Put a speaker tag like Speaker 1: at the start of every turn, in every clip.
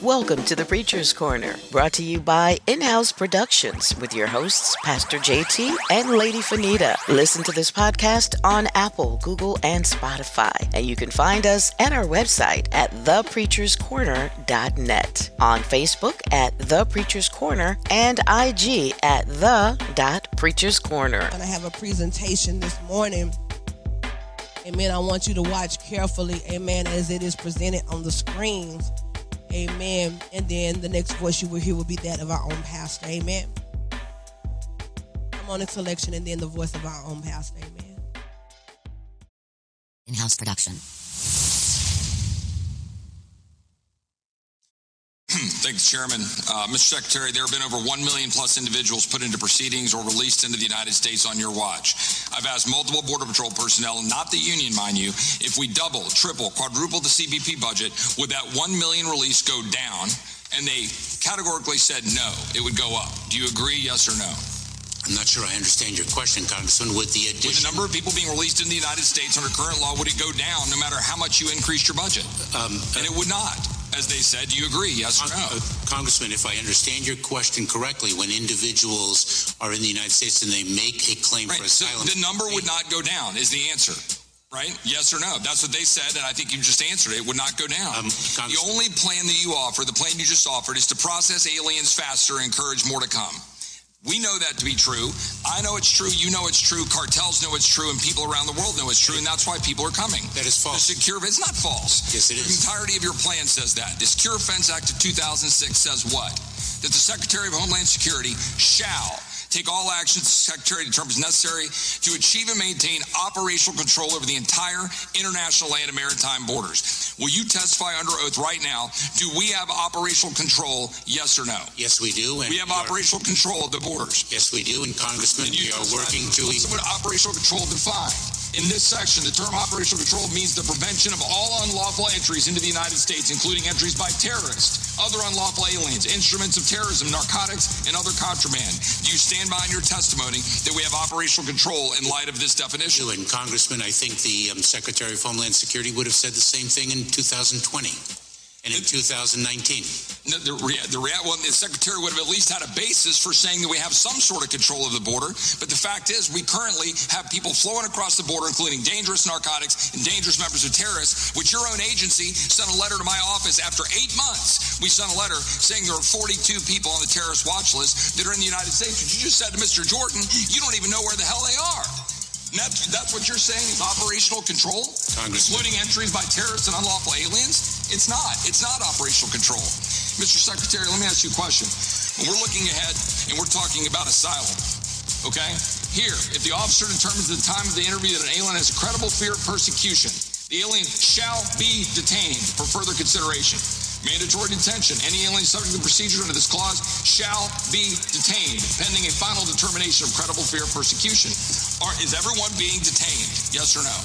Speaker 1: Welcome to the Preacher's Corner, brought to you by In House Productions with your hosts, Pastor JT and Lady Fanita. Listen to this podcast on Apple, Google, and Spotify. And you can find us at our website at thepreacherscorner.net, on Facebook at The Preacher's Corner, and IG at the.preacherscorner.
Speaker 2: going to have a presentation this morning. Amen. I want you to watch carefully, amen, as it is presented on the screens. Amen. And then the next voice you will hear will be that of our own pastor. Amen. Come on, in selection, and then the voice of our own pastor. Amen.
Speaker 3: in house production.
Speaker 4: Thanks, Chairman. Uh, Mr. Secretary, there have been over 1 million plus individuals put into proceedings or released into the United States on your watch. I've asked multiple Border Patrol personnel, not the union, mind you, if we double, triple, quadruple the CBP budget, would that 1 million release go down? And they categorically said no, it would go up. Do you agree, yes or no?
Speaker 5: I'm not sure I understand your question, Congressman. With the
Speaker 4: With the
Speaker 5: addition,
Speaker 4: number of people being released in the United States under current law, would it go down no matter how much you increased your budget?
Speaker 5: um,
Speaker 4: And it would not. As they said, do you agree, yes or
Speaker 5: Con-
Speaker 4: no?
Speaker 5: uh, Congressman, if I understand your question correctly, when individuals are in the United States and they make a claim
Speaker 4: Right.
Speaker 5: for
Speaker 4: so
Speaker 5: asylum,
Speaker 4: the number would not go down is the answer, right? Yes or no? That's what they said, and I think you just answered it. It would not go down.
Speaker 5: Um,
Speaker 4: the
Speaker 5: Congressman-
Speaker 4: only plan that you offer, the plan you just offered, is to process aliens faster and encourage more to come. We know that to be true. I know it's true. You know it's true. Cartels know it's true, and people around the world know it's true, and that's why people are coming.
Speaker 5: That is false.
Speaker 4: The secure it's not false.
Speaker 5: Yes, it is.
Speaker 4: The entirety of your plan says that. The Secure Fence Act of 2006 says what? That the Secretary of Homeland Security shall take all actions the Secretary determines necessary to achieve and maintain operational control over the entire international land and maritime borders. Will you testify under oath right now? Do we have operational control? Yes or no?
Speaker 5: yes, we do. And
Speaker 4: We have
Speaker 5: are-
Speaker 4: operational control of the borders.
Speaker 5: Yes, we do. And Congressman, we are working to.
Speaker 4: What's what operational control define? In this section, the term operational control means the prevention of all unlawful entries into the United States, including entries by terrorists, other unlawful aliens, instruments of terrorism, narcotics, and other contraband. Do you stand by in your testimony that we have operational control in light of this definition?
Speaker 5: do. And Congressman, I think the um, Secretary of Homeland Security would have said the same thing in 2020 and in 2019.
Speaker 4: No, the, rea- the, rea- well, the secretary would have at least had a basis for saying that we have some sort of control of the border. But the fact is, we currently have people flowing across the border, including dangerous narcotics and dangerous members of terrorists, which your own agency sent a letter to my office after eight months. We sent a letter saying there are 42 people on the terrorist watch list that are in the United States. But you just said to Mr. Jordan, you don't even know where the hell they are. And that's, that's what you're saying is operational control?
Speaker 5: Congressman.
Speaker 4: Including entries by terrorists and unlawful aliens? It's not. It's not operational control. Mr. Secretary, let me ask you a question. When we're looking ahead and we're talking about asylum, okay? Here, if the officer determines at the time of the interview that an alien has a credible fear of persecution, the alien shall be detained for further consideration. Mandatory detention. Any alien subject to the procedure under this clause shall be detained pending a final determination of credible fear of persecution. Are, is everyone being detained? Yes or no?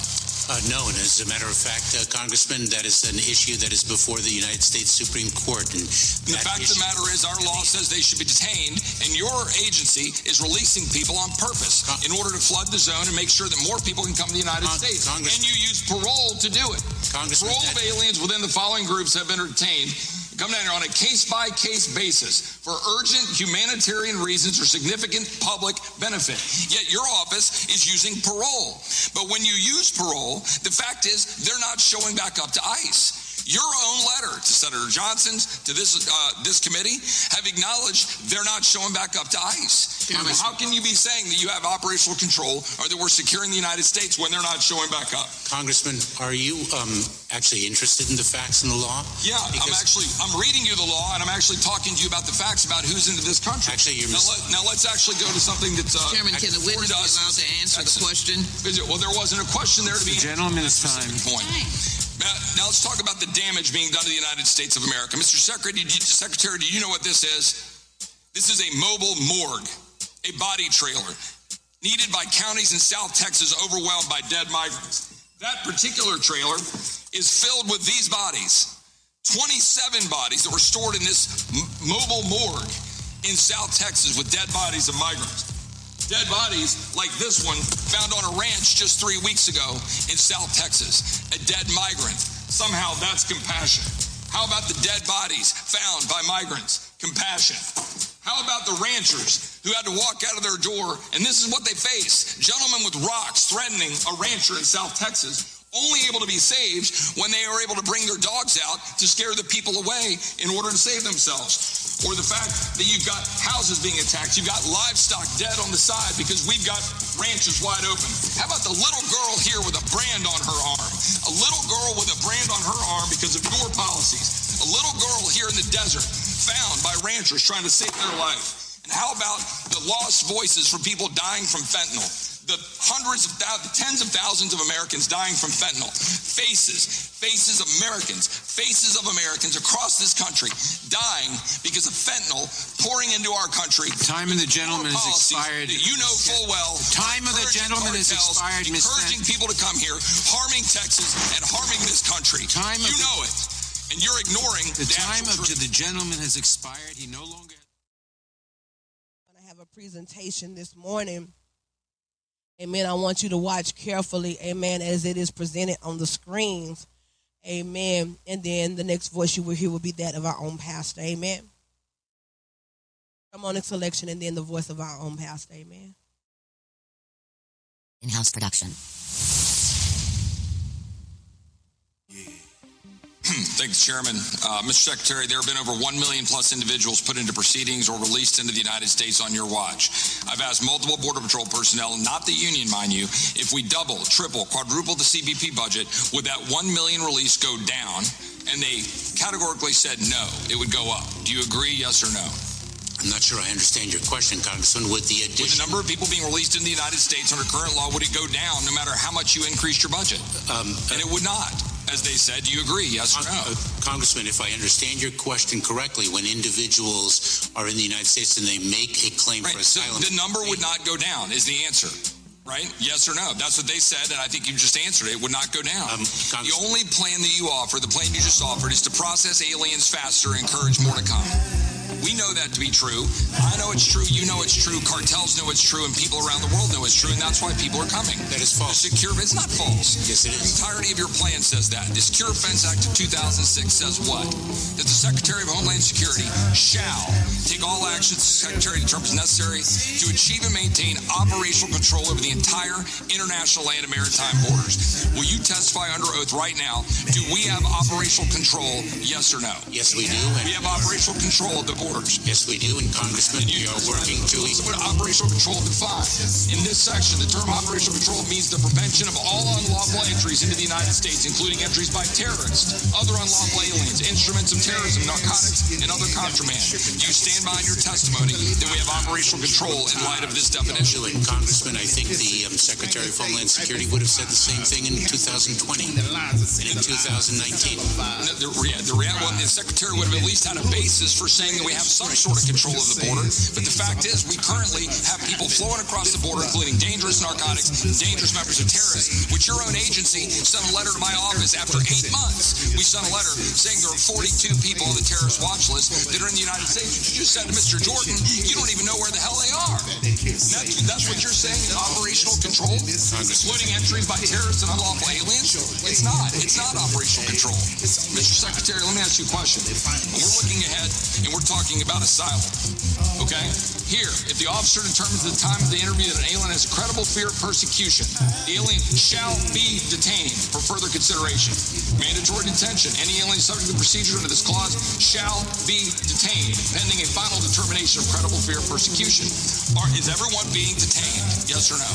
Speaker 5: Uh, no, and as a matter of fact, uh, Congressman, that is an issue that is before the United States Supreme Court. And
Speaker 4: And the
Speaker 5: that
Speaker 4: fact of
Speaker 5: issue-
Speaker 4: the matter is, our law says they should be detained, and your agency is releasing people on purpose in order to flood the zone and make sure that more people can come to the United
Speaker 5: Con-
Speaker 4: States.
Speaker 5: Congress-
Speaker 4: and you use parole to do it.
Speaker 5: Congressman,
Speaker 4: parole
Speaker 5: that-
Speaker 4: of aliens within the following groups have been detained. Come down here on a case by case basis for urgent humanitarian reasons or significant public benefit. Yet your office is using parole. But when you use parole, the fact is they're not showing back up to ICE. Your own letter to Senator Johnson's to this uh, this committee have acknowledged they're not showing back up to ICE. I mean, how can you be saying that you have operational control or that we're securing the United States when they're not showing back up?
Speaker 5: Congressman, are you um, actually interested in the facts and the law?
Speaker 4: Yeah, I'm
Speaker 5: Because-
Speaker 4: actually I'm reading you the law, and I'm actually talking to you about the facts about who's into this country.
Speaker 5: Actually, you're
Speaker 4: now,
Speaker 5: mis-
Speaker 4: let, now let's actually go to something that's. Uh,
Speaker 6: Chairman, can the witness be allowed to answer the question?
Speaker 4: question? Well, there wasn't a question there to be.
Speaker 7: The gentleman is
Speaker 4: That's a specific Point. Now, now let's talk about the damage being done to the United States of America, Mr. Secretary. Did you, Secretary, do you know what this is? This is a mobile morgue, a body trailer, needed by counties in South Texas overwhelmed by dead migrants. That particular trailer is filled with these bodies. 27 bodies that were stored in this m- mobile morgue in South Texas with dead bodies of migrants. Dead bodies like this one found on a ranch just three weeks ago in South Texas. A dead migrant. Somehow that's compassion. How about the dead bodies found by migrants? Compassion. How about the ranchers who had to walk out of their door? And this is what they faced gentlemen with rocks threatening a rancher in South Texas, only able to be saved when they are able to bring their dogs out to scare the people away in order to save themselves. Or the fact that you've got houses being attacked, you've got livestock dead on the side because we've got ranches wide open. How about the little girl here with a brand on her arm? A little girl with a brand on her arm because of your policies. A little girl here in the desert found by ranchers trying to save their life. And how about the lost voices from people dying from fentanyl? The hundreds of thousands, tens of thousands of Americans dying from fentanyl. Faces, faces of Americans, faces of Americans across this country dying because of fentanyl pouring into our country.
Speaker 5: Time of the gentleman has
Speaker 4: Policies
Speaker 5: expired.
Speaker 4: that You know full well.
Speaker 5: The time of the
Speaker 4: encouraging
Speaker 5: gentleman has
Speaker 4: cartels,
Speaker 5: expired, Ms.
Speaker 4: Encouraging people to come here, harming Texas and harming this country.
Speaker 5: Time of
Speaker 4: you
Speaker 5: the-
Speaker 4: know it. And you're ignoring
Speaker 5: The time
Speaker 4: actual
Speaker 5: of
Speaker 4: truth.
Speaker 5: the gentleman has expired. He no longer.
Speaker 2: I have a presentation this morning. Amen. I want you to watch carefully, amen, as it is presented on the screens. Amen. And then the next voice you will hear will be that of our own pastor. Amen. Harmonic selection and then the voice of our own pastor. Amen.
Speaker 3: In house production.
Speaker 4: Thanks, Chairman. Uh, Mr. Secretary, there have been over 1 million plus individuals put into proceedings or released into the United States on your watch. I've asked multiple Border Patrol personnel, not the union, mind you, if we double, triple, quadruple the CBP budget, would that 1 million release go down? And they categorically said no, it would go up. Do you agree, yes or no?
Speaker 5: I'm not sure I understand your question, Congressman. With the
Speaker 4: With the
Speaker 5: addition,
Speaker 4: number of people being released in the United States under current law, would it go down no matter how much you increased your budget?
Speaker 5: um,
Speaker 4: And it would not, as they said. Do you agree, yes or no?
Speaker 5: Uh, Congressman, if I understand your question correctly, when individuals are in the United States and they make a claim
Speaker 4: Right.
Speaker 5: for
Speaker 4: so
Speaker 5: asylum,
Speaker 4: the number would not go down is the answer, right? Yes or no? That's what they said, and I think you just answered it. It would not go down.
Speaker 5: Um, Congress-
Speaker 4: the only plan that you offer, the plan you just offered, is to process aliens faster and encourage more to come. We know that to be true. I know it's true. You know it's true. Cartels know it's true, and people around the world know it's true, and that's why people are coming.
Speaker 5: That is false.
Speaker 4: The secure it's not false.
Speaker 5: Yes, it is.
Speaker 4: The entirety of your plan says that. The Secure Fence Act of 2006 says what? That the Secretary of Homeland Security shall take all actions the Secretary determines necessary to achieve and maintain operational control over the entire international land and maritime borders. Will you testify under oath right now? Do we have operational control? Yes or no?
Speaker 5: Yes, we do.
Speaker 4: We
Speaker 5: And
Speaker 4: have operational control at the borders.
Speaker 5: yes, we do. And Congressman, we are working to.
Speaker 4: That's what operational control defines. In this section, the term operational control means the prevention of all unlawful entries into the United States, including entries by terrorists, other unlawful aliens, instruments of terrorism, narcotics, and other contraband. Do you stand by your testimony that we have operational control in light of this definition?
Speaker 5: do. And Congressman, I think the um, Secretary of Homeland Security would have said the same thing in 2020 and in 2019.
Speaker 4: No, the, yeah, the, rea- well, the secretary would have at least had a basis for saying that we have some sort of control of the border. But the fact is, we currently have people flowing across the border, including dangerous narcotics, dangerous members of terrorists, which your own agency sent a letter to my office after eight months. We sent a letter saying there are 42 people on the terrorist watch list that are in the United States. You said to Mr. Jordan, you don't even know where the hell they are. That, that's what you're saying is operational control, excluding entries by terrorists and unlawful aliens? It's not. It's not operational control. Mr. Secretary, let me ask you a question. When we're looking ahead and we're talking about asylum, okay? Here, if the officer determines at the time of the interview that an alien has a credible fear of persecution, the alien shall be detained for further consideration. Mandatory detention. Any alien subject to the procedure under this clause shall be detained pending a final determination of credible fear of persecution. Are, is everyone being detained? Yes or no?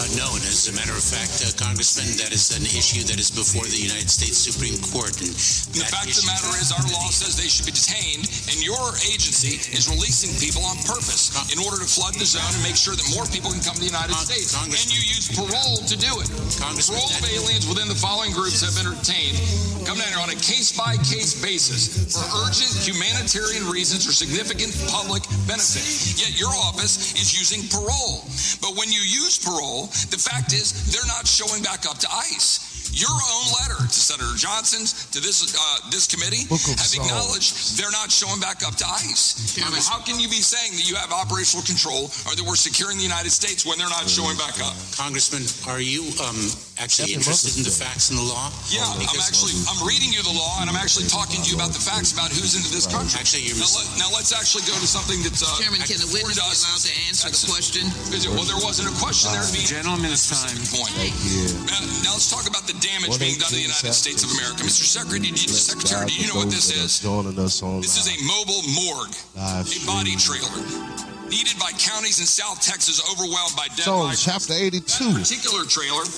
Speaker 5: Uh, no, and as a matter of fact, uh, Congressman, that is an issue that is before the United States Supreme Court. And
Speaker 4: The
Speaker 5: that
Speaker 4: fact of the
Speaker 5: issue-
Speaker 4: matter is, our law says they should be detained, and your agency is releasing people on purpose in order to flood the zone and make sure that more people can come to the United
Speaker 5: Con-
Speaker 4: States.
Speaker 5: Congressman-
Speaker 4: and you use parole to do it.
Speaker 5: Congressman,
Speaker 4: Parole of
Speaker 5: that-
Speaker 4: aliens within the following groups have been detained. Come down here on a case-by-case basis for urgent humanitarian reasons or significant public benefit. Yet your office is using parole. But when you use parole, the fact is they're not showing back up to ICE. Your own letter to Senator Johnson's, to this uh, this committee,
Speaker 3: Book of
Speaker 4: have
Speaker 3: Psalms.
Speaker 4: acknowledged they're not showing back up to ICE. I mean, how can you be saying that you have operational control or that we're securing the United States when they're not showing back up?
Speaker 5: Congressman, are you um, actually
Speaker 3: Captain
Speaker 5: interested in the
Speaker 3: Moses said.
Speaker 5: facts and the law?
Speaker 4: Yeah, I'm actually I'm reading you the law and I'm actually talking to you about the facts about who's into this country.
Speaker 5: Actually, you're
Speaker 4: now,
Speaker 5: mis-
Speaker 4: let, now let's actually go to something that's uh,
Speaker 6: Chairman, can the
Speaker 4: before
Speaker 6: witness be
Speaker 4: us.
Speaker 6: allowed to answer the question?
Speaker 4: Is it- Well, there wasn't a question there. The
Speaker 7: Gentleman's time.
Speaker 4: Point.
Speaker 3: Yeah.
Speaker 4: Now, now let's talk about the damage being done to the United States of America, Mr. Secretary. Do you, Secretary, do you know what this is?
Speaker 3: Joining us on
Speaker 4: This is a mobile morgue,
Speaker 3: Live
Speaker 4: a body
Speaker 3: stream.
Speaker 4: trailer, needed by counties in South Texas overwhelmed by dead
Speaker 3: So,
Speaker 4: bodies.
Speaker 3: chapter
Speaker 4: That
Speaker 3: 82.
Speaker 4: particular trailer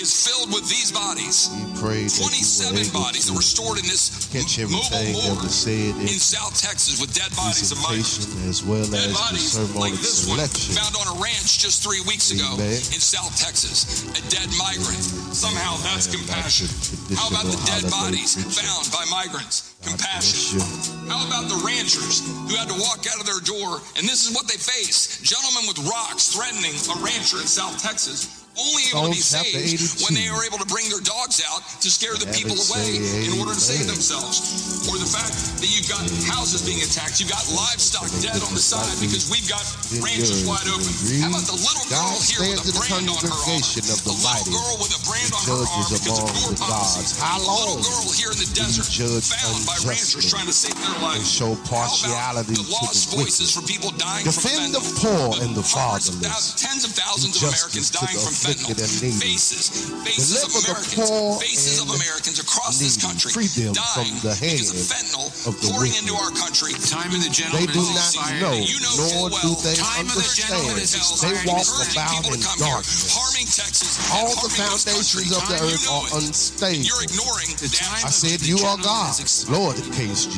Speaker 4: is filled with these bodies.
Speaker 3: He prayed that you
Speaker 4: 27
Speaker 3: were able
Speaker 4: bodies that were
Speaker 3: to
Speaker 4: stored in this
Speaker 3: catch
Speaker 4: mobile
Speaker 3: everything that
Speaker 4: morgue
Speaker 3: was said in
Speaker 4: in South Texas with dead bodies of minors.
Speaker 3: presentation as well as
Speaker 4: Dead
Speaker 3: the
Speaker 4: bodies like
Speaker 3: ceremonial
Speaker 4: this one
Speaker 3: selection.
Speaker 4: found on a ranch just three weeks ago
Speaker 3: Amen.
Speaker 4: in South Texas. A dead migrant. Somehow
Speaker 3: I
Speaker 4: that's
Speaker 3: am not
Speaker 4: compassion.
Speaker 3: your
Speaker 4: How about the dead
Speaker 3: traditional holiday
Speaker 4: bodies
Speaker 3: preacher.
Speaker 4: found by migrants?
Speaker 3: God bless
Speaker 4: Compassion.
Speaker 3: you.
Speaker 4: How about the ranchers who had to walk out of their door? And this is what they face gentlemen with rocks threatening a rancher in South Texas. Only able to be
Speaker 3: Psalm chapter
Speaker 4: saved when they
Speaker 3: 82.
Speaker 4: are able to bring their dogs out to scare the
Speaker 3: Have it
Speaker 4: people away
Speaker 3: say
Speaker 4: in order to save
Speaker 3: amen.
Speaker 4: themselves. Or the fact that you've got houses being attacked, you've got livestock dead on the side because we've got ranches wide open. How about the little girl
Speaker 3: God
Speaker 4: here with a
Speaker 3: stands in the
Speaker 4: brand on her arm?
Speaker 3: congregation of
Speaker 4: The
Speaker 3: the
Speaker 4: little
Speaker 3: mighty
Speaker 4: girl with a brand on her
Speaker 3: judges
Speaker 4: arm because of
Speaker 3: among
Speaker 4: your
Speaker 3: the
Speaker 4: policies.
Speaker 3: gods. How
Speaker 4: The little
Speaker 3: long
Speaker 4: girl here in the desert
Speaker 3: judge
Speaker 4: found by
Speaker 3: unjustly
Speaker 4: ranchers trying to save their life.
Speaker 3: and show partiality
Speaker 4: How about
Speaker 3: to
Speaker 4: the lost
Speaker 3: the
Speaker 4: voices for people dying from
Speaker 3: Defend the
Speaker 4: fentanyl?
Speaker 3: poor and the
Speaker 4: hundreds of
Speaker 3: fatherless.
Speaker 4: thou- Tens of thousands of
Speaker 3: Injustice
Speaker 4: Americans
Speaker 3: to
Speaker 4: dying
Speaker 3: the
Speaker 4: from fentanyl.
Speaker 3: afflicted and needy.
Speaker 4: Faces, faces
Speaker 3: Deliver
Speaker 4: of
Speaker 3: the
Speaker 4: Americans,
Speaker 3: poor
Speaker 4: faces of
Speaker 3: and
Speaker 4: Americans across this
Speaker 3: needy.
Speaker 4: country
Speaker 3: Free them
Speaker 4: dying
Speaker 3: from
Speaker 4: because
Speaker 3: the
Speaker 4: of
Speaker 3: hand
Speaker 4: fentanyl
Speaker 3: of the
Speaker 4: pouring
Speaker 3: wicked.
Speaker 4: into our country.
Speaker 7: Time in the
Speaker 3: They
Speaker 7: gentleman's
Speaker 3: do not
Speaker 7: expired.
Speaker 3: know,
Speaker 4: You know
Speaker 3: nor
Speaker 4: full well,
Speaker 3: do they
Speaker 7: time of the
Speaker 3: understand.
Speaker 7: gentleman is
Speaker 3: They
Speaker 7: expired.
Speaker 3: walk
Speaker 7: Encouraging
Speaker 3: about
Speaker 4: people
Speaker 3: in
Speaker 4: to come here,
Speaker 3: darkness.
Speaker 4: harming Texas, and
Speaker 3: All the
Speaker 4: harming this
Speaker 3: foundations
Speaker 4: country.
Speaker 3: of the
Speaker 4: You
Speaker 3: earth
Speaker 4: know
Speaker 3: are
Speaker 4: it.
Speaker 3: unstable.
Speaker 4: You're ignoring the
Speaker 7: time
Speaker 4: damage.
Speaker 3: I
Speaker 7: of
Speaker 3: said,
Speaker 7: the
Speaker 3: You are
Speaker 7: gentleman
Speaker 3: God,
Speaker 7: is expired.
Speaker 3: Lord Case G.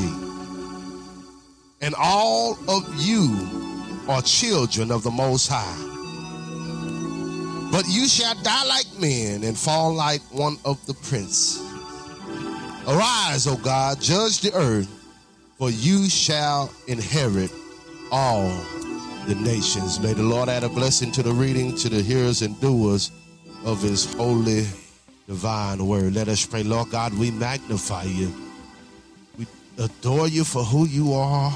Speaker 3: And all of you are children of the Most High. But you shall die like men and fall like one of the princes. Arise, O God, judge the earth, for you shall inherit all the nations. May the Lord add a blessing to the reading, to the hearers and doers of his holy divine word. Let us pray, Lord God, we magnify you. We adore you for who you are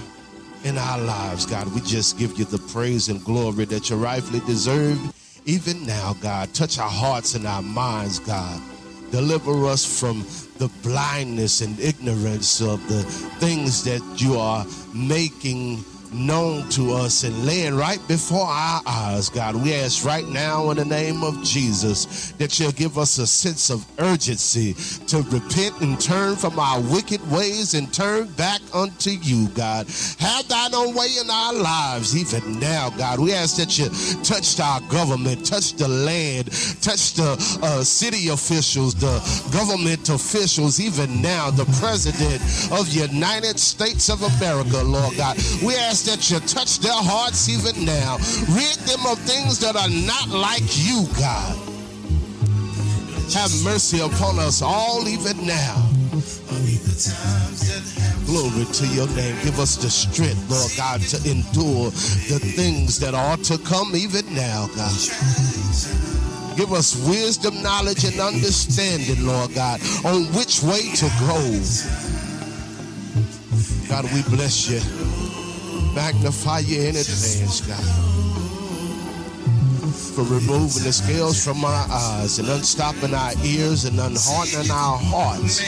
Speaker 3: in our lives, God. We just give you the praise and glory that you rightfully deserve. Even now, God, touch our hearts and our minds, God. Deliver us from the blindness and ignorance of the things that you are making known to us and laying right before our eyes, God. We ask right now in the name of Jesus that you'll give us a sense of urgency to repent and turn from our wicked ways and turn back unto you, God. Have thine own way in our lives even now, God. We ask that you touch our government, touch the land, touch the uh, city officials, the government officials, even now, the president of United States of America, Lord God. We ask that you touch their hearts even now. Rid them of things that are not like you, God. Have mercy upon us all even now. Glory to your name. Give us the strength, Lord God, to endure the things that are to come even now, God. Give us wisdom, knowledge, and understanding, Lord God, on which way to go. God, we bless you. Magnify you in advance, God. For removing the scales from our eyes and unstopping our ears and unhardening our hearts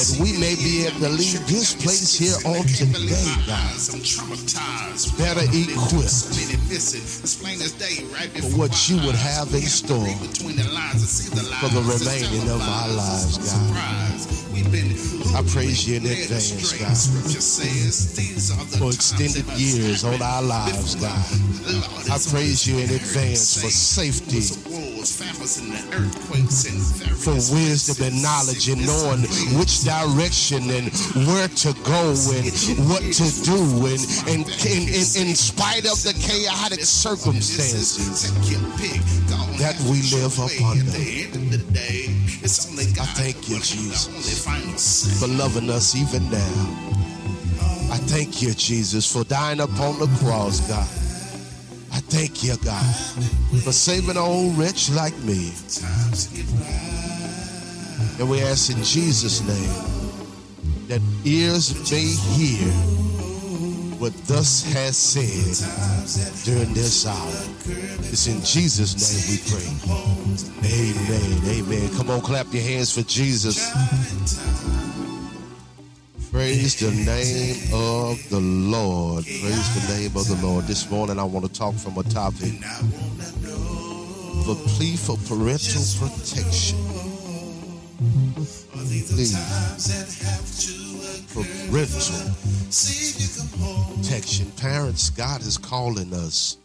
Speaker 3: that we may be able to leave this place here on today, God,
Speaker 8: I'm traumatized.
Speaker 3: better
Speaker 8: So
Speaker 3: equipped
Speaker 8: many missing. Explain this day right before
Speaker 3: for what you
Speaker 8: our
Speaker 3: would
Speaker 8: eyes.
Speaker 3: have in store
Speaker 8: between the lines and see the
Speaker 3: for the remaining of our lives, God.
Speaker 8: lives. We've been
Speaker 3: I praise you in advance, God,
Speaker 8: scripture says these are the
Speaker 3: for extended years on our lives, God. I praise you in advance for safety, for
Speaker 8: for
Speaker 3: wisdom and knowledge, and knowing which direction and where to go and what to do. And, and, and, and in spite of the chaotic circumstances,
Speaker 8: that
Speaker 3: we live upon.
Speaker 8: I
Speaker 3: thank you, Jesus, for loving us even now. I thank you, Jesus, for dying upon the cross, God. I thank you, God, for saving an old wretch like me.
Speaker 9: And we ask in Jesus' name that ears may hear what thus has said during this hour. It's in Jesus' name we pray. Amen. Amen. Come on, clap your hands for Jesus. Praise the name of the Lord. Praise the name of the Lord. This morning I want to talk from a topic the plea for parental protection. Plea for parental protection. Parents, God is calling us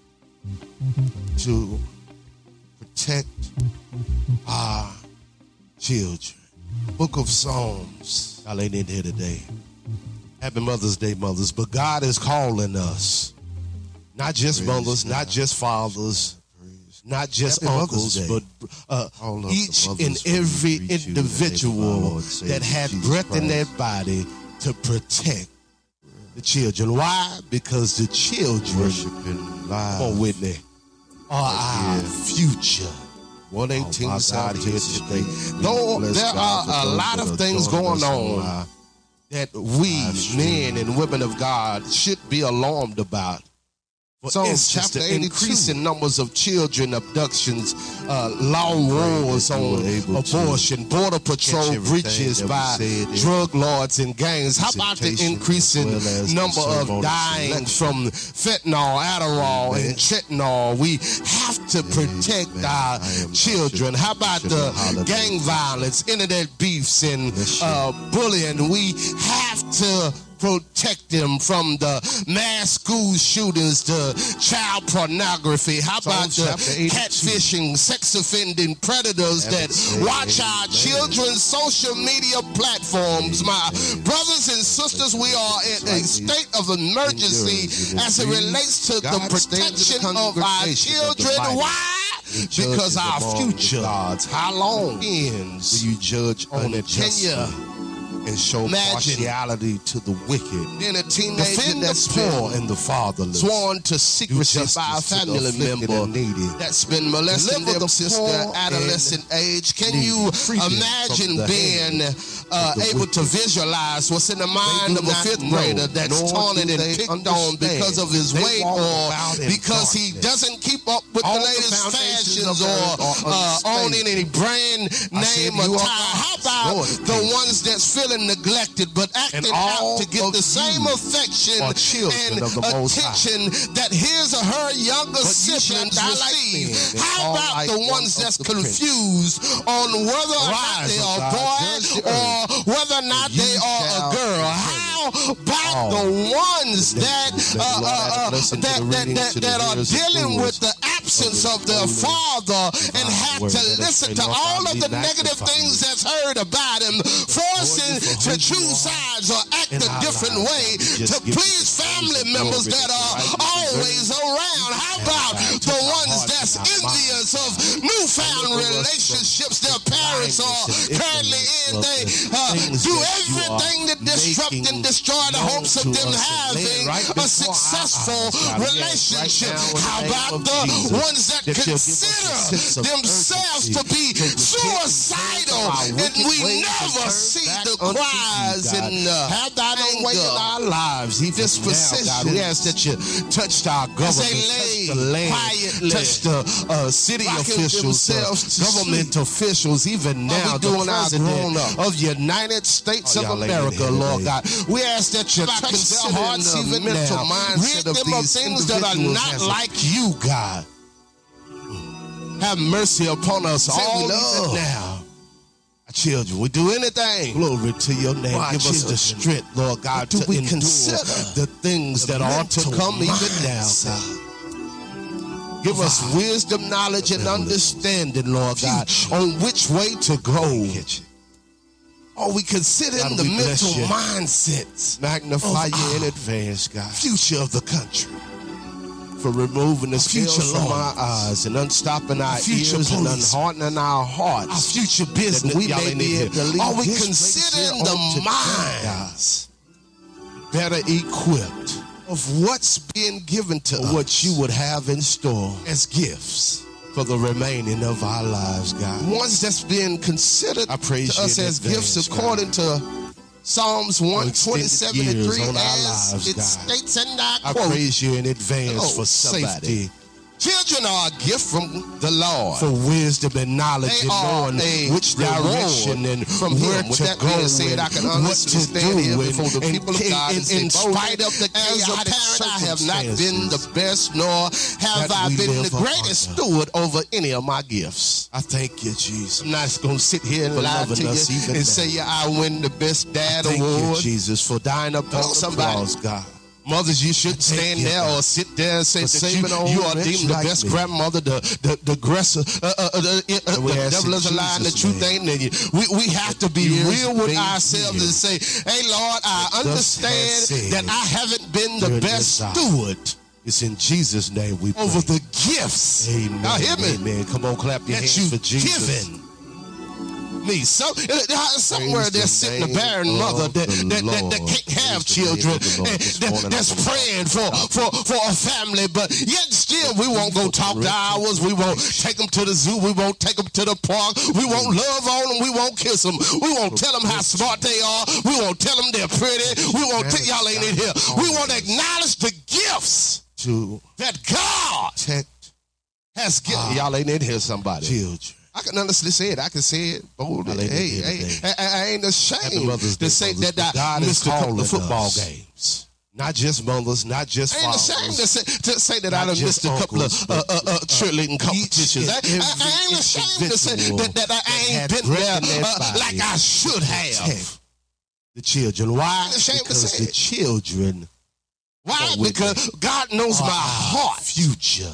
Speaker 9: to protect our children. Book of Psalms. I ain't in here today. Happy Mother's Day, mothers. But God is calling us. Not just mothers, not just fathers, not just
Speaker 3: Happy Mother's
Speaker 9: uncles,
Speaker 3: Day.
Speaker 9: but uh,
Speaker 3: All of the
Speaker 9: each
Speaker 3: mothers
Speaker 9: and
Speaker 3: who
Speaker 9: every
Speaker 3: greet you in the name of our
Speaker 9: individual
Speaker 3: Lord, Savior
Speaker 9: that had
Speaker 3: Jesus
Speaker 9: breath in
Speaker 3: Christ.
Speaker 9: their body to protect the children. Why? Because the children
Speaker 3: worshiping
Speaker 9: Come on,
Speaker 3: live.
Speaker 9: Whitney. Are our future. 118
Speaker 3: Oh, my
Speaker 9: South
Speaker 3: God,
Speaker 9: here
Speaker 3: he's
Speaker 9: today.
Speaker 3: great.
Speaker 9: Though
Speaker 3: We bless
Speaker 9: there
Speaker 3: God for
Speaker 9: are a
Speaker 3: those
Speaker 9: lot
Speaker 3: that
Speaker 9: of
Speaker 3: are
Speaker 9: things
Speaker 3: joining
Speaker 9: going
Speaker 3: us
Speaker 9: on
Speaker 3: live.
Speaker 9: that we
Speaker 3: Live stream.
Speaker 9: men and women of God should be alarmed about. For
Speaker 3: Psalms
Speaker 9: instance,
Speaker 3: chapter
Speaker 9: the
Speaker 3: 82.
Speaker 9: increasing numbers of children abductions, uh, law wars
Speaker 3: that you
Speaker 9: on
Speaker 3: were able to
Speaker 9: abortion, border patrol
Speaker 3: everything
Speaker 9: breaches
Speaker 3: that was
Speaker 9: by
Speaker 3: said in
Speaker 9: drug lords and gangs. How about the
Speaker 3: presentation as
Speaker 9: increasing
Speaker 3: well as the
Speaker 9: number of
Speaker 3: ceremonious selection?
Speaker 9: dying from fentanyl, Adderall, and fentanyl. We have to protect
Speaker 3: Amen.
Speaker 9: our
Speaker 3: I am
Speaker 9: children.
Speaker 3: Bishop-
Speaker 9: How about
Speaker 3: Bishop
Speaker 9: the
Speaker 3: Holiday.
Speaker 9: gang violence, internet beefs, and
Speaker 3: Yes,
Speaker 9: uh, bullying? We have to protect them from the mass school shootings to child pornography. How about
Speaker 3: Psalms
Speaker 9: the
Speaker 3: chapter 82.
Speaker 9: catfishing, sex offending predators that
Speaker 3: Amen.
Speaker 9: watch our
Speaker 3: Amen.
Speaker 9: children's social media platforms? My brothers and sisters, we are in a state of emergency
Speaker 3: Endurance.
Speaker 9: as it relates to the
Speaker 3: God stands in
Speaker 9: protection
Speaker 3: the
Speaker 9: of our
Speaker 3: congregation of the
Speaker 9: children.
Speaker 3: mighty.
Speaker 9: Why?
Speaker 3: He judges
Speaker 9: Because our
Speaker 3: among the
Speaker 9: future,
Speaker 3: gods.
Speaker 9: how long ends
Speaker 3: Will you judge
Speaker 9: on the
Speaker 3: unjustly
Speaker 9: tenure
Speaker 3: and show
Speaker 9: Imagine.
Speaker 3: partiality to the wicked?
Speaker 9: being a teenager
Speaker 3: Defend
Speaker 9: that's
Speaker 3: the
Speaker 9: been
Speaker 3: poor and the fatherless.
Speaker 9: sworn to
Speaker 3: Do
Speaker 9: secrecy
Speaker 3: justice
Speaker 9: by
Speaker 3: to
Speaker 9: a
Speaker 3: the
Speaker 9: family
Speaker 3: afflicted
Speaker 9: member
Speaker 3: and needy.
Speaker 9: that's been molesting
Speaker 3: Deliver
Speaker 9: them
Speaker 3: the
Speaker 9: since
Speaker 3: poor
Speaker 9: their adolescent age. Can you
Speaker 3: needy. Free them
Speaker 9: imagine
Speaker 3: from the
Speaker 9: being
Speaker 3: hand
Speaker 9: uh,
Speaker 3: of the
Speaker 9: able to
Speaker 3: wicked.
Speaker 9: visualize what's in the mind
Speaker 3: do
Speaker 9: of a
Speaker 3: not
Speaker 9: fifth
Speaker 3: know,
Speaker 9: grader that's
Speaker 3: nor do
Speaker 9: taunted and
Speaker 3: they
Speaker 9: picked on
Speaker 3: understand.
Speaker 9: because of his
Speaker 3: They
Speaker 9: weight
Speaker 3: walk
Speaker 9: or
Speaker 3: about in
Speaker 9: because he
Speaker 3: darkness.
Speaker 9: doesn't keep up with
Speaker 3: All
Speaker 9: the
Speaker 3: the
Speaker 9: latest
Speaker 3: foundations of
Speaker 9: fashions or
Speaker 3: earth are
Speaker 9: uh, owning
Speaker 3: unstable.
Speaker 9: any brand
Speaker 3: I said
Speaker 9: name or
Speaker 3: you are
Speaker 9: tie. How
Speaker 3: gods,
Speaker 9: about
Speaker 3: Lord,
Speaker 9: the
Speaker 3: please.
Speaker 9: ones that's feeling neglected but acting
Speaker 3: all
Speaker 9: out to get
Speaker 3: of
Speaker 9: the same
Speaker 3: you
Speaker 9: affection
Speaker 3: are children
Speaker 9: and
Speaker 3: of the Most High.
Speaker 9: attention that his or her younger
Speaker 3: But you
Speaker 9: siblings
Speaker 3: shall not
Speaker 9: receive.
Speaker 3: sin and
Speaker 9: How
Speaker 3: fall
Speaker 9: about
Speaker 3: like
Speaker 9: the
Speaker 3: one
Speaker 9: ones
Speaker 3: of
Speaker 9: that's
Speaker 3: the princes.
Speaker 9: confused on whether or not
Speaker 3: Rise,
Speaker 9: they
Speaker 3: O
Speaker 9: are
Speaker 3: God,
Speaker 9: oh, boy
Speaker 3: judge the
Speaker 9: or whether or not
Speaker 3: and you
Speaker 9: they are a
Speaker 3: shall
Speaker 9: girl? How about
Speaker 3: all.
Speaker 9: the ones
Speaker 3: Let-
Speaker 9: that
Speaker 3: let
Speaker 9: uh,
Speaker 3: the Lord add a
Speaker 9: uh, uh,
Speaker 3: blessing to
Speaker 9: that
Speaker 3: the
Speaker 9: that
Speaker 3: reading,
Speaker 9: that,
Speaker 3: to the
Speaker 9: that are
Speaker 3: hearers and
Speaker 9: dealing
Speaker 3: doers
Speaker 9: with the absence
Speaker 3: of
Speaker 9: of their
Speaker 3: His holy
Speaker 9: father and
Speaker 3: divine
Speaker 9: have
Speaker 3: word.
Speaker 9: to
Speaker 3: Let us
Speaker 9: listen
Speaker 3: pray,
Speaker 9: to
Speaker 3: Lord God,
Speaker 9: all of
Speaker 3: be
Speaker 9: the negative
Speaker 3: magnified.
Speaker 9: things that's heard about him, forcing
Speaker 3: Lord, you for
Speaker 9: to
Speaker 3: who you
Speaker 9: choose
Speaker 3: are
Speaker 9: sides or act
Speaker 3: in
Speaker 9: a
Speaker 3: our
Speaker 9: different
Speaker 3: lives.
Speaker 9: way
Speaker 3: We just
Speaker 9: to
Speaker 3: give you
Speaker 9: please
Speaker 3: the
Speaker 9: family
Speaker 3: praise and
Speaker 9: members
Speaker 3: glory
Speaker 9: that
Speaker 3: that
Speaker 9: are
Speaker 3: you rightly
Speaker 9: always around. How about
Speaker 3: God,
Speaker 9: the
Speaker 3: touch our
Speaker 9: ones
Speaker 3: hearts
Speaker 9: that's
Speaker 3: and our minds,
Speaker 9: envious of
Speaker 3: God.
Speaker 9: newfound
Speaker 3: Deliver us from
Speaker 9: relationships their parents are
Speaker 3: blindness and
Speaker 9: currently
Speaker 3: ignorance
Speaker 9: in?
Speaker 3: of
Speaker 9: They
Speaker 3: the
Speaker 9: uh,
Speaker 3: things that
Speaker 9: do
Speaker 3: you are
Speaker 9: everything to disrupt and
Speaker 3: making
Speaker 9: destroy the
Speaker 3: known
Speaker 9: hopes of
Speaker 3: to
Speaker 9: them
Speaker 3: us and lay it
Speaker 9: having
Speaker 3: right
Speaker 9: a
Speaker 3: before our
Speaker 9: successful
Speaker 3: eyes, God. Yes, right
Speaker 9: relationship.
Speaker 3: now in the
Speaker 9: How
Speaker 3: name
Speaker 9: about
Speaker 3: of
Speaker 9: the
Speaker 3: Jesus,
Speaker 9: ones that
Speaker 3: that you'll give us a sense
Speaker 9: consider
Speaker 3: of
Speaker 9: themselves to
Speaker 3: urgency
Speaker 9: be
Speaker 3: to repent and turn
Speaker 9: suicidal
Speaker 3: from our
Speaker 9: and
Speaker 3: wicked
Speaker 9: we
Speaker 3: ways and
Speaker 9: never
Speaker 3: turn
Speaker 9: see
Speaker 3: back
Speaker 9: the
Speaker 3: unto you,
Speaker 9: cries
Speaker 3: God.
Speaker 9: and uh, have thine own way in our lives. He disposition.
Speaker 3: now, God, we ask
Speaker 9: that you touched our
Speaker 3: government,
Speaker 9: government, lay,
Speaker 3: touched the land,
Speaker 9: quietly,
Speaker 3: touched
Speaker 9: the uh, city
Speaker 3: rocking
Speaker 9: officials, uh,
Speaker 3: themselves to
Speaker 9: government officials, even now
Speaker 3: we
Speaker 9: the
Speaker 3: doing our
Speaker 9: president
Speaker 3: grown up?
Speaker 9: of the United States
Speaker 3: Oh,
Speaker 9: of
Speaker 3: y'all ain't in
Speaker 9: America,
Speaker 3: here
Speaker 9: Lord
Speaker 3: today.
Speaker 9: God. We ask that you
Speaker 3: Touch
Speaker 9: touch
Speaker 3: their
Speaker 9: their hearts,
Speaker 3: hearts
Speaker 9: even
Speaker 3: even
Speaker 9: mental
Speaker 3: now.
Speaker 9: mindset
Speaker 3: Rid
Speaker 9: of
Speaker 3: them of
Speaker 9: these
Speaker 3: things
Speaker 9: that are
Speaker 3: individuals
Speaker 9: not
Speaker 3: as a-
Speaker 9: like you, God. Have mercy upon us
Speaker 3: we
Speaker 9: all
Speaker 3: love.
Speaker 9: even now. Our children, we do anything.
Speaker 3: Glory to your name.
Speaker 9: Why
Speaker 3: Give us the
Speaker 9: children?
Speaker 3: strength, Lord God,
Speaker 9: do
Speaker 3: to
Speaker 9: we
Speaker 3: endure
Speaker 9: consider
Speaker 3: the things
Speaker 9: the
Speaker 3: that are to
Speaker 9: mental
Speaker 3: come even now,
Speaker 9: mindset?
Speaker 3: God.
Speaker 9: Give us wisdom, knowledge, and understanding, Lord God,
Speaker 3: Future.
Speaker 9: on which way to go.
Speaker 3: Catch it.
Speaker 9: Are we considering
Speaker 3: God,
Speaker 9: the
Speaker 3: we bless
Speaker 9: mental
Speaker 3: you.
Speaker 9: mindsets, Oh, ah.
Speaker 3: Magnify
Speaker 9: Of
Speaker 3: you in
Speaker 9: our
Speaker 3: advance, God,
Speaker 9: future of the country,
Speaker 3: for removing the
Speaker 9: future
Speaker 3: future from
Speaker 9: laws.
Speaker 3: our eyes and unstopping our
Speaker 9: future
Speaker 3: ears and
Speaker 9: police.
Speaker 3: unheartening our
Speaker 9: our
Speaker 3: hearts.
Speaker 9: future business?
Speaker 3: that we
Speaker 9: Y'all
Speaker 3: may
Speaker 9: ain't
Speaker 3: be
Speaker 9: in
Speaker 3: able to
Speaker 9: here.
Speaker 3: leave
Speaker 9: Are we
Speaker 3: this place
Speaker 9: considering
Speaker 3: here
Speaker 9: the
Speaker 3: on today,
Speaker 9: minds better equipped of what's being given to
Speaker 3: Of
Speaker 9: us
Speaker 3: what you would have in store
Speaker 9: as gifts? for the remaining of our lives, God.
Speaker 3: Ones that's being considered
Speaker 9: I praise
Speaker 3: to
Speaker 9: you
Speaker 3: us
Speaker 9: in
Speaker 3: as
Speaker 9: advance,
Speaker 3: gifts
Speaker 9: God.
Speaker 3: according to Psalms 127 and 3
Speaker 9: years on our
Speaker 3: as
Speaker 9: lives,
Speaker 3: it
Speaker 9: God.
Speaker 3: states in that
Speaker 9: I
Speaker 3: quote.
Speaker 9: praise you in advance
Speaker 3: Oh,
Speaker 9: for safety,
Speaker 3: safety. Children are a gift from the Lord.
Speaker 9: for wisdom and knowledge,
Speaker 3: They
Speaker 9: and
Speaker 3: are
Speaker 9: knowing
Speaker 3: a
Speaker 9: which direction
Speaker 3: reward
Speaker 9: and
Speaker 3: from Him.
Speaker 9: where
Speaker 3: With
Speaker 9: to
Speaker 3: that
Speaker 9: go
Speaker 3: being said,
Speaker 9: and
Speaker 3: I can
Speaker 9: what
Speaker 3: honestly
Speaker 9: to
Speaker 3: stand
Speaker 9: do.
Speaker 3: here
Speaker 9: and-
Speaker 3: before the
Speaker 9: and
Speaker 3: people of
Speaker 9: in-
Speaker 3: God and
Speaker 9: in,
Speaker 3: say,
Speaker 9: in
Speaker 3: "Both
Speaker 9: spite of
Speaker 3: as
Speaker 9: the
Speaker 3: a
Speaker 9: chaotic
Speaker 3: parent, I have not been
Speaker 9: circumstances,
Speaker 3: the best, nor have
Speaker 9: that
Speaker 3: I
Speaker 9: we
Speaker 3: been the
Speaker 9: live
Speaker 3: greatest
Speaker 9: under.
Speaker 3: steward over any of my gifts.
Speaker 9: I thank you, Jesus.
Speaker 3: I'm not going to sit here and
Speaker 9: For
Speaker 3: lie
Speaker 9: loving
Speaker 3: to you
Speaker 9: us even
Speaker 3: and
Speaker 9: now.
Speaker 3: say, yeah, I win the best dad
Speaker 9: Thank you,
Speaker 3: award.
Speaker 9: Jesus, for dying upon
Speaker 3: Hello,
Speaker 9: the
Speaker 3: somebody.
Speaker 9: cross, God.
Speaker 3: Mothers, you shouldn't
Speaker 9: Thank
Speaker 3: stand
Speaker 9: you,
Speaker 3: there
Speaker 9: God.
Speaker 3: or sit there and say,
Speaker 9: But that
Speaker 3: saving
Speaker 9: you-
Speaker 3: old,
Speaker 9: you
Speaker 3: you
Speaker 9: are
Speaker 3: are deemed
Speaker 9: rich
Speaker 3: the
Speaker 9: like
Speaker 3: best
Speaker 9: me.
Speaker 3: grandmother, the the the aggressor, uh, uh, uh, the, uh,
Speaker 9: And we
Speaker 3: the
Speaker 9: ask
Speaker 3: devil
Speaker 9: in
Speaker 3: is a lie and the
Speaker 9: Jesus'
Speaker 3: truth
Speaker 9: name.
Speaker 3: ain't in you. We we have to be
Speaker 9: Ears
Speaker 3: real with
Speaker 9: being
Speaker 3: ourselves and say, hey Lord, I
Speaker 9: That thus has
Speaker 3: understand
Speaker 9: said,
Speaker 3: that I haven't been the
Speaker 9: your
Speaker 3: best
Speaker 9: desire
Speaker 3: steward
Speaker 9: It's in Jesus' name we pray.
Speaker 3: over the gifts.
Speaker 9: Amen.
Speaker 3: Now hear me.
Speaker 9: Amen. Come on, clap your
Speaker 3: that
Speaker 9: hands
Speaker 3: you've
Speaker 9: for Jesus.
Speaker 3: given me. Some, uh, somewhere
Speaker 9: Praise
Speaker 3: there's
Speaker 9: the
Speaker 3: sitting a
Speaker 9: name
Speaker 3: barren mother
Speaker 9: of
Speaker 3: that,
Speaker 9: the
Speaker 3: that, that, that
Speaker 9: Lord.
Speaker 3: can't have
Speaker 9: Praise the name
Speaker 3: children,
Speaker 9: of the Lord.
Speaker 3: and
Speaker 9: This
Speaker 3: that-
Speaker 9: morning oh
Speaker 3: that's
Speaker 9: I'm gonna
Speaker 3: praying for, for, for a family, but yet still we won't go talk to ours. We won't take them to the zoo. We won't take them to the park. We
Speaker 9: Mm.
Speaker 3: won't love on them. We won't kiss them. We won't tell them how smart they are. We won't tell them they're pretty. We won't tell y'all ain't in here. We won't acknowledge the gifts
Speaker 9: To
Speaker 3: that God
Speaker 9: protect
Speaker 3: has given. y'all ain't in here, somebody.
Speaker 9: Ah. children.
Speaker 3: I can honestly say it. I can say it boldly.
Speaker 9: I laid it
Speaker 3: Hey,
Speaker 9: here
Speaker 3: hey,
Speaker 9: today.
Speaker 3: I, I- I ain't
Speaker 9: Happy
Speaker 3: ashamed
Speaker 9: Mother's
Speaker 3: to
Speaker 9: Day,
Speaker 3: say
Speaker 9: mothers,
Speaker 3: that I
Speaker 9: but God is
Speaker 3: missed a couple
Speaker 9: calling
Speaker 3: of football
Speaker 9: us.
Speaker 3: games.
Speaker 9: Not just mothers, not just
Speaker 3: I ain't ashamed to
Speaker 9: fathers.
Speaker 3: say, to say that I
Speaker 9: Not
Speaker 3: done
Speaker 9: just
Speaker 3: missed a couple
Speaker 9: uncles,
Speaker 3: of uh,
Speaker 9: but,
Speaker 3: uh, uh, cheerleading competitions. I,
Speaker 9: and
Speaker 3: I- I
Speaker 9: every
Speaker 3: ain't ashamed to say
Speaker 9: individual
Speaker 3: that, that I
Speaker 9: that
Speaker 3: ain't
Speaker 9: had
Speaker 3: been
Speaker 9: breath
Speaker 3: there
Speaker 9: in their
Speaker 3: uh,
Speaker 9: body
Speaker 3: like I should have.
Speaker 9: protect The children. Why?
Speaker 3: ain't ashamed to
Speaker 9: Because
Speaker 3: say
Speaker 9: the
Speaker 3: it.
Speaker 9: children
Speaker 3: Why?
Speaker 9: Come with
Speaker 3: Because God knows
Speaker 9: are
Speaker 3: my
Speaker 9: our
Speaker 3: heart.
Speaker 9: Future.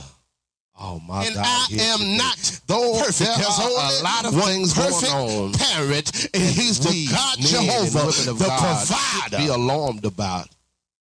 Speaker 9: Oh my
Speaker 3: and
Speaker 9: God.
Speaker 3: I
Speaker 9: here
Speaker 3: am
Speaker 9: today.
Speaker 3: not
Speaker 9: Though
Speaker 3: perfect.
Speaker 9: there
Speaker 3: There's
Speaker 9: are
Speaker 3: only
Speaker 9: a lot of
Speaker 3: one
Speaker 9: things going
Speaker 3: perfect
Speaker 9: on
Speaker 3: parent, and He's the
Speaker 9: we,
Speaker 3: God
Speaker 9: men and
Speaker 3: Jehovah,
Speaker 9: women of
Speaker 3: the
Speaker 9: God,
Speaker 3: provider.
Speaker 9: Be alarmed about.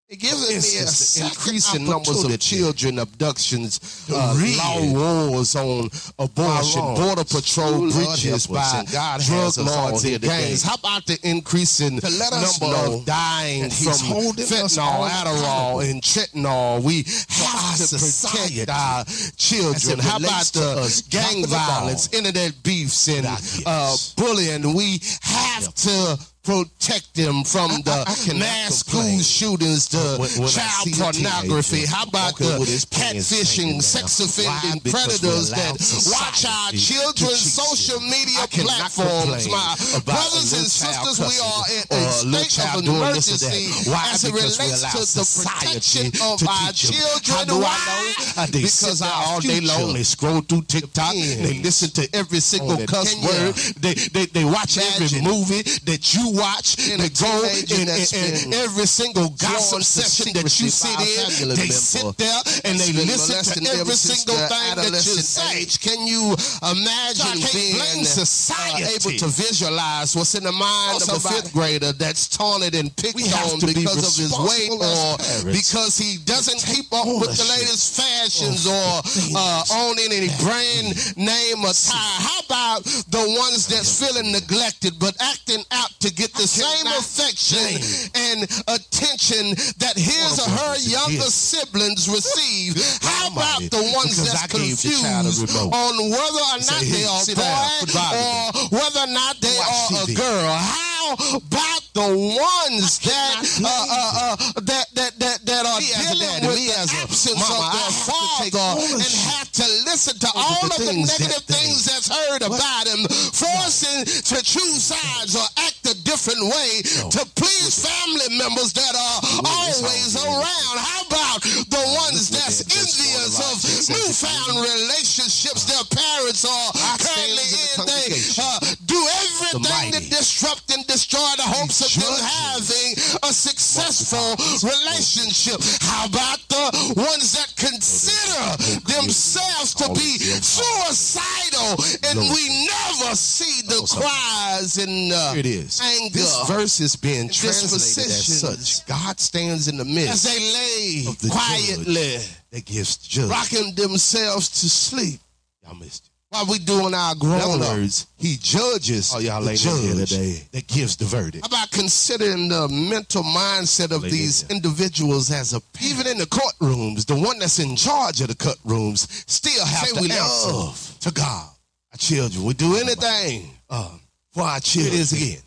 Speaker 3: It gives me a
Speaker 9: Instance,
Speaker 3: second
Speaker 9: increasing numbers
Speaker 3: opportunity.
Speaker 9: of children abductions,
Speaker 3: To
Speaker 9: uh,
Speaker 3: read.
Speaker 9: law wars on abortion,
Speaker 3: Law wars.
Speaker 9: border
Speaker 3: Oh,
Speaker 9: patrol
Speaker 3: Lord
Speaker 9: breaches
Speaker 3: help us.
Speaker 9: by
Speaker 3: And God
Speaker 9: drug
Speaker 3: has us all
Speaker 9: lords
Speaker 3: here
Speaker 9: and
Speaker 3: today.
Speaker 9: gangs. How about the increasing
Speaker 3: To let us
Speaker 9: number
Speaker 3: know
Speaker 9: of dying
Speaker 3: that He's
Speaker 9: from
Speaker 3: holding us all
Speaker 9: fentanyl,
Speaker 3: accountable.
Speaker 9: Adderall, and fentanyl? We
Speaker 3: our
Speaker 9: have to
Speaker 3: society,
Speaker 9: protect our children.
Speaker 3: as it
Speaker 9: How about
Speaker 3: relates to
Speaker 9: the
Speaker 3: us dropping
Speaker 9: gang
Speaker 3: the ball
Speaker 9: violence, internet beefs, and
Speaker 3: our kids.
Speaker 9: uh, bullying? We have to protect them from
Speaker 3: I-
Speaker 9: the
Speaker 3: I- I cannot
Speaker 9: mass
Speaker 3: complain.
Speaker 9: school shootings to
Speaker 3: When- when I see
Speaker 9: child
Speaker 3: a
Speaker 9: pornography.
Speaker 3: teenager
Speaker 9: How about
Speaker 3: walking
Speaker 9: the
Speaker 3: with his pants hanging
Speaker 9: catfishing,
Speaker 3: down?
Speaker 9: sex
Speaker 3: Why?
Speaker 9: offending
Speaker 3: Because we
Speaker 9: predators
Speaker 3: allow
Speaker 9: that watch our
Speaker 3: society to
Speaker 9: children's
Speaker 3: teach
Speaker 9: social
Speaker 3: them.
Speaker 9: media
Speaker 3: I cannot
Speaker 9: platforms?
Speaker 3: complain
Speaker 9: My
Speaker 3: about
Speaker 9: brothers
Speaker 3: a
Speaker 9: and
Speaker 3: little child
Speaker 9: sisters, we are
Speaker 3: cussing or
Speaker 9: in
Speaker 3: a
Speaker 9: a
Speaker 3: little
Speaker 9: state
Speaker 3: child
Speaker 9: of
Speaker 3: doing this or that.
Speaker 9: emergency
Speaker 3: Why?
Speaker 9: as
Speaker 3: Because
Speaker 9: it
Speaker 3: we
Speaker 9: relates
Speaker 3: allow
Speaker 9: to the
Speaker 3: society
Speaker 9: protection
Speaker 3: to
Speaker 9: of
Speaker 3: teach
Speaker 9: our
Speaker 3: 'em.
Speaker 9: children.
Speaker 3: How do I
Speaker 9: Why?
Speaker 3: know? I do.
Speaker 9: Because
Speaker 3: Sit
Speaker 9: I
Speaker 3: down.
Speaker 9: all day long
Speaker 3: Future
Speaker 9: they scroll through TikTok, they
Speaker 3: depends
Speaker 9: listen to every single
Speaker 3: the
Speaker 9: cuss
Speaker 3: tenure.
Speaker 9: word, they they, they watch every
Speaker 3: Imagine.
Speaker 9: movie that you watch,
Speaker 3: And a
Speaker 9: they go
Speaker 3: teenager
Speaker 9: in,
Speaker 3: that's
Speaker 9: in- in
Speaker 3: been
Speaker 9: every single gossip
Speaker 3: drawn to
Speaker 9: session that you
Speaker 3: secrecy
Speaker 9: sit
Speaker 3: by a
Speaker 9: in.
Speaker 3: family
Speaker 9: They
Speaker 3: member
Speaker 9: sit there and they
Speaker 3: been
Speaker 9: listen
Speaker 3: molesting
Speaker 9: to
Speaker 3: them
Speaker 9: every
Speaker 3: since
Speaker 9: single
Speaker 3: their
Speaker 9: thing that you
Speaker 3: adolescent
Speaker 9: say.
Speaker 3: age.
Speaker 9: Can you
Speaker 3: So I
Speaker 9: imagine
Speaker 3: can't blame
Speaker 9: being
Speaker 3: society.
Speaker 9: uh, able to visualize what's in the
Speaker 3: Oh,
Speaker 9: mind of a
Speaker 3: somebody.
Speaker 9: fifth grader that's taunted and picked
Speaker 3: We have
Speaker 9: on
Speaker 3: to be
Speaker 9: because of his weight
Speaker 3: responsible as
Speaker 9: or
Speaker 3: parents.
Speaker 9: because he doesn't keep up with
Speaker 3: ownership
Speaker 9: the latest fashions or uh, owning any brand name or tie? How about the ones that's feeling neglected but acting out to get the same
Speaker 3: cannot
Speaker 9: affection and attention that his or her
Speaker 3: brothers and
Speaker 9: younger
Speaker 3: sisters.
Speaker 9: siblings receive? How about
Speaker 3: Almighty,
Speaker 9: the ones
Speaker 3: because
Speaker 9: that's
Speaker 3: I gave the child a
Speaker 9: confused
Speaker 3: remote.
Speaker 9: on whether or not
Speaker 3: say,
Speaker 9: they
Speaker 3: "Hey,
Speaker 9: are a
Speaker 3: sit down, put
Speaker 9: boy
Speaker 3: Bible
Speaker 9: or whether or not they
Speaker 3: Watch
Speaker 9: are
Speaker 3: TV.
Speaker 9: a girl. How about the ones that uh, uh, uh, that that that that are
Speaker 3: Me as a
Speaker 9: dealing
Speaker 3: daddy,
Speaker 9: with
Speaker 3: me
Speaker 9: the
Speaker 3: as a
Speaker 9: absence
Speaker 3: mama,
Speaker 9: of
Speaker 3: I
Speaker 9: their
Speaker 3: have to take
Speaker 9: father and
Speaker 3: ownership
Speaker 9: have to listen to all
Speaker 3: the
Speaker 9: of the
Speaker 3: things that
Speaker 9: negative
Speaker 3: they-
Speaker 9: things that's heard about him, forcing to choose sides or act a different way to please family members that are
Speaker 3: it's
Speaker 9: always
Speaker 3: all good.
Speaker 9: around. How about the ones
Speaker 3: look
Speaker 9: that's
Speaker 3: at this
Speaker 9: envious
Speaker 3: one of our
Speaker 9: of
Speaker 3: kids says it's
Speaker 9: newfound relationships their parents are currently
Speaker 3: stands in the
Speaker 9: in? They
Speaker 3: congregation.
Speaker 9: uh, do everything to
Speaker 3: mighty.
Speaker 9: disrupt and destroy the hopes of them
Speaker 3: judges.
Speaker 9: having a successful relationship. How about the ones that
Speaker 3: Oh,
Speaker 9: consider themselves to be suicidal and we never see the cries and uh,
Speaker 3: Here it is.
Speaker 9: anger
Speaker 3: This verse is being
Speaker 9: This
Speaker 3: translated as
Speaker 9: position.
Speaker 3: such. God stands in the midst
Speaker 9: as they lay
Speaker 3: of the
Speaker 9: quietly,
Speaker 3: judge that gives judge.
Speaker 9: rocking themselves to sleep
Speaker 3: Y'all missed it.
Speaker 9: while we doing our grown
Speaker 3: Level up.
Speaker 9: ups. He judges
Speaker 3: Oh, y'all
Speaker 9: the
Speaker 3: ain't in here
Speaker 9: judge
Speaker 3: today.
Speaker 9: that gives the verdict.
Speaker 3: How about considering the mental mindset of
Speaker 9: Lady
Speaker 3: these
Speaker 9: Gaga.
Speaker 3: individuals as a
Speaker 9: Even in the courtrooms, the one that's in charge of the courtrooms still have
Speaker 3: Say
Speaker 9: to
Speaker 3: we
Speaker 9: answer
Speaker 3: love.
Speaker 9: to God. Our children will do anything uh, for our children. It is again.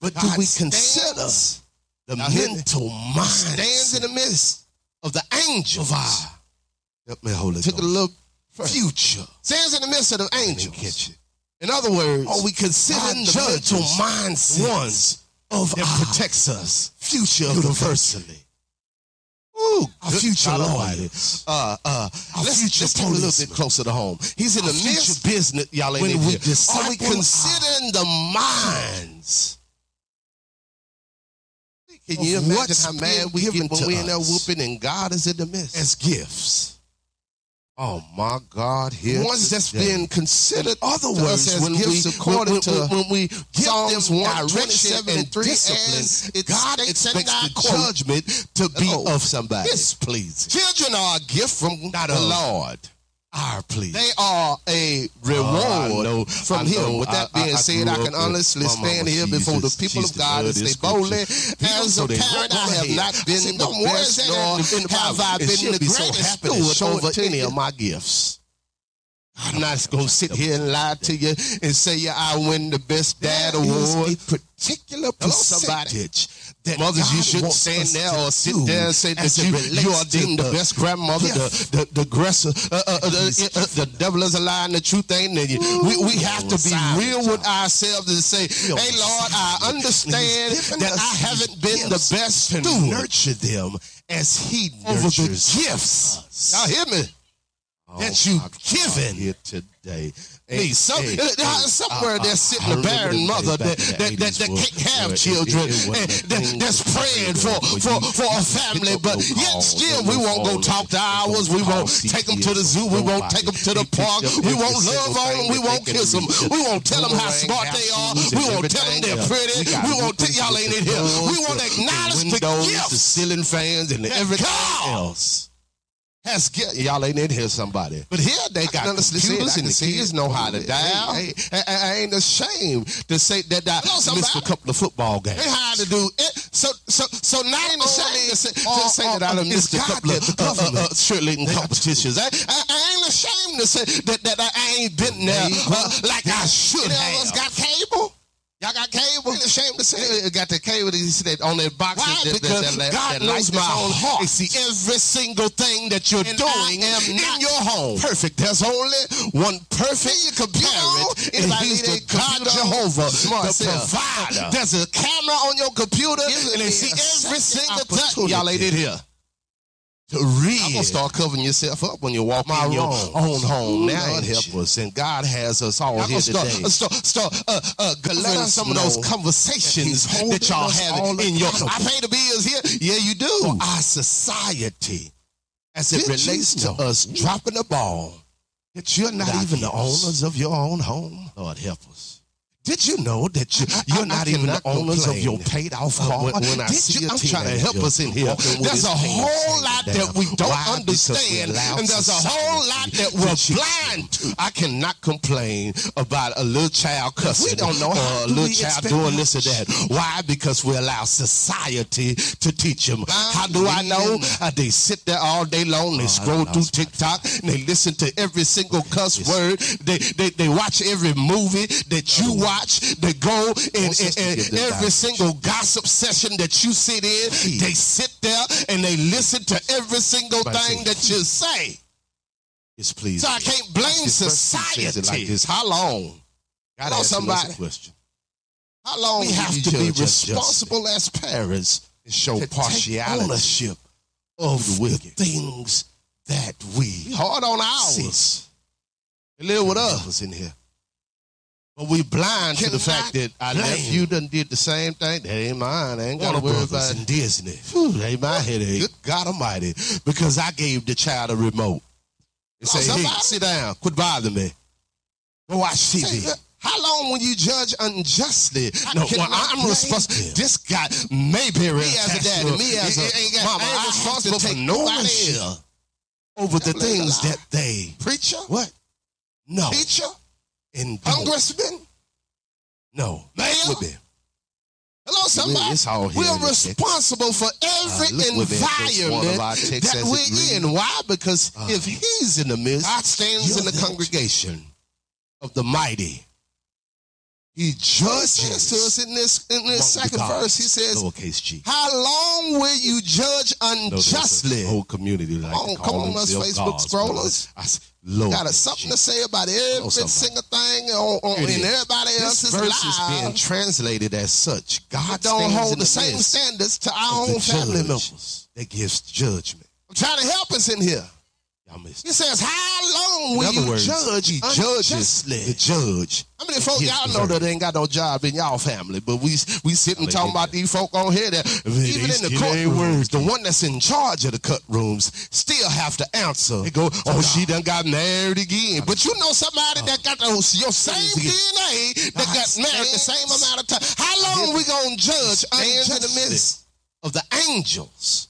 Speaker 9: But do
Speaker 3: God
Speaker 9: we consider
Speaker 3: stands-
Speaker 9: the
Speaker 3: Now hear me.
Speaker 9: mental mind
Speaker 3: stands in the midst of the angels.
Speaker 9: of our help me, Holy
Speaker 3: Take a
Speaker 9: Ghost.
Speaker 3: look.
Speaker 9: future?
Speaker 3: Stands in the midst of the
Speaker 9: Didn't
Speaker 3: angels.
Speaker 9: catch it. In other words,
Speaker 3: Are we
Speaker 9: considering
Speaker 3: considering
Speaker 9: the
Speaker 3: the
Speaker 9: mental
Speaker 3: mental
Speaker 9: mindset ones of that
Speaker 3: our
Speaker 9: protects us future universally? Ooh, our
Speaker 3: good
Speaker 9: future
Speaker 3: God
Speaker 9: Lord.
Speaker 3: Almighty.
Speaker 9: Uh, uh,
Speaker 3: Our
Speaker 9: let's,
Speaker 3: future
Speaker 9: let's take a little bit
Speaker 3: policeman.
Speaker 9: closer to home. He's in
Speaker 3: Our
Speaker 9: the
Speaker 3: future
Speaker 9: midst business. Y'all ain't
Speaker 3: when
Speaker 9: in
Speaker 3: we
Speaker 9: here. Are we
Speaker 3: disciple our-
Speaker 9: considering the minds?
Speaker 3: Can
Speaker 9: Of
Speaker 3: you imagine
Speaker 9: what's
Speaker 3: how mad
Speaker 9: been
Speaker 3: we
Speaker 9: given
Speaker 3: get
Speaker 9: to
Speaker 3: when we're in there
Speaker 9: us.
Speaker 3: whooping and God is in the midst?
Speaker 9: as gifts. Oh my God! Here
Speaker 3: ones that's
Speaker 9: today.
Speaker 3: been considered
Speaker 9: other
Speaker 3: to us
Speaker 9: words
Speaker 3: as
Speaker 9: when
Speaker 3: gifts
Speaker 9: we
Speaker 3: according
Speaker 9: when, when,
Speaker 3: to
Speaker 9: when we give
Speaker 3: Psalms
Speaker 9: them
Speaker 3: 127
Speaker 9: direction and
Speaker 3: and 3
Speaker 9: discipline,
Speaker 3: as it
Speaker 9: God
Speaker 3: states in
Speaker 9: expects
Speaker 3: thy
Speaker 9: the
Speaker 3: quote.
Speaker 9: judgment to be
Speaker 3: Oh,
Speaker 9: of somebody.
Speaker 3: yes,
Speaker 9: please.
Speaker 3: Children are a gift from
Speaker 9: Not
Speaker 3: the
Speaker 9: of.
Speaker 3: Lord.
Speaker 9: Our please.
Speaker 3: They are a reward
Speaker 9: Oh, I know, I
Speaker 3: from Him.
Speaker 9: know.
Speaker 3: With that
Speaker 9: I- I-
Speaker 3: being
Speaker 9: I
Speaker 3: said,
Speaker 9: grew
Speaker 3: I
Speaker 9: up
Speaker 3: can
Speaker 9: with
Speaker 3: honestly
Speaker 9: my mama.
Speaker 3: stand here
Speaker 9: She
Speaker 3: before the
Speaker 9: just-
Speaker 3: people
Speaker 9: she
Speaker 3: of God and
Speaker 9: used to
Speaker 3: say
Speaker 9: love
Speaker 3: boldly,
Speaker 9: this scripture. People
Speaker 3: as
Speaker 9: know
Speaker 3: a
Speaker 9: they
Speaker 3: parent,
Speaker 9: want
Speaker 3: I
Speaker 9: my
Speaker 3: have
Speaker 9: head.
Speaker 3: not
Speaker 9: I
Speaker 3: been
Speaker 9: said,
Speaker 3: the
Speaker 9: "Don't worry,
Speaker 3: best,
Speaker 9: that
Speaker 3: nor
Speaker 9: ain't in the
Speaker 3: have
Speaker 9: Bible."
Speaker 3: I
Speaker 9: And
Speaker 3: been
Speaker 9: she'll
Speaker 3: the
Speaker 9: be so
Speaker 3: greatest
Speaker 9: happy to
Speaker 3: steward
Speaker 9: show
Speaker 3: over
Speaker 9: it to
Speaker 3: any
Speaker 9: you.
Speaker 3: of my gifts. I'm not going to sit here and lie to you and say yeah, I win the best dad
Speaker 9: There is
Speaker 3: award.
Speaker 9: a particular
Speaker 3: Hello, somebody.
Speaker 9: percentage that
Speaker 3: Mothers, you
Speaker 9: God
Speaker 3: shouldn't
Speaker 9: wants
Speaker 3: stand
Speaker 9: us
Speaker 3: there
Speaker 9: to
Speaker 3: or sit
Speaker 9: do
Speaker 3: there and say that
Speaker 9: as it
Speaker 3: you,
Speaker 9: relates
Speaker 3: you are
Speaker 9: to
Speaker 3: deemed the
Speaker 9: the
Speaker 3: best grandmother,
Speaker 9: gift.
Speaker 3: the, the, the aggressor, uh, uh, uh, the, uh, the devil is a lie and the truth ain't in you. We, we have to be
Speaker 9: Silent,
Speaker 3: real with ourselves and say,
Speaker 9: on
Speaker 3: hey, Lord, I understand
Speaker 9: He's given
Speaker 3: that
Speaker 9: us
Speaker 3: I haven't been the
Speaker 9: gifts
Speaker 3: best
Speaker 9: to
Speaker 3: steward
Speaker 9: nurture them as He
Speaker 3: over the
Speaker 9: nurtures
Speaker 3: gifts.
Speaker 9: us. Oh
Speaker 3: Y'all hear me?
Speaker 9: that you given
Speaker 3: here
Speaker 9: today.
Speaker 3: Me, some, uh, uh, somewhere
Speaker 9: uh, uh,
Speaker 3: there's sitting
Speaker 9: I
Speaker 3: a barren mother
Speaker 9: remember the day
Speaker 3: that,
Speaker 9: back in the
Speaker 3: that, that,
Speaker 9: 80s
Speaker 3: that
Speaker 9: where-
Speaker 3: can't
Speaker 9: where
Speaker 3: have
Speaker 9: it-
Speaker 3: children,
Speaker 9: it- it wasn't
Speaker 3: and
Speaker 9: a
Speaker 3: that,
Speaker 9: thing
Speaker 3: that's
Speaker 9: that
Speaker 3: praying
Speaker 9: they
Speaker 3: for,
Speaker 9: did,
Speaker 3: for,
Speaker 9: but you-
Speaker 3: for a
Speaker 9: you
Speaker 3: family,
Speaker 9: pick up
Speaker 3: but
Speaker 9: no
Speaker 3: yet
Speaker 9: calls,
Speaker 3: still
Speaker 9: no
Speaker 3: we won't go
Speaker 9: phone,
Speaker 3: talk to
Speaker 9: no
Speaker 3: ours, we
Speaker 9: call,
Speaker 3: won't take them to
Speaker 9: CPS,
Speaker 3: the zoo, we won't
Speaker 9: nobody.
Speaker 3: take them to
Speaker 9: They
Speaker 3: the
Speaker 9: picked
Speaker 3: park,
Speaker 9: up
Speaker 3: we
Speaker 9: every
Speaker 3: won't
Speaker 9: single
Speaker 3: love on them, we
Speaker 9: thing that
Speaker 3: won't
Speaker 9: they
Speaker 3: kiss
Speaker 9: can
Speaker 3: them,
Speaker 9: reach.
Speaker 3: we won't tell them how
Speaker 9: Boomerang,
Speaker 3: smart they are,
Speaker 9: half-shoes
Speaker 3: we
Speaker 9: and
Speaker 3: won't tell them
Speaker 9: everything
Speaker 3: they're
Speaker 9: else.
Speaker 3: pretty,
Speaker 9: We got
Speaker 3: we won't tell
Speaker 9: ribbons
Speaker 3: y'all
Speaker 9: with
Speaker 3: ain't
Speaker 9: the
Speaker 3: in here,
Speaker 9: doors,
Speaker 3: we won't
Speaker 9: the- the
Speaker 3: acknowledge the
Speaker 9: windows, The
Speaker 3: gifts.
Speaker 9: ceiling fans and everything
Speaker 3: God
Speaker 9: else. Has get y'all ain't in here somebody. But here they
Speaker 3: I
Speaker 9: got
Speaker 3: can honestly say it.
Speaker 9: computers
Speaker 3: I
Speaker 9: and
Speaker 3: can
Speaker 9: the
Speaker 3: see
Speaker 9: kids
Speaker 3: it.
Speaker 9: know how to
Speaker 3: Hey,
Speaker 9: dial.
Speaker 3: hey,
Speaker 9: I, I- I ain't ashamed to say that I
Speaker 3: Hello,
Speaker 9: missed a
Speaker 3: somebody.
Speaker 9: couple of football games.
Speaker 3: They hired to do it. So, so, so not
Speaker 9: I ain't ashamed to say, to
Speaker 3: or-
Speaker 9: say
Speaker 3: or-
Speaker 9: that I done
Speaker 3: it's
Speaker 9: missed a
Speaker 3: God
Speaker 9: couple
Speaker 3: that
Speaker 9: of
Speaker 3: the
Speaker 9: uh, uh,
Speaker 3: government-
Speaker 9: uh, cheerleading competitions. I, I, I ain't ashamed to say that, that I ain't been there uh, like I should
Speaker 3: Any of us
Speaker 9: have.
Speaker 3: got
Speaker 9: cable? Y'all got cable? ain't ashamed to say got the cable that you see that on that box. Why?
Speaker 3: that- that-
Speaker 9: because
Speaker 3: that- that-
Speaker 9: God
Speaker 3: that light
Speaker 9: knows
Speaker 3: that's
Speaker 9: my
Speaker 3: on.
Speaker 9: heart.
Speaker 3: They
Speaker 9: see every single thing that you're
Speaker 3: doing in
Speaker 9: your home. Perfect. There's only one perfect you
Speaker 3: parent,
Speaker 9: and
Speaker 3: and
Speaker 9: he's
Speaker 3: he's
Speaker 9: the
Speaker 3: the
Speaker 9: God
Speaker 3: computer
Speaker 9: Jehovah, the
Speaker 3: smart self.
Speaker 9: provider.
Speaker 3: There's
Speaker 9: a camera on your computer, and they see every single thing. Y'all ain't in here to read.
Speaker 3: I'm gonna start
Speaker 9: covering yourself up when you walk
Speaker 3: My
Speaker 9: in your
Speaker 3: wrongs.
Speaker 9: own home.
Speaker 3: Ooh,
Speaker 9: now
Speaker 3: Lord
Speaker 9: Lord help
Speaker 3: Jesus.
Speaker 9: us, and God has us all
Speaker 3: Y'all
Speaker 9: here
Speaker 3: gonna start-
Speaker 9: today.
Speaker 3: uh,
Speaker 9: start, start, uh, uh,
Speaker 3: Let us
Speaker 9: some of those
Speaker 3: know
Speaker 9: conversations
Speaker 3: that he's
Speaker 9: that, y'all
Speaker 3: holding us all
Speaker 9: have in your. I
Speaker 3: accountable.
Speaker 9: pay the bills here. Yeah, you do. For our society, as it
Speaker 3: Did you
Speaker 9: relates to
Speaker 3: know?
Speaker 9: us dropping the ball, that you're not
Speaker 3: Without
Speaker 9: even the
Speaker 3: gifts.
Speaker 9: owners of your own home. Lord help us. Did you know that you,
Speaker 3: I-
Speaker 9: you're
Speaker 3: I
Speaker 9: not even the
Speaker 3: cannot
Speaker 9: owners of
Speaker 3: complain,
Speaker 9: your paid off
Speaker 3: uh,
Speaker 9: car?
Speaker 3: when- when I
Speaker 9: Did
Speaker 3: see
Speaker 9: you,
Speaker 3: a
Speaker 9: I'm trying to help
Speaker 3: teenager
Speaker 9: us in here.
Speaker 3: walking with
Speaker 9: There's
Speaker 3: his
Speaker 9: a
Speaker 3: pants
Speaker 9: whole
Speaker 3: hanging
Speaker 9: lot
Speaker 3: down.
Speaker 9: that we don't
Speaker 3: Why? Because we
Speaker 9: understand,
Speaker 3: allow
Speaker 9: and there's a whole lot that
Speaker 3: society
Speaker 9: we're
Speaker 3: to teach
Speaker 9: blind to. I cannot complain about a little child cussing.
Speaker 3: We don't know
Speaker 9: or
Speaker 3: how
Speaker 9: a
Speaker 3: do
Speaker 9: little
Speaker 3: we
Speaker 9: child
Speaker 3: expect
Speaker 9: doing
Speaker 3: much?
Speaker 9: this or that. Why? Because we allow society to teach them. How do I know? Uh, they sit there all day long. They scroll
Speaker 3: I
Speaker 9: through
Speaker 3: lost my
Speaker 9: TikTok. And they listen to every single cuss word. They, they they watch every movie that you watch. They go and,
Speaker 3: Wants us to
Speaker 9: and-
Speaker 3: give
Speaker 9: and
Speaker 3: them
Speaker 9: every
Speaker 3: directions.
Speaker 9: single gossip session that you sit in. They sit there and they listen to every single
Speaker 3: Somebody say,
Speaker 9: thing that you say.
Speaker 3: Yes, please.
Speaker 9: So I can't blame
Speaker 3: This person says it like
Speaker 9: society.
Speaker 3: this.
Speaker 9: How long?
Speaker 3: Gotta
Speaker 9: know
Speaker 3: ask him
Speaker 9: somebody.
Speaker 3: this question.
Speaker 9: How long
Speaker 3: We
Speaker 9: will
Speaker 3: have
Speaker 9: Oh, you
Speaker 3: to be
Speaker 9: judge us justly?
Speaker 3: responsible
Speaker 9: as parents
Speaker 3: And show
Speaker 9: to
Speaker 3: partiality.
Speaker 9: take ownership of
Speaker 3: to the
Speaker 9: the
Speaker 3: wicked.
Speaker 9: things that we
Speaker 3: We hard on ours.
Speaker 9: see. They live with
Speaker 3: Help
Speaker 9: us in here. But we blind to the
Speaker 3: Cannot
Speaker 9: fact that our
Speaker 3: blame.
Speaker 9: nephew done did the same thing. That ain't mine. I ain't got to
Speaker 3: Warner
Speaker 9: worry
Speaker 3: Brothers
Speaker 9: about
Speaker 3: and
Speaker 9: it. Disney. that ain't my headache. Good God Almighty. Because I gave the child a remote. And
Speaker 3: Oh,
Speaker 9: say, hey,
Speaker 3: somebody-
Speaker 9: sit down. Quit bothering me. Go watch TV.
Speaker 3: Say,
Speaker 9: How long will you judge unjustly?
Speaker 3: No,
Speaker 9: no,
Speaker 3: well, I-
Speaker 9: I'm
Speaker 3: I'm responsible.
Speaker 9: responsible. This guy may be me as a
Speaker 3: attached
Speaker 9: daddy,
Speaker 3: to a-
Speaker 9: me as a
Speaker 3: it- it ain't got-
Speaker 9: mama.
Speaker 3: I ain't
Speaker 9: I ain't responsible
Speaker 3: responsible
Speaker 9: for
Speaker 3: for
Speaker 9: nobody
Speaker 3: nobody
Speaker 9: else over the
Speaker 3: Don't let it
Speaker 9: things
Speaker 3: lie.
Speaker 9: that they
Speaker 3: Preacher?
Speaker 9: what? No,
Speaker 3: Teacher?
Speaker 9: and don't.
Speaker 3: Congressman?
Speaker 9: No,
Speaker 3: Mayor?
Speaker 9: Look with me.
Speaker 3: Hello, somebody.
Speaker 9: It's all here
Speaker 3: We're
Speaker 9: in the text.
Speaker 3: responsible for every
Speaker 9: Uh, look with me at verse one of
Speaker 3: environment
Speaker 9: our text
Speaker 3: that
Speaker 9: as it
Speaker 3: we're in.
Speaker 9: reads.
Speaker 3: Why? Because
Speaker 9: Uh,
Speaker 3: if he's in the midst,
Speaker 9: God stands
Speaker 3: you're
Speaker 9: in the
Speaker 3: that.
Speaker 9: congregation.
Speaker 10: of the mighty. He
Speaker 9: He says to
Speaker 10: judges.
Speaker 9: us in this in
Speaker 3: among the
Speaker 9: this second
Speaker 3: gods,
Speaker 9: verse, he says,
Speaker 3: lowercase g.
Speaker 9: "How long will you judge
Speaker 3: No, there's a
Speaker 9: unjustly?"
Speaker 3: whole community like
Speaker 9: Come on,
Speaker 3: to
Speaker 9: come
Speaker 3: call
Speaker 9: on, us
Speaker 3: themselves
Speaker 9: Facebook
Speaker 3: gods,
Speaker 9: scrollers.
Speaker 3: brothers. I s- lowercase
Speaker 9: Got a, something
Speaker 3: g.
Speaker 9: to say about every
Speaker 3: somebody.
Speaker 9: single thing on, on,
Speaker 3: It
Speaker 9: in
Speaker 3: is.
Speaker 9: everybody
Speaker 3: This
Speaker 9: else's
Speaker 3: verse is
Speaker 9: life.
Speaker 3: being translated as such. God
Speaker 9: God don't
Speaker 3: stands
Speaker 9: hold
Speaker 3: in
Speaker 9: the, same
Speaker 3: midst
Speaker 9: standards to
Speaker 3: of
Speaker 9: our
Speaker 3: the
Speaker 9: own family
Speaker 3: judge
Speaker 9: members.
Speaker 3: That gives judgment.
Speaker 9: I'm trying to help us in here.
Speaker 3: Y'all missed.
Speaker 9: He says, "How long
Speaker 3: In
Speaker 9: will
Speaker 3: other
Speaker 9: you
Speaker 3: words,
Speaker 9: judge
Speaker 3: he judges
Speaker 9: unjustly?"
Speaker 3: the judge.
Speaker 9: How many folk
Speaker 3: His
Speaker 9: y'all know
Speaker 3: word.
Speaker 9: that ain't got no job in y'all family? But we we sitting
Speaker 3: Hallelujah.
Speaker 9: talking about these folk on here that even
Speaker 3: these
Speaker 9: in the
Speaker 3: kid ain't
Speaker 9: courtrooms,
Speaker 3: worthy.
Speaker 9: the one that's in charge of the cut rooms still have to answer.
Speaker 3: They go,
Speaker 9: oh, she done got married again. But you know somebody that got the, your same
Speaker 3: again.
Speaker 9: DNA that
Speaker 3: God
Speaker 9: got married the same
Speaker 3: stands.
Speaker 9: amount of time. How long we gonna judge
Speaker 3: stands in the
Speaker 9: unjustly
Speaker 3: midst
Speaker 9: of the angels?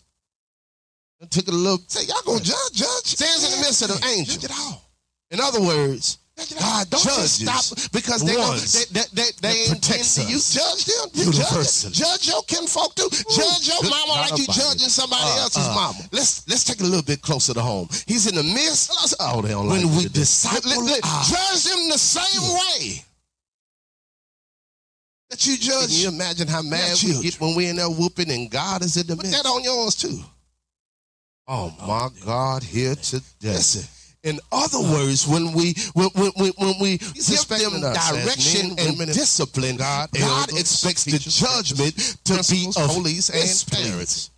Speaker 9: I took it a little. Say y'all gonna judge? Judge stands in the midst of the angels.
Speaker 3: Judge it all.
Speaker 9: In other words, God
Speaker 3: Don't
Speaker 9: judges
Speaker 3: just
Speaker 9: stop because they
Speaker 3: the
Speaker 9: don't,
Speaker 3: ones
Speaker 9: they, they, they, they
Speaker 3: that
Speaker 9: intend
Speaker 3: protects
Speaker 9: to you
Speaker 3: us
Speaker 9: judge them. You judge,
Speaker 3: universally.
Speaker 9: judge your kinfolk too. Judge your
Speaker 3: good
Speaker 9: mama
Speaker 3: God
Speaker 9: like you
Speaker 3: Almighty.
Speaker 9: judging somebody
Speaker 3: Uh,
Speaker 9: else's
Speaker 3: uh.
Speaker 9: mama. Let's let's take it a little bit closer to home. He's in the midst
Speaker 3: Oh, they don't
Speaker 9: when
Speaker 3: like
Speaker 9: we
Speaker 3: you today.
Speaker 9: disciple,
Speaker 3: Let- let-
Speaker 9: our- judge them the same way that you judge.
Speaker 3: Can you
Speaker 9: imagine how
Speaker 3: mad we get
Speaker 9: when we're in there whooping and God is in the Put
Speaker 3: midst?
Speaker 9: that on yours too. Oh my God, here today. Listen. In other words, when we when, when, when, when we give them
Speaker 3: expecting us as men,
Speaker 9: direction and
Speaker 3: women, and
Speaker 9: discipline, God,
Speaker 3: God, elders,
Speaker 9: expects the
Speaker 3: teachers,
Speaker 9: judgment to be
Speaker 3: principals,
Speaker 9: of
Speaker 3: police, and
Speaker 9: His pleas.
Speaker 3: parents.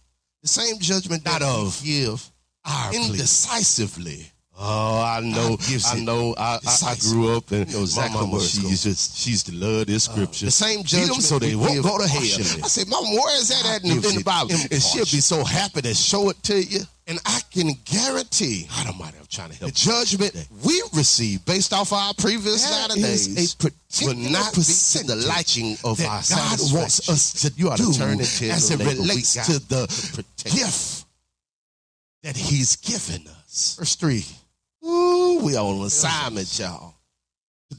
Speaker 9: The same judgment
Speaker 3: Not
Speaker 9: that we
Speaker 3: of
Speaker 9: give
Speaker 3: our pleas.
Speaker 9: indecisively.
Speaker 3: Oh, I know,
Speaker 9: God gives
Speaker 3: I
Speaker 9: it
Speaker 3: know. I, I, I
Speaker 9: decisive.
Speaker 3: grew up and
Speaker 9: You know exactly
Speaker 3: my mama,
Speaker 9: where it's
Speaker 3: she
Speaker 9: going.
Speaker 3: used to, she used to love this scripture.
Speaker 9: The same
Speaker 3: Beat 'em
Speaker 9: judgment
Speaker 3: so they
Speaker 9: we
Speaker 3: won't
Speaker 9: give
Speaker 3: go to hell.
Speaker 9: partially. I said, Mama, where is that
Speaker 3: God
Speaker 9: at in the,
Speaker 3: gives
Speaker 9: in the
Speaker 3: it
Speaker 9: Bible? And she'll be
Speaker 3: impartially.
Speaker 9: so happy to show it to you. And I can guarantee
Speaker 3: God Almighty, I'm trying to
Speaker 9: the
Speaker 3: help.
Speaker 9: judgment we receive based off our previous
Speaker 3: There
Speaker 9: nine days
Speaker 3: is a
Speaker 9: will
Speaker 3: particular
Speaker 9: not be to the
Speaker 3: percentage
Speaker 9: liking of
Speaker 3: that
Speaker 9: our
Speaker 3: God wants us to
Speaker 9: you ought
Speaker 3: do
Speaker 9: turn it
Speaker 3: as
Speaker 9: as
Speaker 3: it
Speaker 9: it relates
Speaker 3: relates
Speaker 9: to
Speaker 3: to
Speaker 9: the gift that He's given us. Verse three. Ooh, we on assignment, y'all.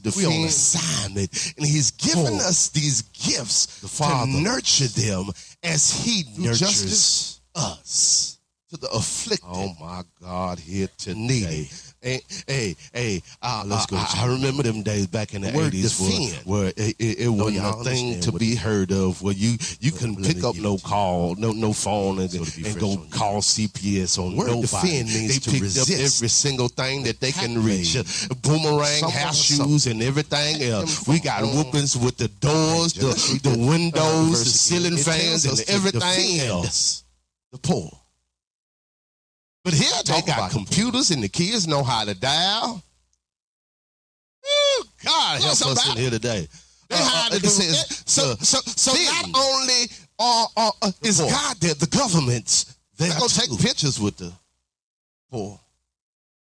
Speaker 9: We on
Speaker 3: defend.
Speaker 9: assignment, and He's given
Speaker 3: Four.
Speaker 9: us these gifts
Speaker 3: The Father.
Speaker 9: to nurture them as He
Speaker 3: Through
Speaker 9: nurtures
Speaker 3: justice.
Speaker 9: us to the afflicted.
Speaker 3: Oh my God, here today.
Speaker 9: Needy. Hey, hey, hey! Uh,
Speaker 3: Let's go,
Speaker 9: I, I, I
Speaker 3: John.
Speaker 9: remember them days back in the
Speaker 3: the word
Speaker 9: eighties
Speaker 3: defend.
Speaker 9: where, where it, it, it wasn't
Speaker 3: y'all
Speaker 9: a thing
Speaker 3: understand
Speaker 9: to
Speaker 3: what
Speaker 9: be
Speaker 3: it-
Speaker 9: heard of. Where you you couldn't
Speaker 3: let me
Speaker 9: pick up
Speaker 3: give
Speaker 9: no
Speaker 3: it to you.
Speaker 9: call, no no phone, and,
Speaker 3: So to be
Speaker 9: and
Speaker 3: fresh
Speaker 9: go
Speaker 3: on you.
Speaker 9: call CPS on
Speaker 3: Word
Speaker 9: nobody.
Speaker 3: defend means
Speaker 9: they
Speaker 3: to
Speaker 9: picked up
Speaker 3: resist.
Speaker 9: every single thing that they can
Speaker 3: Attack
Speaker 9: reach:
Speaker 3: me.
Speaker 9: Uh, boomerang,
Speaker 3: Someone
Speaker 9: house
Speaker 3: or something.
Speaker 9: shoes, and everything else.
Speaker 3: from
Speaker 9: We got
Speaker 3: home.
Speaker 9: whoopings with the doors, the,
Speaker 3: Just read
Speaker 9: the
Speaker 3: the- uh,
Speaker 9: windows,
Speaker 3: verse
Speaker 9: the
Speaker 3: again.
Speaker 9: ceiling
Speaker 3: It tells
Speaker 9: fans, and
Speaker 3: us to
Speaker 9: everything
Speaker 3: defend
Speaker 9: else. The poor. But here they
Speaker 3: Talk
Speaker 9: got
Speaker 3: about the poor.
Speaker 9: computers, and the kids know how to dial. Ooh, God
Speaker 3: Help us in here today.
Speaker 9: They
Speaker 3: Uh, uh,
Speaker 9: hired
Speaker 3: it
Speaker 9: to do
Speaker 3: says,
Speaker 9: it. So,
Speaker 3: the
Speaker 9: so, so not
Speaker 3: thin.
Speaker 9: only are, are, uh, is
Speaker 3: poor.
Speaker 9: God there, the governments, they're
Speaker 3: There
Speaker 9: going to
Speaker 3: too.
Speaker 9: take pictures with the poor.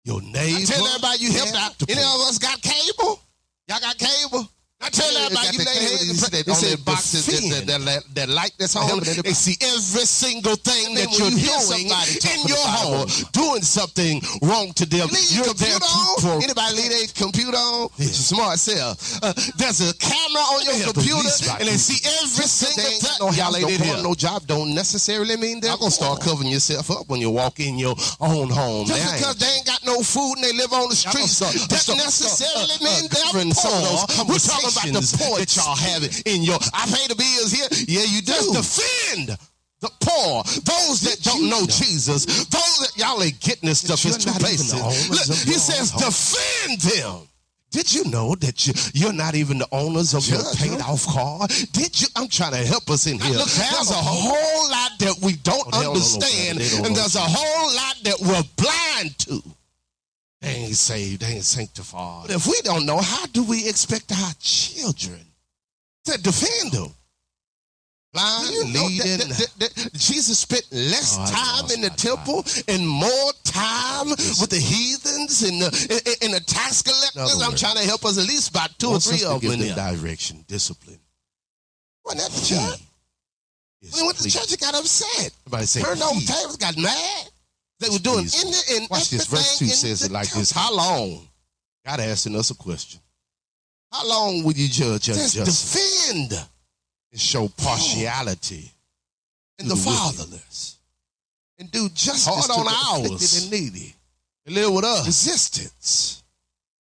Speaker 3: Your neighbor.
Speaker 9: I tell everybody you helped out.
Speaker 3: the
Speaker 9: Any
Speaker 3: poor.
Speaker 9: of us got cable? Y'all got cable? I tell
Speaker 3: Yeah,
Speaker 9: everybody
Speaker 3: got
Speaker 9: you
Speaker 3: the
Speaker 9: lay
Speaker 3: cable
Speaker 9: hands
Speaker 3: that you said that
Speaker 9: and pray. They
Speaker 3: on
Speaker 9: said
Speaker 3: that
Speaker 9: boxes
Speaker 3: fin.
Speaker 9: that, that, that, that light that's
Speaker 3: help
Speaker 9: on.
Speaker 3: it,
Speaker 9: They
Speaker 3: everybody.
Speaker 9: see every single
Speaker 3: then
Speaker 9: thing that
Speaker 3: when
Speaker 9: you're
Speaker 3: you hear
Speaker 9: doing
Speaker 3: somebody
Speaker 9: in
Speaker 3: talking
Speaker 9: your
Speaker 3: about
Speaker 9: home,
Speaker 3: it,
Speaker 9: doing something wrong to them.
Speaker 3: leave
Speaker 9: You're
Speaker 3: your computer
Speaker 9: there to
Speaker 3: on?
Speaker 9: pro-
Speaker 3: Anybody leave
Speaker 9: their computer on?
Speaker 3: Yeah.
Speaker 9: Which is smart self. Uh, there's a camera on your
Speaker 3: Yeah, the
Speaker 9: computer,
Speaker 3: police right
Speaker 9: and they
Speaker 3: here.
Speaker 9: see every single
Speaker 3: ain't
Speaker 9: thing.
Speaker 3: got no house, no car,
Speaker 9: No job don't necessarily mean that. I'm gonna start covering yourself up when you walk in your own home. Just
Speaker 3: They ain't.
Speaker 9: because they ain't got no food and they live on the
Speaker 3: Y'all gonna
Speaker 9: streets,
Speaker 3: start-
Speaker 9: that
Speaker 3: start-
Speaker 9: necessarily
Speaker 3: start, uh,
Speaker 9: mean
Speaker 3: uh,
Speaker 9: they're
Speaker 3: covering some of those
Speaker 9: poor. We're talking about the
Speaker 3: conversations
Speaker 9: poor
Speaker 3: that
Speaker 9: y'all
Speaker 3: y'all
Speaker 9: have in your. I pay the bills here. Yeah, you do. Just defend. The poor, those that don't
Speaker 3: you
Speaker 9: know
Speaker 3: know?
Speaker 9: Jesus, those that y'all ain't getting this stuff.
Speaker 3: you're
Speaker 9: It's too
Speaker 3: not even
Speaker 9: basic.
Speaker 3: the owners
Speaker 9: Look,
Speaker 3: of
Speaker 9: he
Speaker 3: your
Speaker 9: says,
Speaker 3: own home.
Speaker 9: defend them. Did you know that you, you're not even the owners of your
Speaker 3: Judge
Speaker 9: paid off car? Did you? I'm trying to help us in here.
Speaker 3: look down
Speaker 9: There's a
Speaker 3: on you.
Speaker 9: whole lot that we don't
Speaker 3: Oh, they don't know no
Speaker 9: understand,
Speaker 3: better. They don't
Speaker 9: and
Speaker 3: know.
Speaker 9: there's a whole lot that we're blind to. They ain't saved, they ain't sanctified. But if we don't know, how do we expect our children to defend them? Blind, you know that,
Speaker 3: leading.
Speaker 9: that- that- that Jesus spent less
Speaker 3: Oh, I
Speaker 9: time
Speaker 3: lost
Speaker 9: in the
Speaker 3: my
Speaker 9: temple and more time with the heathens and the, and- and the tax collectors.
Speaker 3: other
Speaker 9: I'm
Speaker 3: words,
Speaker 9: trying to help us at least by two or
Speaker 3: wants
Speaker 9: three
Speaker 3: us to
Speaker 9: of them
Speaker 3: give
Speaker 9: in
Speaker 3: them
Speaker 9: there.
Speaker 3: direction, discipline.
Speaker 9: Wasn't that the church?
Speaker 3: He
Speaker 9: When he went to
Speaker 3: is
Speaker 9: church, he got upset.
Speaker 3: Everybody say,
Speaker 9: Turned over
Speaker 3: "He."
Speaker 9: tables, got mad. They were doing
Speaker 3: Please.
Speaker 9: in the and
Speaker 3: Watch this. Verse 2
Speaker 9: everything in
Speaker 3: says
Speaker 9: the
Speaker 3: it like
Speaker 9: temple.
Speaker 3: this How long? God asking us a question.
Speaker 9: How long will you judge
Speaker 3: Just
Speaker 9: us? defend
Speaker 3: And show partiality.
Speaker 9: and
Speaker 3: To
Speaker 9: the
Speaker 3: the wicked.
Speaker 9: fatherless and do justice
Speaker 3: Hard
Speaker 9: to
Speaker 3: on
Speaker 9: the
Speaker 3: ours.
Speaker 9: afflicted and needy.
Speaker 3: They live with us.
Speaker 9: Resistance.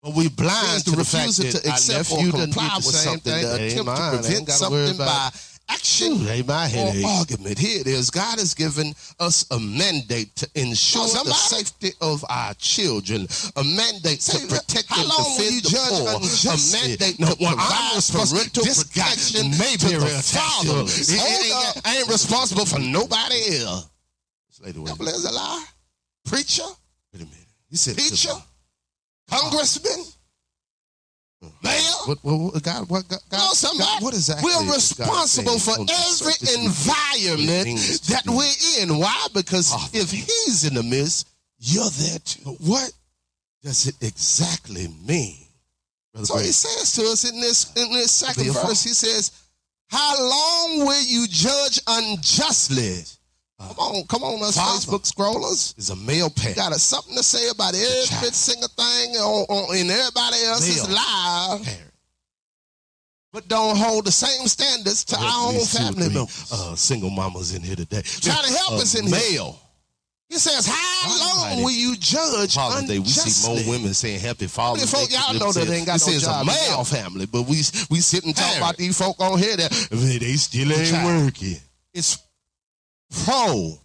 Speaker 3: But we blind to the fact
Speaker 9: refusal
Speaker 3: that
Speaker 9: to accept
Speaker 3: I
Speaker 9: or
Speaker 3: left you done
Speaker 9: comply
Speaker 3: did the
Speaker 9: with
Speaker 3: same
Speaker 9: something,
Speaker 3: thing.
Speaker 9: the
Speaker 3: Ain't
Speaker 9: attempt
Speaker 3: mine. I
Speaker 9: to
Speaker 3: ain't
Speaker 9: prevent
Speaker 3: gotta worry
Speaker 9: something
Speaker 3: about it.
Speaker 9: by action
Speaker 3: Shoot, ain't my
Speaker 9: or
Speaker 3: headache.
Speaker 9: argument. Here it is. God has given us a mandate to ensure
Speaker 3: Oh,
Speaker 9: the
Speaker 3: somebody-
Speaker 9: safety of our children, a mandate
Speaker 3: Say,
Speaker 9: to protect
Speaker 3: how
Speaker 9: and
Speaker 3: long will you
Speaker 9: defend the
Speaker 3: judge
Speaker 9: poor, a
Speaker 3: unjustly?
Speaker 9: mandate
Speaker 3: No,
Speaker 9: to
Speaker 3: when I
Speaker 9: provide
Speaker 3: was supposed-
Speaker 9: parental
Speaker 3: this guy
Speaker 9: protection
Speaker 3: may
Speaker 9: to
Speaker 3: be
Speaker 9: the
Speaker 3: a tax
Speaker 9: father.
Speaker 3: judge.
Speaker 9: It- it
Speaker 3: Hold
Speaker 9: ain't- I ain't responsible for nobody else.
Speaker 3: Lady, wait a
Speaker 9: Devil
Speaker 3: minute.
Speaker 9: is a lie. Preacher,
Speaker 3: Wait a minute. You said
Speaker 9: teacher, congressman, mayor.
Speaker 3: What, what, what, God, what, God,
Speaker 9: No, somebody.
Speaker 3: God, what exactly
Speaker 9: We're
Speaker 3: is God
Speaker 9: responsible
Speaker 3: saying
Speaker 9: for
Speaker 3: on this
Speaker 9: every
Speaker 3: surface?
Speaker 9: environment
Speaker 3: means to
Speaker 9: that
Speaker 3: be-
Speaker 9: we're in. Why? Because
Speaker 3: Father.
Speaker 9: if He's in the midst, you're there too.
Speaker 3: But what does it exactly mean? Brother
Speaker 9: So
Speaker 3: Brady?
Speaker 9: He says to us in this in this second
Speaker 3: Be a father.
Speaker 9: verse, He says, "How long will you judge unjustly?" Come on, come on, us
Speaker 3: Ah. Father.
Speaker 9: Facebook scrollers.
Speaker 3: is a male
Speaker 9: You
Speaker 3: pet.
Speaker 9: got something to say about every
Speaker 3: child.
Speaker 9: single thing on, on, in everybody else's
Speaker 3: Male.
Speaker 9: life,
Speaker 3: parent.
Speaker 9: but don't hold the same standards to
Speaker 3: Help
Speaker 9: our
Speaker 3: me
Speaker 9: own
Speaker 3: see
Speaker 9: family
Speaker 3: three,
Speaker 9: members.
Speaker 3: Uh, single mamas in here today.
Speaker 9: Trying to help
Speaker 3: A
Speaker 9: us in here.
Speaker 3: male
Speaker 9: He says, "How
Speaker 3: God
Speaker 9: long
Speaker 3: Almighty.
Speaker 9: will you judge
Speaker 3: holiday. We see
Speaker 9: unjustly?"
Speaker 3: more women saying happy Father's Day.
Speaker 9: These folk, y'all know that they ain't got
Speaker 3: this
Speaker 9: no
Speaker 3: is
Speaker 9: job
Speaker 3: a
Speaker 9: in
Speaker 3: male
Speaker 9: y'all
Speaker 3: family, but we we sit and talk
Speaker 9: Parent.
Speaker 3: about these folk on here that they they still ain't
Speaker 9: Child.
Speaker 3: working.
Speaker 9: It's
Speaker 3: Pro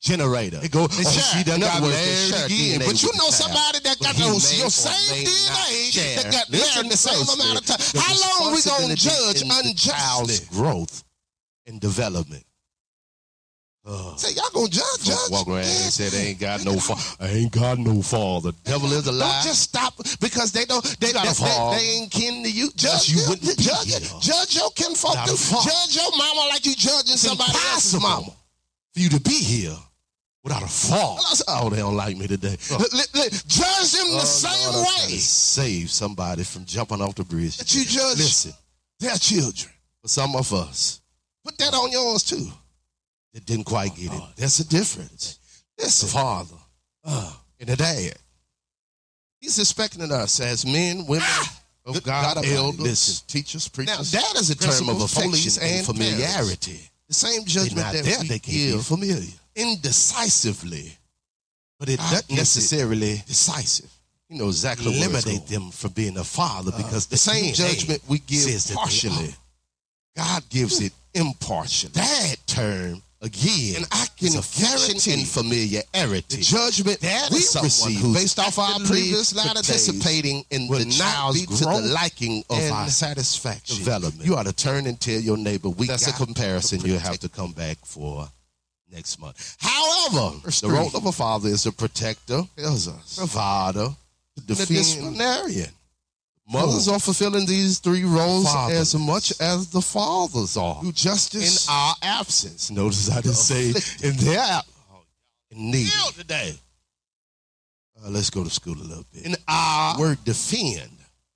Speaker 3: generator.
Speaker 9: They go,
Speaker 3: oh,
Speaker 9: sure,
Speaker 3: she done
Speaker 9: got
Speaker 3: got
Speaker 9: married
Speaker 3: married
Speaker 9: again.
Speaker 3: again.
Speaker 9: But you know somebody that
Speaker 3: But
Speaker 9: got
Speaker 3: he
Speaker 9: those,
Speaker 3: may
Speaker 9: your
Speaker 3: or
Speaker 9: same
Speaker 3: may not
Speaker 9: DNA that
Speaker 3: share.
Speaker 9: got
Speaker 3: Listen
Speaker 9: married the same
Speaker 3: closely.
Speaker 9: amount of time.
Speaker 3: The
Speaker 9: How long we gonna
Speaker 3: responsibility
Speaker 9: judge
Speaker 3: in the child's
Speaker 9: unjustly?
Speaker 3: growth and development. Ugh.
Speaker 9: Say, y'all gonna judge, judge.
Speaker 3: Walk around and
Speaker 9: Yeah.
Speaker 3: said, "I ain't got no fa- I ain't got no father." Devil is a lie.
Speaker 9: Don't just stop because they don't. They,
Speaker 3: got
Speaker 9: they,
Speaker 3: a fall.
Speaker 9: they, they ain't kin to you.
Speaker 3: Yes,
Speaker 9: Judge
Speaker 3: you
Speaker 9: them.
Speaker 3: wouldn't be
Speaker 9: judge,
Speaker 3: here.
Speaker 9: judge your kinfolk.
Speaker 3: Not a
Speaker 9: too.
Speaker 3: fall.
Speaker 9: Judge your mama like you judging somebody else's
Speaker 3: impossible
Speaker 9: mama.
Speaker 3: for you to be here without a fall. Oh, they don't like me today.
Speaker 9: Li- li- li- judge them the
Speaker 3: Oh,
Speaker 9: same
Speaker 3: Lord, I'm trying
Speaker 9: way
Speaker 3: to Save somebody from jumping off the bridge.
Speaker 9: that you judge
Speaker 3: Listen,
Speaker 9: their children.
Speaker 3: for some of us
Speaker 9: Put that on yours too. Oh,
Speaker 3: that didn't quite get it,
Speaker 9: Lord.
Speaker 3: there's a difference.
Speaker 9: Listen, Uh,
Speaker 3: The father and the dad.
Speaker 9: he's expecting us as men, women
Speaker 3: Of
Speaker 9: of
Speaker 3: God,
Speaker 9: God,
Speaker 3: elders,
Speaker 9: elders.
Speaker 3: teachers,
Speaker 9: Now
Speaker 3: preachers.
Speaker 9: that is a term of
Speaker 3: principals,
Speaker 9: affection
Speaker 3: police,
Speaker 9: and
Speaker 3: and
Speaker 9: familiarity.
Speaker 3: familiarity.
Speaker 9: The same
Speaker 3: They're
Speaker 9: judgment
Speaker 3: not
Speaker 9: that
Speaker 3: there.
Speaker 9: we
Speaker 3: They can't be
Speaker 9: give
Speaker 3: familiar.
Speaker 9: indecisively,
Speaker 3: But it
Speaker 9: God
Speaker 3: doesn't
Speaker 9: gives it
Speaker 3: necessarily
Speaker 9: decisive.
Speaker 3: you know exactly where it's
Speaker 9: Eliminate
Speaker 3: going. them from being a father because
Speaker 9: The same judgment we give
Speaker 3: says that they
Speaker 9: partially.
Speaker 3: God gives it impartially.
Speaker 9: That
Speaker 3: term again,
Speaker 9: And I can guarantee
Speaker 3: in familiarity.
Speaker 9: The judgment
Speaker 3: That
Speaker 9: we
Speaker 3: is someone
Speaker 9: receive
Speaker 3: who's
Speaker 9: based off our
Speaker 3: actively
Speaker 9: previous line of days
Speaker 3: participating in
Speaker 9: will
Speaker 3: the
Speaker 9: not
Speaker 3: child's
Speaker 9: be to the
Speaker 3: growth
Speaker 9: liking of
Speaker 3: and
Speaker 9: our satisfaction.
Speaker 3: development.
Speaker 9: You
Speaker 3: ought to turn and tell your neighbor. We that's
Speaker 9: got
Speaker 3: a comparison
Speaker 9: to
Speaker 3: you have
Speaker 9: protect
Speaker 3: to come back for next month. However, the role
Speaker 9: three.
Speaker 3: of a father is a protector,
Speaker 9: tells us.
Speaker 3: provider,
Speaker 9: The
Speaker 3: defender.
Speaker 9: disciplinarian.
Speaker 3: Mothers are fulfilling these three roles as
Speaker 9: Fathers.
Speaker 3: much as the fathers are.
Speaker 9: Do
Speaker 3: In
Speaker 9: justice
Speaker 3: our absence, notice I didn't say
Speaker 9: afflicted.
Speaker 3: in their ab- in need.
Speaker 9: today.
Speaker 3: Uh, let's go to school a little bit.
Speaker 9: In our
Speaker 3: word defend.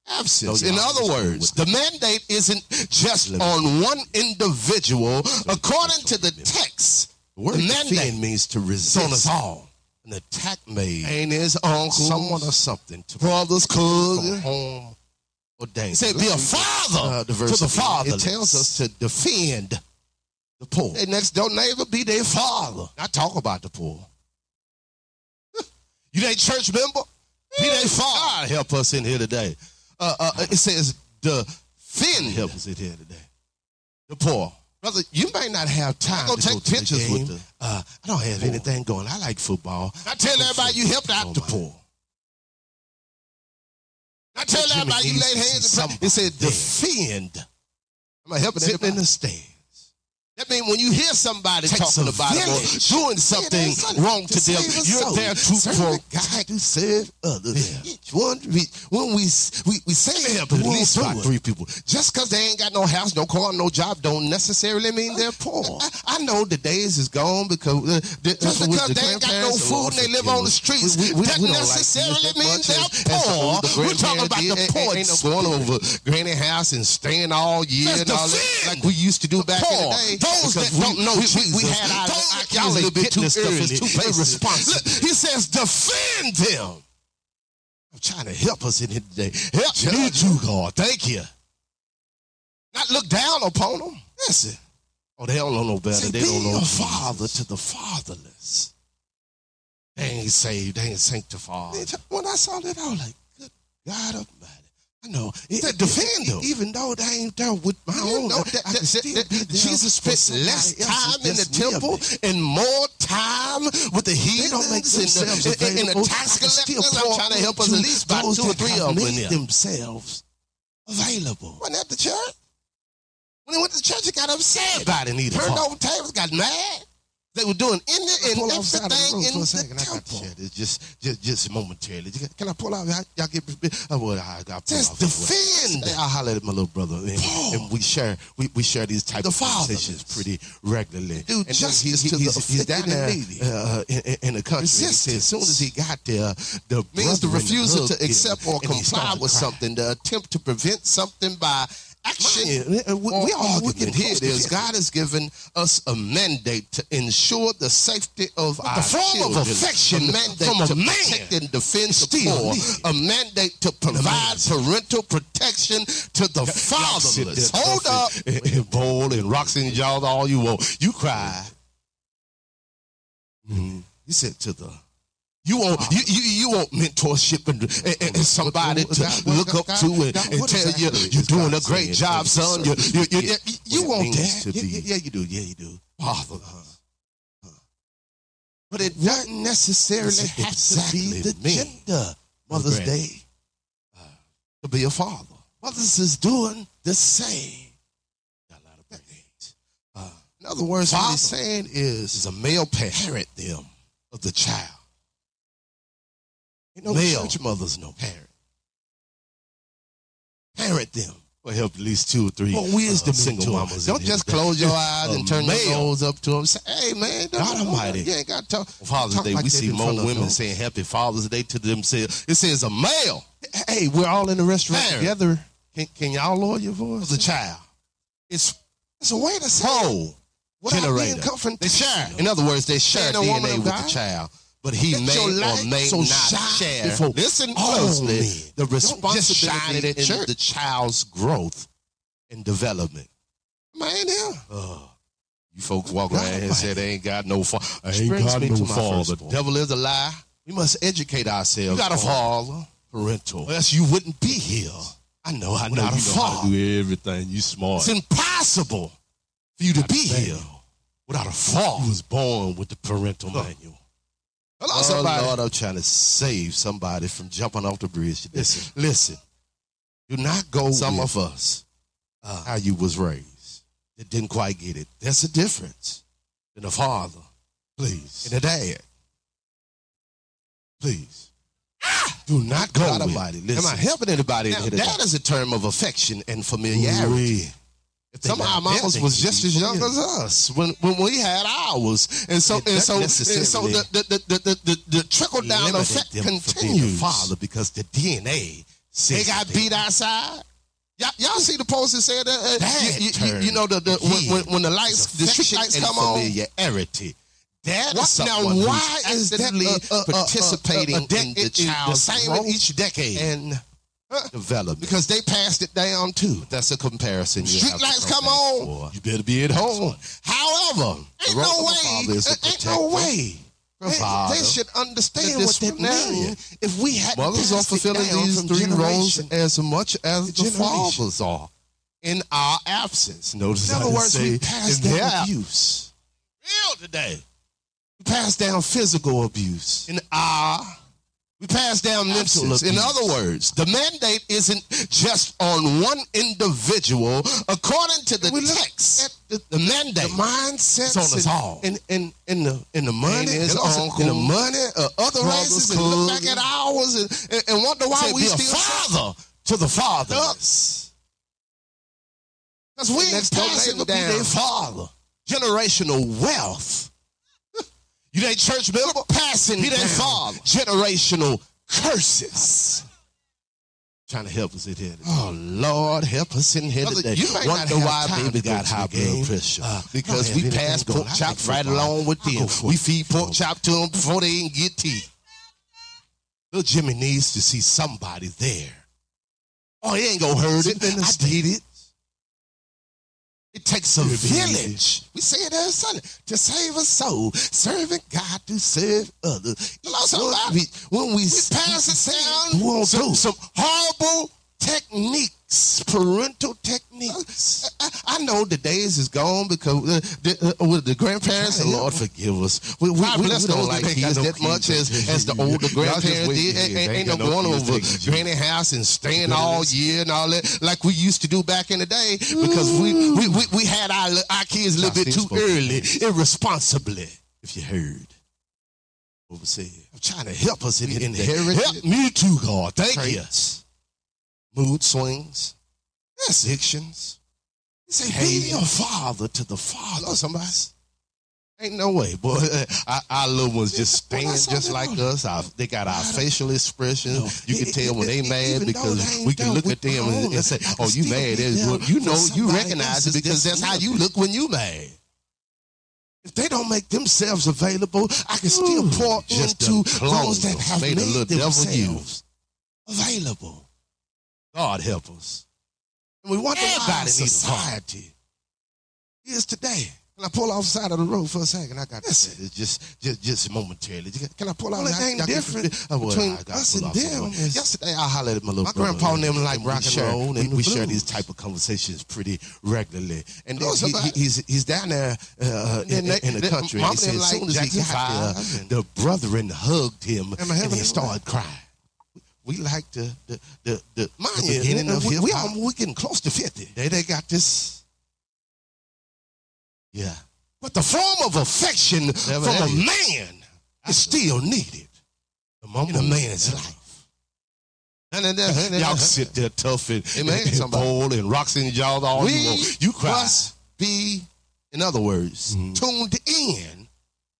Speaker 9: absence.
Speaker 3: No, y'all
Speaker 9: In other
Speaker 3: understand
Speaker 9: words, the
Speaker 3: what
Speaker 9: mandate isn't just
Speaker 3: Let me-
Speaker 9: on one individual. According to the text,
Speaker 3: The word
Speaker 9: the mandate
Speaker 3: defend means to
Speaker 9: is on us
Speaker 3: resist
Speaker 9: all.
Speaker 3: an attack made
Speaker 9: Ain't his uncle,
Speaker 3: someone or something to
Speaker 9: brothers,
Speaker 3: from
Speaker 9: cousins.
Speaker 3: harm or danger.
Speaker 9: He said, "Be a father
Speaker 3: Uh,
Speaker 9: to
Speaker 3: diversity.
Speaker 9: the father."
Speaker 3: It tells us to defend the poor.
Speaker 9: Their next door neighbor be their father.
Speaker 3: Not talk about the poor.
Speaker 9: You they church member? Be their father.
Speaker 3: God help us in here today.
Speaker 9: Uh, uh, it says defend
Speaker 3: Help us in here today.
Speaker 9: the poor. Brother, you may not have time
Speaker 3: go
Speaker 9: to
Speaker 3: take
Speaker 9: go to the
Speaker 3: pictures
Speaker 9: game.
Speaker 3: with the-
Speaker 9: uh, I don't have
Speaker 3: Poor.
Speaker 9: anything going. I like football. I
Speaker 3: I
Speaker 9: tell
Speaker 3: go
Speaker 9: everybody you helped out
Speaker 3: Oh,
Speaker 9: the
Speaker 3: my.
Speaker 9: poor. I tell
Speaker 3: Jimmy
Speaker 9: everybody you
Speaker 3: Hayes
Speaker 9: laid
Speaker 3: to see
Speaker 9: hands on.
Speaker 3: somebody
Speaker 9: It said
Speaker 3: there.
Speaker 9: defend. Am I helping
Speaker 3: Sitting
Speaker 9: everybody?
Speaker 3: in the stands.
Speaker 9: That means when you hear somebody
Speaker 3: Takes
Speaker 9: talking
Speaker 3: a
Speaker 9: about it or
Speaker 3: village.
Speaker 9: doing something
Speaker 3: It is
Speaker 9: wrong to,
Speaker 3: to
Speaker 9: them,
Speaker 3: save a
Speaker 9: you're
Speaker 3: soul.
Speaker 9: there to
Speaker 3: Serve
Speaker 9: protect, to serve others. Each one, we, when we we, we say
Speaker 3: help at least about three
Speaker 9: people, just because they ain't got no house, no car, no job, don't necessarily mean they're poor. I, Uh, I know the days is gone because uh, the,
Speaker 3: Just
Speaker 9: uh,
Speaker 3: because
Speaker 9: with the
Speaker 3: they ain't got no
Speaker 9: grandparents
Speaker 3: food and they live on the
Speaker 9: streets, that necessarily means they're poor. We're talking about the poor.
Speaker 3: Ain't no going over granny house and staying all year
Speaker 9: Just
Speaker 3: and all that,
Speaker 9: defend
Speaker 3: like we used to do back in
Speaker 9: poor.
Speaker 3: the day.
Speaker 9: Those
Speaker 3: because
Speaker 9: that don't know
Speaker 3: we,
Speaker 9: Jesus,
Speaker 3: we, we had our,
Speaker 9: those
Speaker 3: our
Speaker 9: that
Speaker 3: kids
Speaker 9: y'all
Speaker 3: a little bit too
Speaker 9: getting
Speaker 3: early.
Speaker 9: this stuff is too basic.
Speaker 3: irresponsible.
Speaker 9: Look, he says, defend them.
Speaker 3: I'm trying to help us in here today. Help need you, God. Thank you.
Speaker 9: Not look down upon them. Listen.
Speaker 3: Oh, they don't know no better.
Speaker 9: See,
Speaker 3: they
Speaker 9: be
Speaker 3: don't know
Speaker 9: a
Speaker 3: Jesus.
Speaker 9: father to the fatherless.
Speaker 3: They ain't saved. They ain't sanctified.
Speaker 9: When I saw that, I was like, good
Speaker 3: God Almighty. I know. It,
Speaker 9: To defend them.
Speaker 3: Even though they ain't there with my
Speaker 9: You
Speaker 3: own,
Speaker 9: know that,
Speaker 3: I can
Speaker 9: that-
Speaker 3: still
Speaker 9: that-
Speaker 3: be
Speaker 9: that
Speaker 3: there
Speaker 9: Jesus
Speaker 3: for
Speaker 9: spent
Speaker 3: somebody
Speaker 9: less
Speaker 3: else
Speaker 9: time in the
Speaker 3: that's near
Speaker 9: temple
Speaker 3: me.
Speaker 9: and more time with the
Speaker 3: don't make
Speaker 9: heathens and
Speaker 3: themselves
Speaker 9: the, and, and the
Speaker 3: available.
Speaker 9: tax
Speaker 3: I can still
Speaker 9: collectors. I'm
Speaker 3: pour
Speaker 9: trying to help us at
Speaker 3: to
Speaker 9: least by
Speaker 3: those
Speaker 9: two or
Speaker 3: that
Speaker 9: three
Speaker 3: have
Speaker 9: of them. in
Speaker 3: made
Speaker 9: there.
Speaker 3: themselves available.
Speaker 9: Wasn't that the church? When he went to church, he got upset.
Speaker 3: Everybody needs
Speaker 9: Turned over tables, got mad. They were doing in the,
Speaker 3: pull
Speaker 9: and
Speaker 3: outside of the
Speaker 9: everything
Speaker 3: room
Speaker 9: in
Speaker 3: for a
Speaker 9: the
Speaker 3: second. I got to
Speaker 9: temple.
Speaker 3: share this just, just, just momentarily. Can I pull out? Y'all, y'all get. Oh, well, I, I
Speaker 9: Just defend.
Speaker 3: I holler at my little brother, and,
Speaker 9: Paul.
Speaker 3: and we share we, we share these type
Speaker 9: The
Speaker 3: of conversations
Speaker 9: fatherless.
Speaker 3: pretty regularly.
Speaker 9: Do
Speaker 3: and then
Speaker 9: justice to the
Speaker 3: he's, he's down
Speaker 9: afflicted
Speaker 3: there
Speaker 9: and needy.
Speaker 3: uh, in, in- in the country. and he said as soon as he got there, the
Speaker 9: means the
Speaker 3: brethren
Speaker 9: refusal
Speaker 3: hugged
Speaker 9: to
Speaker 3: him,
Speaker 9: accept or
Speaker 3: and he
Speaker 9: comply
Speaker 3: started
Speaker 9: with
Speaker 3: crying.
Speaker 9: something, the attempt to prevent something by action.
Speaker 3: Mind you, we-
Speaker 9: or
Speaker 3: we all arguing,
Speaker 9: argument. Here it
Speaker 3: close
Speaker 9: is.
Speaker 3: together.
Speaker 9: God has given us a mandate to ensure the safety of our
Speaker 3: the form of
Speaker 9: children.
Speaker 3: affection
Speaker 9: a mandate
Speaker 3: from a
Speaker 9: to
Speaker 3: man
Speaker 9: protect and defend the
Speaker 3: still
Speaker 9: poor,
Speaker 3: needed.
Speaker 9: a mandate to provide
Speaker 3: man's-
Speaker 9: parental protection to the
Speaker 3: Y'all sit there
Speaker 9: fatherless. Hold
Speaker 3: puffing
Speaker 9: up.
Speaker 3: And, and bowl and rocks in y'all all you want. You cry. You said to the
Speaker 9: You want you, you you want mentorship and, and, and somebody
Speaker 3: What-
Speaker 9: to
Speaker 3: what- what-
Speaker 9: look up
Speaker 3: God-
Speaker 9: to and,
Speaker 3: God,
Speaker 9: and
Speaker 3: what
Speaker 9: tell
Speaker 3: exactly
Speaker 9: you
Speaker 3: is
Speaker 9: you're doing a
Speaker 3: God
Speaker 9: great
Speaker 3: saying
Speaker 9: job,
Speaker 3: to
Speaker 9: son. You
Speaker 3: serve
Speaker 9: you, you,
Speaker 3: and
Speaker 9: you,
Speaker 3: get
Speaker 9: you
Speaker 3: what it
Speaker 9: want
Speaker 3: means
Speaker 9: that?
Speaker 3: to
Speaker 9: Yeah,
Speaker 3: be
Speaker 9: yeah, yeah, you do. Yeah, you do. Uh-huh. Father,
Speaker 3: But it doesn't necessarily
Speaker 9: It's
Speaker 3: have
Speaker 9: exactly
Speaker 3: to be the
Speaker 9: me.
Speaker 3: gender. Mother's
Speaker 9: Grant.
Speaker 3: Day.
Speaker 9: uh, to be a father.
Speaker 3: Mothers is doing the same. Got a lot of brains.
Speaker 9: Uh, In other words, what he's
Speaker 3: Father.
Speaker 9: saying is, is a male parent them of the child.
Speaker 3: You know,
Speaker 9: Male.
Speaker 3: church mothers know
Speaker 9: Parent.
Speaker 3: parent them. Or help at least two or three
Speaker 9: Well, we is
Speaker 3: uh,
Speaker 9: the
Speaker 3: single
Speaker 9: mentor.
Speaker 3: mamas. in
Speaker 9: Don't
Speaker 3: here
Speaker 9: just
Speaker 3: today.
Speaker 9: close your eyes and
Speaker 3: A
Speaker 9: turn your
Speaker 3: male.
Speaker 9: nose up to them. Say, hey man, don't-
Speaker 3: God Almighty.
Speaker 9: You ain't got to talk.
Speaker 3: On Father's
Speaker 9: talk
Speaker 3: Day,
Speaker 9: like
Speaker 3: we
Speaker 9: that
Speaker 3: see
Speaker 9: in front
Speaker 3: more
Speaker 9: of
Speaker 3: women
Speaker 9: them.
Speaker 3: saying Happy Father's Day to themselves. It says a male.
Speaker 9: Hey, we're all in the restaurant
Speaker 3: Parent.
Speaker 9: together.
Speaker 3: Can, can y'all lower your voice?
Speaker 9: Of the child.
Speaker 3: It's
Speaker 9: It's a way to say
Speaker 3: pro
Speaker 9: what I'm being
Speaker 3: generator.
Speaker 9: confrontational.
Speaker 3: They share. In other words, they share
Speaker 9: Man and woman
Speaker 3: DNA
Speaker 9: of
Speaker 3: with
Speaker 9: God.
Speaker 3: the child, but he
Speaker 9: Let
Speaker 3: may
Speaker 9: your
Speaker 3: or
Speaker 9: light
Speaker 3: may
Speaker 9: so
Speaker 3: not
Speaker 9: shine
Speaker 3: share.
Speaker 9: before
Speaker 3: Listen
Speaker 9: all
Speaker 3: closely.
Speaker 9: men.
Speaker 3: The
Speaker 9: Don't just shine it
Speaker 3: responsibility
Speaker 9: at
Speaker 3: in
Speaker 9: church.
Speaker 3: the child's growth and development.
Speaker 9: man, yeah.
Speaker 3: Oh, you folks walk around here and
Speaker 9: Almighty.
Speaker 3: say they ain't got no father. I
Speaker 9: Which
Speaker 3: ain't
Speaker 9: brings
Speaker 3: got
Speaker 9: me
Speaker 3: no
Speaker 9: to my
Speaker 3: father.
Speaker 9: firstborn.
Speaker 3: Devil is a lie.
Speaker 9: We must educate
Speaker 3: You
Speaker 9: ourselves.
Speaker 3: got a
Speaker 9: on-
Speaker 3: father.
Speaker 9: parental.
Speaker 3: Or else you wouldn't be here.
Speaker 9: I know, I
Speaker 3: I know
Speaker 9: know,
Speaker 3: you
Speaker 9: a
Speaker 3: know how to
Speaker 9: father.
Speaker 3: do everything. You smart.
Speaker 9: It's impossible for you to be
Speaker 3: Thank
Speaker 9: here
Speaker 3: you.
Speaker 9: without a father.
Speaker 3: You was born with the parental manual.
Speaker 9: Hello,
Speaker 3: Oh,
Speaker 9: somebody.
Speaker 3: Lord, I'm trying to save somebody from jumping off the bridge today.
Speaker 9: Listen.
Speaker 3: listen. Do not go
Speaker 9: Some
Speaker 3: with
Speaker 9: of us uh,
Speaker 3: how you was raised.
Speaker 9: that didn't quite get it.
Speaker 3: There's a difference in a father
Speaker 9: Please.
Speaker 3: and a dad. Please. Do not go
Speaker 9: God
Speaker 3: with.
Speaker 9: Almighty, listen.
Speaker 3: Am I helping anybody
Speaker 9: Now,
Speaker 3: in here today?
Speaker 9: that is a term of affection and familiarity.
Speaker 3: Familiarity. If they
Speaker 9: Somehow,
Speaker 3: not there,
Speaker 9: mamas
Speaker 3: they
Speaker 9: was
Speaker 3: can
Speaker 9: just
Speaker 3: be
Speaker 9: as young
Speaker 3: familiar.
Speaker 9: as us when, when we had ours, and so
Speaker 3: It
Speaker 9: and so
Speaker 3: doesn't
Speaker 9: and so
Speaker 3: necessarily
Speaker 9: the the the, the, the, the trickle down
Speaker 3: Limited
Speaker 9: effect
Speaker 3: them from being
Speaker 9: continues.
Speaker 3: a father because the DNA
Speaker 9: They
Speaker 3: says
Speaker 9: got
Speaker 3: that
Speaker 9: beat outside. Y'all, y'all see the post that said that? Uh,
Speaker 3: That
Speaker 9: you, you- you,
Speaker 3: turned
Speaker 9: you know the, the
Speaker 3: again.
Speaker 9: when, when, when the
Speaker 3: It's
Speaker 9: lights the street
Speaker 3: affection
Speaker 9: lights
Speaker 3: and
Speaker 9: come on.
Speaker 3: familiarity. That
Speaker 9: What-
Speaker 3: is
Speaker 9: now,
Speaker 3: someone
Speaker 9: why
Speaker 3: who's
Speaker 9: is that uh,
Speaker 3: actively
Speaker 9: a- a- a- a- a-
Speaker 3: participating
Speaker 9: a dec-
Speaker 3: in
Speaker 9: it
Speaker 3: the
Speaker 9: is the
Speaker 3: child's
Speaker 9: same in
Speaker 3: growth
Speaker 9: each
Speaker 3: decade and development?
Speaker 9: Because they passed it down too.
Speaker 3: that's a comparison. you
Speaker 9: Street
Speaker 3: have to
Speaker 9: lights
Speaker 3: come
Speaker 9: come
Speaker 3: back
Speaker 9: on.
Speaker 3: for. You better be at home.
Speaker 9: However,
Speaker 3: The
Speaker 9: ain't
Speaker 3: role
Speaker 9: no
Speaker 3: of a father
Speaker 9: way,
Speaker 3: is to
Speaker 9: ain't no
Speaker 3: protect,
Speaker 9: way. They,
Speaker 3: provide,
Speaker 9: they should understand
Speaker 3: and
Speaker 9: what that
Speaker 3: disciplinary.
Speaker 9: means. If we had
Speaker 3: Mothers are fulfilling these three roles as much as
Speaker 9: to
Speaker 3: the
Speaker 9: generation.
Speaker 3: fathers are in our absence. Notice
Speaker 9: In
Speaker 3: I
Speaker 9: other
Speaker 3: didn't
Speaker 9: words,
Speaker 3: say
Speaker 9: we passed
Speaker 3: in
Speaker 9: down
Speaker 3: their absence.
Speaker 9: abuse. Real today.
Speaker 3: We pass down physical abuse.
Speaker 9: In our we pass down mental
Speaker 3: Absolute
Speaker 9: abuse. In
Speaker 3: abuse.
Speaker 9: other words, the mandate isn't just on one individual. According to the
Speaker 3: We look
Speaker 9: text,
Speaker 3: at
Speaker 9: the, mandate
Speaker 3: The mindset
Speaker 9: It's on us all.
Speaker 3: And and and the and the money
Speaker 9: money,
Speaker 3: and
Speaker 9: and
Speaker 3: the,
Speaker 9: the money, uh, other
Speaker 3: brothers,
Speaker 9: races, and look back
Speaker 3: cousins.
Speaker 9: at ours and, and, and wonder why
Speaker 3: Said
Speaker 9: we
Speaker 3: be a
Speaker 9: still
Speaker 3: father
Speaker 9: to the father.
Speaker 3: fatherless.
Speaker 9: Because we ain't
Speaker 3: Next door
Speaker 9: passing
Speaker 3: neighbor
Speaker 9: to be
Speaker 3: down.
Speaker 9: their father. Generational wealth. you ain't church member passing
Speaker 3: Be their
Speaker 9: down
Speaker 3: father.
Speaker 9: Generational curses.
Speaker 3: Trying to help us in here. today.
Speaker 9: Oh Lord, help us in here
Speaker 3: Brother,
Speaker 9: today.
Speaker 3: you might not
Speaker 9: Wonder
Speaker 3: have
Speaker 9: why
Speaker 3: time
Speaker 9: baby
Speaker 3: to go
Speaker 9: got
Speaker 3: to the
Speaker 9: high
Speaker 3: game.
Speaker 9: blood pressure
Speaker 3: Uh, I
Speaker 9: because
Speaker 3: don't
Speaker 9: we
Speaker 3: have
Speaker 9: pass
Speaker 3: anything to
Speaker 9: pork
Speaker 3: go. I
Speaker 9: chop
Speaker 3: like
Speaker 9: right
Speaker 3: football.
Speaker 9: along with
Speaker 3: I go
Speaker 9: them.
Speaker 3: for
Speaker 9: We
Speaker 3: it.
Speaker 9: feed pork chop to them before they even get teeth.
Speaker 3: Little Jimmy needs to see somebody there.
Speaker 9: Oh, it ain't gonna hurt it.
Speaker 3: Something to
Speaker 9: I
Speaker 3: state
Speaker 9: did it. It takes a
Speaker 3: It'll be
Speaker 9: village. We say it every Sunday to save a soul, serving God to serve others. Each
Speaker 3: talking about?
Speaker 9: We, when we,
Speaker 3: We pass it down.
Speaker 9: We won't
Speaker 3: some,
Speaker 9: do.
Speaker 3: some horrible techniques, parental techniques.
Speaker 9: I, I know the days is gone because uh, the, uh, with the grandparents, the Lord forgive us. We, we,
Speaker 3: God
Speaker 9: we,
Speaker 3: bless
Speaker 9: we don't
Speaker 3: those
Speaker 9: like
Speaker 3: that got
Speaker 9: kids
Speaker 3: no
Speaker 9: that
Speaker 3: kids
Speaker 9: much
Speaker 3: that-
Speaker 9: as, as the
Speaker 3: Y'all
Speaker 9: older
Speaker 3: just
Speaker 9: grandparents
Speaker 3: wait
Speaker 9: did.
Speaker 3: till
Speaker 9: Ain't,
Speaker 3: you-
Speaker 9: ain't,
Speaker 3: they ain't
Speaker 9: no
Speaker 3: got no
Speaker 9: going
Speaker 3: kids
Speaker 9: over
Speaker 3: taking you.
Speaker 9: granny house and staying
Speaker 3: Goodness.
Speaker 9: all year and all that like we used to do back in the day because we we, we, we had our our kids a
Speaker 3: Now,
Speaker 9: little bit
Speaker 3: Steve
Speaker 9: too
Speaker 3: spoke to
Speaker 9: early, irresponsibly. If you heard what was said, I'm trying to help us in
Speaker 3: We
Speaker 9: in-
Speaker 3: inherited
Speaker 9: Help me too, God. Thank you.
Speaker 3: Traits. Mood swings. Addictions.
Speaker 9: Say,
Speaker 3: Hey.
Speaker 9: be your father to the father.
Speaker 3: Hello, somebody.
Speaker 9: Ain't no way, boy. Our, our little ones just
Speaker 3: Well,
Speaker 9: stand
Speaker 3: that's
Speaker 9: just like
Speaker 3: something
Speaker 9: us. Our, they got our facial expressions.
Speaker 3: uh, No.
Speaker 9: You can
Speaker 3: E-
Speaker 9: tell when
Speaker 3: e-
Speaker 9: they
Speaker 3: e-
Speaker 9: mad
Speaker 3: even though they
Speaker 9: because
Speaker 3: ain't
Speaker 9: we can
Speaker 3: done
Speaker 9: look
Speaker 3: with
Speaker 9: at them
Speaker 3: my
Speaker 9: and,
Speaker 3: own,
Speaker 9: and say,
Speaker 3: I can
Speaker 9: "Oh, you
Speaker 3: still
Speaker 9: mad?"
Speaker 3: be
Speaker 9: As
Speaker 3: down
Speaker 9: well, you
Speaker 3: for
Speaker 9: know, you
Speaker 3: somebody
Speaker 9: recognize
Speaker 3: else's
Speaker 9: it because that's how you look when you mad.
Speaker 3: If they don't make themselves available, I can still
Speaker 9: Ooh,
Speaker 3: pour
Speaker 9: just
Speaker 3: into
Speaker 9: the
Speaker 3: those
Speaker 9: clones
Speaker 3: that have made,
Speaker 9: made a little devil
Speaker 3: themselves
Speaker 9: used.
Speaker 3: available.
Speaker 9: God help us.
Speaker 3: And we wonder why our
Speaker 9: Everybody needs a father.
Speaker 3: society is today. Can I pull off the side of the road for a second? I got
Speaker 9: That's
Speaker 3: this.
Speaker 9: it. It's just, just, just momentarily.
Speaker 3: Can I pull off?
Speaker 9: Well, it
Speaker 3: I-
Speaker 9: ain't
Speaker 3: I can-
Speaker 9: different
Speaker 3: I- Oh, well,
Speaker 9: between
Speaker 3: I got
Speaker 9: us
Speaker 3: pulled
Speaker 9: and
Speaker 3: off the
Speaker 9: them.
Speaker 3: road.
Speaker 9: It's-
Speaker 3: Yesterday, I hollered at my little
Speaker 9: My
Speaker 3: brother.
Speaker 9: grandpa and them like
Speaker 3: We
Speaker 9: rock and
Speaker 3: share-
Speaker 9: roll,
Speaker 3: We,
Speaker 9: and
Speaker 3: we share
Speaker 9: blues.
Speaker 3: these type of conversations pretty regularly. And then
Speaker 9: Oh,
Speaker 3: he-
Speaker 9: somebody-
Speaker 3: he, he's he's down there uh, in,
Speaker 9: And they-
Speaker 3: in the
Speaker 9: they-
Speaker 3: country.
Speaker 9: mama
Speaker 3: He said,
Speaker 9: didn't
Speaker 3: as
Speaker 9: like
Speaker 3: soon as he
Speaker 9: Jackson
Speaker 3: got
Speaker 9: Five and-
Speaker 3: there, the brethren hugged him
Speaker 9: Am I
Speaker 3: and
Speaker 9: having
Speaker 3: he
Speaker 9: it?
Speaker 3: started crying. We like the the the, the,
Speaker 9: Mind
Speaker 3: the
Speaker 9: you,
Speaker 3: beginning of
Speaker 9: we-
Speaker 3: hip
Speaker 9: we
Speaker 3: hop.
Speaker 9: almo- we getting close to 50.
Speaker 3: They they got this.
Speaker 9: Yeah.
Speaker 3: But the form of affection
Speaker 9: Never
Speaker 3: from a
Speaker 9: had it.
Speaker 3: man is still needed in a man's life.
Speaker 9: Y'all sit there tough and,
Speaker 3: Hey,
Speaker 9: and,
Speaker 3: man,
Speaker 9: and
Speaker 3: somebody-
Speaker 9: bold and rocks in y'all all
Speaker 3: we
Speaker 9: you want. You cry.
Speaker 3: must be, in other words,
Speaker 9: Mhm.
Speaker 3: tuned in.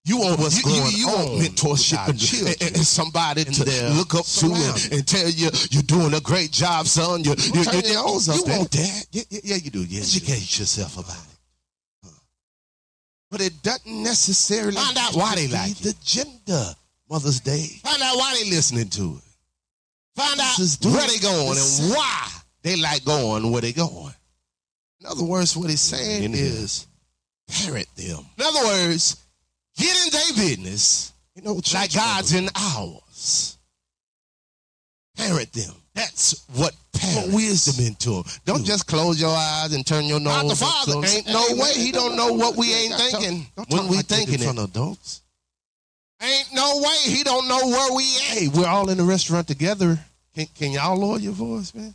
Speaker 9: You want
Speaker 3: what's
Speaker 9: you, you,
Speaker 3: going
Speaker 9: you
Speaker 3: on
Speaker 9: want
Speaker 3: with
Speaker 9: mentorship
Speaker 3: our
Speaker 9: and,
Speaker 3: children
Speaker 9: and, and somebody to
Speaker 3: their
Speaker 9: look up to
Speaker 3: surroundings.
Speaker 9: and, and tell you you're doing a great job, son. You, you,
Speaker 3: turn
Speaker 9: you,
Speaker 3: your nose
Speaker 9: you
Speaker 3: up at
Speaker 9: want that? Yeah, yeah, yeah, you do. Yeah,
Speaker 3: Educate
Speaker 9: yourself about it.
Speaker 3: But it doesn't necessarily
Speaker 9: Find out why they
Speaker 3: be
Speaker 9: like it.
Speaker 3: the gender. Mother's Day.
Speaker 9: Find out why they listening to it. Find out
Speaker 3: Just do
Speaker 9: where
Speaker 3: it.
Speaker 9: they going
Speaker 3: Just
Speaker 9: and why they like going where they going.
Speaker 3: In other words, what he's saying
Speaker 9: In here.
Speaker 3: is parent them.
Speaker 9: In other words, get in their business
Speaker 3: You know,
Speaker 9: like
Speaker 3: church
Speaker 9: God's
Speaker 3: mothers,
Speaker 9: in ours.
Speaker 3: parent them.
Speaker 9: That's what
Speaker 3: Parents.
Speaker 9: parent wisdom into 'em. Don't
Speaker 3: Do.
Speaker 9: just close your eyes and turn your nose.
Speaker 3: Not the
Speaker 9: up
Speaker 3: father.
Speaker 9: to 'em. Ain't no way he don't know what we ain't thinking when we thinking it.
Speaker 3: adults.
Speaker 9: Ain't no way he don't know where we at.
Speaker 3: Hey, we're all in the restaurant together. Can, can y'all lower your voice, man?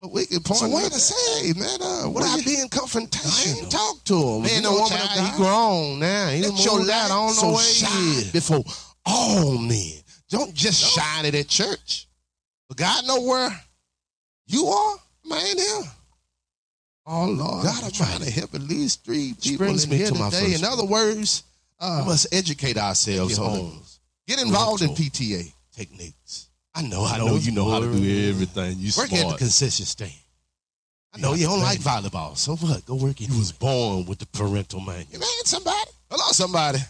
Speaker 9: But we can point.
Speaker 3: So wait
Speaker 9: out-
Speaker 3: a second,
Speaker 9: hey man, uh, what
Speaker 3: Well,
Speaker 9: I
Speaker 3: you-
Speaker 9: being
Speaker 3: I
Speaker 9: confrontational?
Speaker 3: ain't talk to him.
Speaker 9: Man,
Speaker 3: You
Speaker 9: no
Speaker 3: know,
Speaker 9: woman,
Speaker 3: child,
Speaker 9: he
Speaker 3: you
Speaker 9: grown now. He
Speaker 3: Let
Speaker 9: done
Speaker 3: your
Speaker 9: moved
Speaker 3: light
Speaker 9: out. I don't
Speaker 3: so
Speaker 9: know where he
Speaker 3: shine
Speaker 9: is.
Speaker 3: before
Speaker 9: all men. Don't just
Speaker 3: No.
Speaker 9: shine it at church. But God know where you are. Man, here.
Speaker 3: Oh Lord,
Speaker 9: God, I'm trying to help at least three people
Speaker 3: brings
Speaker 9: in
Speaker 3: me
Speaker 9: here
Speaker 3: to my
Speaker 9: today.
Speaker 3: first
Speaker 9: In other words, we must educate ourselves
Speaker 3: Thank you,
Speaker 9: on
Speaker 3: Holy
Speaker 9: get involved in
Speaker 3: Mental.
Speaker 9: PTA techniques. I know,
Speaker 3: I know you know how to do
Speaker 9: everything. You work at the
Speaker 3: smart.
Speaker 9: concession stand. I
Speaker 3: You
Speaker 9: know you don't like
Speaker 3: outstanding.
Speaker 9: volleyball, so what? Go work. It.
Speaker 3: You was
Speaker 9: born with the parental manual.
Speaker 3: man, somebody.
Speaker 9: Hello, somebody.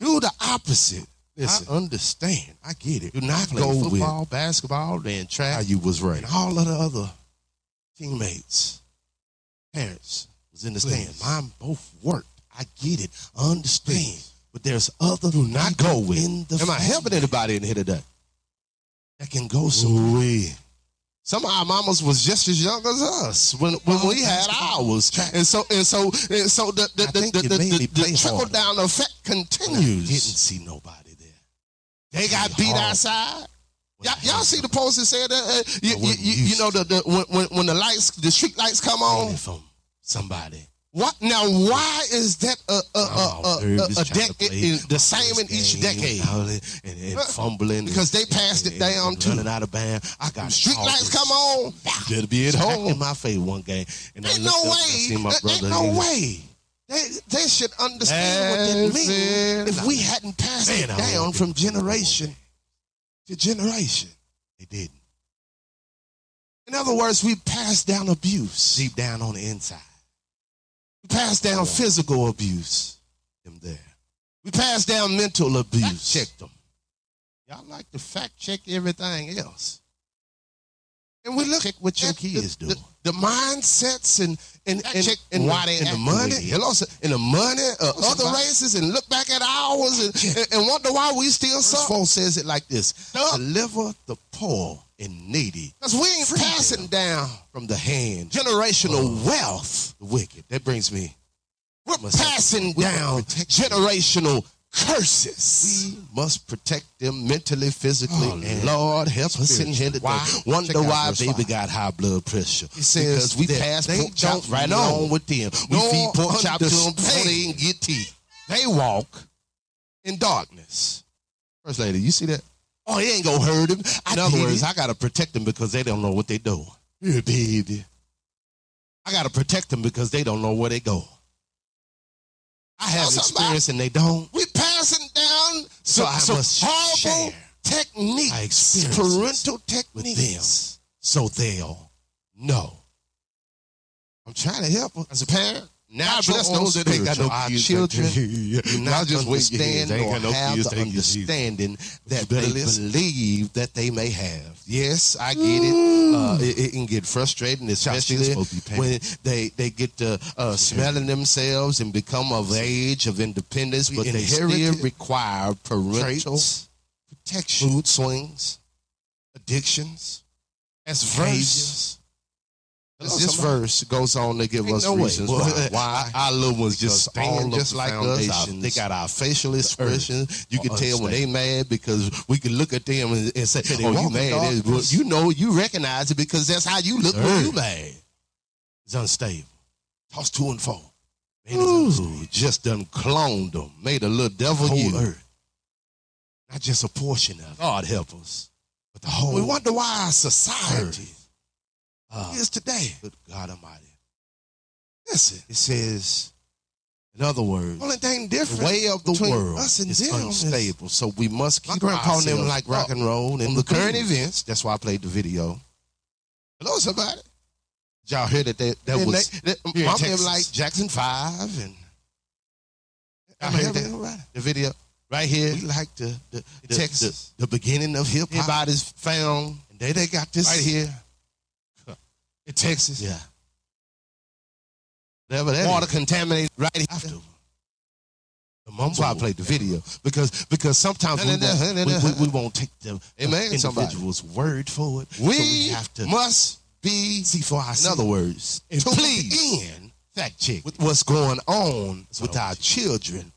Speaker 9: Do the opposite.
Speaker 3: Listen.
Speaker 9: I understand. I get it.
Speaker 3: Do not
Speaker 9: Play
Speaker 3: go with
Speaker 9: football, basketball, and track.
Speaker 3: how you was
Speaker 9: and
Speaker 3: raised.
Speaker 9: all of the other teammates, parents was in the stand.
Speaker 3: Please.
Speaker 9: Mine both worked. I get it. I understand. But there's other who not go with.
Speaker 3: in the
Speaker 9: Am I helping
Speaker 3: family.
Speaker 9: anybody in here today?
Speaker 3: That can go somewhere.
Speaker 9: Ooh-wee. Some of our mamas was just as young as us when, when we had ours, and so and so and so the the,
Speaker 3: I
Speaker 9: the,
Speaker 3: think
Speaker 9: the,
Speaker 3: you
Speaker 9: the,
Speaker 3: made me
Speaker 9: the,
Speaker 3: play
Speaker 9: the trickle
Speaker 3: harder.
Speaker 9: down effect
Speaker 3: I didn't
Speaker 9: continues.
Speaker 3: see nobody there.
Speaker 9: They got
Speaker 3: play
Speaker 9: beat
Speaker 3: hard.
Speaker 9: outside. Y'all, y'all
Speaker 3: happened?
Speaker 9: see the post that said that uh, you,
Speaker 3: I
Speaker 9: you,
Speaker 3: wasn't
Speaker 9: you, you
Speaker 3: used
Speaker 9: know the, the when, when when the lights the street lights come on
Speaker 3: Only from somebody.
Speaker 9: What now? Why is that a a a,
Speaker 3: Oh,
Speaker 9: a, a,
Speaker 3: Herb is
Speaker 9: a
Speaker 3: trying to
Speaker 9: dec-
Speaker 3: play
Speaker 9: in- the
Speaker 3: all
Speaker 9: same
Speaker 3: this
Speaker 9: in each
Speaker 3: game
Speaker 9: decade?
Speaker 3: and all that, and, and
Speaker 9: Huh?
Speaker 3: fumbling
Speaker 9: Because they
Speaker 3: and-
Speaker 9: passed it
Speaker 3: and-
Speaker 9: down
Speaker 3: and
Speaker 9: too.
Speaker 3: running out of bounds. I got
Speaker 9: Street
Speaker 3: called
Speaker 9: lights
Speaker 3: a
Speaker 9: come on.
Speaker 3: You better be at
Speaker 9: Smack
Speaker 3: home.
Speaker 9: in
Speaker 3: my face one game. And
Speaker 9: Ain't no way. Ain't no way. They they should understand
Speaker 3: That's
Speaker 9: what that means.
Speaker 3: it.
Speaker 9: If we hadn't passed
Speaker 3: Man,
Speaker 9: it
Speaker 3: I want
Speaker 9: down
Speaker 3: to
Speaker 9: from
Speaker 3: do it.
Speaker 9: generation to generation,
Speaker 3: They didn't.
Speaker 9: in other words, we passed down abuse.
Speaker 3: Deep down on the inside.
Speaker 9: We passed down
Speaker 3: Yeah.
Speaker 9: physical abuse.
Speaker 3: Them there.
Speaker 9: We passed down mental abuse.
Speaker 3: checked them.
Speaker 9: Y'all like to fact check everything else.
Speaker 3: And we look at what your
Speaker 9: That-
Speaker 3: kids
Speaker 9: the,
Speaker 3: do.
Speaker 9: The, the mindsets and in, in, in, in, why they in the money, hello, sir, in the money of other races, and look back at ours and, and, and wonder why we still Verse suffer. Four says it like this:
Speaker 3: Duh.
Speaker 9: Deliver the poor and needy.
Speaker 3: Because we ain't
Speaker 9: Freedom.
Speaker 3: passing down
Speaker 9: from the hand
Speaker 3: generational wealth.
Speaker 9: the wicked. That brings me.
Speaker 3: We're
Speaker 9: Must have-
Speaker 3: passing
Speaker 9: we gotta
Speaker 3: down
Speaker 9: protect them.
Speaker 3: generational curses.
Speaker 9: We must protect them mentally, physically,
Speaker 3: Oh,
Speaker 9: and Lord help us in here today.
Speaker 3: Why?
Speaker 9: Wonder
Speaker 3: Check out
Speaker 9: why
Speaker 3: verse
Speaker 9: baby
Speaker 3: five.
Speaker 9: got high blood pressure.
Speaker 3: It says
Speaker 9: because we
Speaker 3: that
Speaker 9: pass
Speaker 3: they
Speaker 9: pork chop
Speaker 3: don't
Speaker 9: right
Speaker 3: know
Speaker 9: along with them. We
Speaker 3: nor
Speaker 9: feed pork chop to them before
Speaker 3: understand.
Speaker 9: they even get teeth.
Speaker 3: They walk in darkness.
Speaker 9: First lady, you see that?
Speaker 3: Oh, it ain't gonna hurt him. I
Speaker 9: in other
Speaker 3: did
Speaker 9: words,
Speaker 3: it.
Speaker 9: I gotta protect them because they don't know what they doing. Yeah, baby. I gotta protect them because they don't know where they go. I have
Speaker 3: somebody-
Speaker 9: experience and they don't.
Speaker 3: we passing down
Speaker 9: So
Speaker 3: some,
Speaker 9: I
Speaker 3: some
Speaker 9: must
Speaker 3: horrible
Speaker 9: share my
Speaker 3: techniques,
Speaker 9: experiences
Speaker 3: parental
Speaker 9: with
Speaker 3: techniques.
Speaker 9: them so they'll know. I'm trying to help them.
Speaker 3: As a parent,
Speaker 9: Now bless those that ain't got Ah, no our children. do not just understand or have the understanding that
Speaker 3: better
Speaker 9: they
Speaker 3: listen.
Speaker 9: believe that they may have.
Speaker 3: Yes, I
Speaker 9: I
Speaker 3: get
Speaker 9: get
Speaker 3: it.
Speaker 9: it. Uh, it, it can get frustrating, especially
Speaker 3: supposed to be paying.
Speaker 9: when they, they get to uh, smelling themselves and become of age of independence,
Speaker 3: We
Speaker 9: but they still
Speaker 3: inherited
Speaker 9: require parental
Speaker 3: Traits,
Speaker 9: protection, food swings, addictions,
Speaker 3: That's verse.
Speaker 9: verses. This verse goes on to give
Speaker 3: Ain't
Speaker 9: us
Speaker 3: no way.
Speaker 9: reasons
Speaker 3: Well,
Speaker 9: why,
Speaker 3: why?
Speaker 9: our little ones just
Speaker 3: Because all
Speaker 9: stand
Speaker 3: of
Speaker 9: just
Speaker 3: the
Speaker 9: like us. Our-
Speaker 3: foundations,
Speaker 9: They got our facial
Speaker 3: earth
Speaker 9: expressions. You can
Speaker 3: are
Speaker 9: tell when they mad because we can look at them and, and say,
Speaker 3: they
Speaker 9: "Oh,
Speaker 3: walk
Speaker 9: you
Speaker 3: in
Speaker 9: mad?" It- well,
Speaker 3: darkness.
Speaker 9: you know, you recognize it because that's how you look when you
Speaker 3: Earth.
Speaker 9: mad. It's unstable.
Speaker 3: Toss to and fro.
Speaker 9: Man, it's unstable. just done cloned them. Made a little devil
Speaker 3: Whole
Speaker 9: you.
Speaker 3: earth. Not just a portion of it.
Speaker 9: God help us. But the whole
Speaker 3: We wonder why our society
Speaker 9: earth. Uh,
Speaker 3: is today.
Speaker 9: Good God Almighty.
Speaker 3: Listen,
Speaker 9: It says, in other words,
Speaker 3: only thing different.
Speaker 9: the way of the
Speaker 3: between
Speaker 9: world
Speaker 3: us and
Speaker 9: is
Speaker 3: them is-
Speaker 9: unstable. So we must
Speaker 3: My
Speaker 9: keep
Speaker 3: grandpa
Speaker 9: ourselves
Speaker 3: named like rock
Speaker 9: up
Speaker 3: and roll
Speaker 9: from
Speaker 3: and
Speaker 9: the current
Speaker 3: blues.
Speaker 9: events. That's why I played the video.
Speaker 3: Hello, somebody.
Speaker 9: Did y'all hear that? That, that
Speaker 3: And
Speaker 9: was
Speaker 3: they- they-
Speaker 9: here
Speaker 3: my
Speaker 9: in
Speaker 3: man
Speaker 9: Texas.
Speaker 3: like Jackson Five and
Speaker 9: I
Speaker 3: I'm
Speaker 9: heard
Speaker 3: helping
Speaker 9: that.
Speaker 3: nobody.
Speaker 9: the video right here.
Speaker 3: We like the, the,
Speaker 9: the,
Speaker 3: the Texas.
Speaker 9: the, the beginning of hip hop.
Speaker 3: Everybody's
Speaker 9: found
Speaker 3: and they they got this
Speaker 9: right here.
Speaker 3: in Texas.
Speaker 9: Yeah. Whatever that
Speaker 3: Water
Speaker 9: is.
Speaker 3: contaminated right
Speaker 9: after.
Speaker 3: after.
Speaker 9: The mumble. That's why I played the video because because sometimes we, won't, we, we- we won't take the
Speaker 3: Amen, somebody.
Speaker 9: individual's word for it.
Speaker 3: We,
Speaker 9: so we have to
Speaker 3: must be
Speaker 9: see for ourselves.
Speaker 3: In other
Speaker 9: words,
Speaker 3: and
Speaker 9: please
Speaker 3: in
Speaker 9: fact check
Speaker 3: with what's going on
Speaker 9: That's what
Speaker 3: with
Speaker 9: I
Speaker 3: our
Speaker 9: want
Speaker 3: children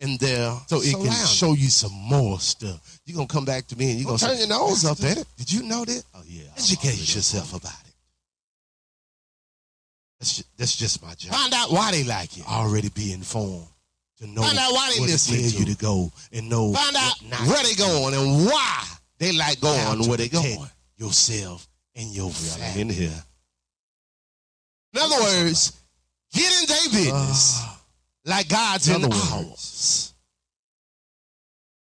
Speaker 3: and their
Speaker 9: so it can
Speaker 3: surroundings.
Speaker 9: show you some more stuff. You're gonna come back to me and you're
Speaker 3: Don't
Speaker 9: gonna say,
Speaker 3: turn your nose up at it.
Speaker 9: Did you know that? Oh yeah.
Speaker 3: Educate
Speaker 9: Educate yourself about it. That's just, that's just my job.
Speaker 3: Find out why they like it.
Speaker 9: Already be informed to know
Speaker 3: Find out why they
Speaker 9: what to
Speaker 3: listening
Speaker 9: tell
Speaker 3: to.
Speaker 9: you to go and know
Speaker 3: Find out
Speaker 9: what not
Speaker 3: where
Speaker 9: to
Speaker 3: they
Speaker 9: do.
Speaker 3: going and why they like
Speaker 9: How
Speaker 3: going
Speaker 9: to
Speaker 3: where they
Speaker 9: protect
Speaker 3: going.
Speaker 9: yourself and your family. in here.
Speaker 3: In other words, get in their business
Speaker 9: Ah.
Speaker 3: like God's in
Speaker 9: In other
Speaker 3: ours.
Speaker 9: words,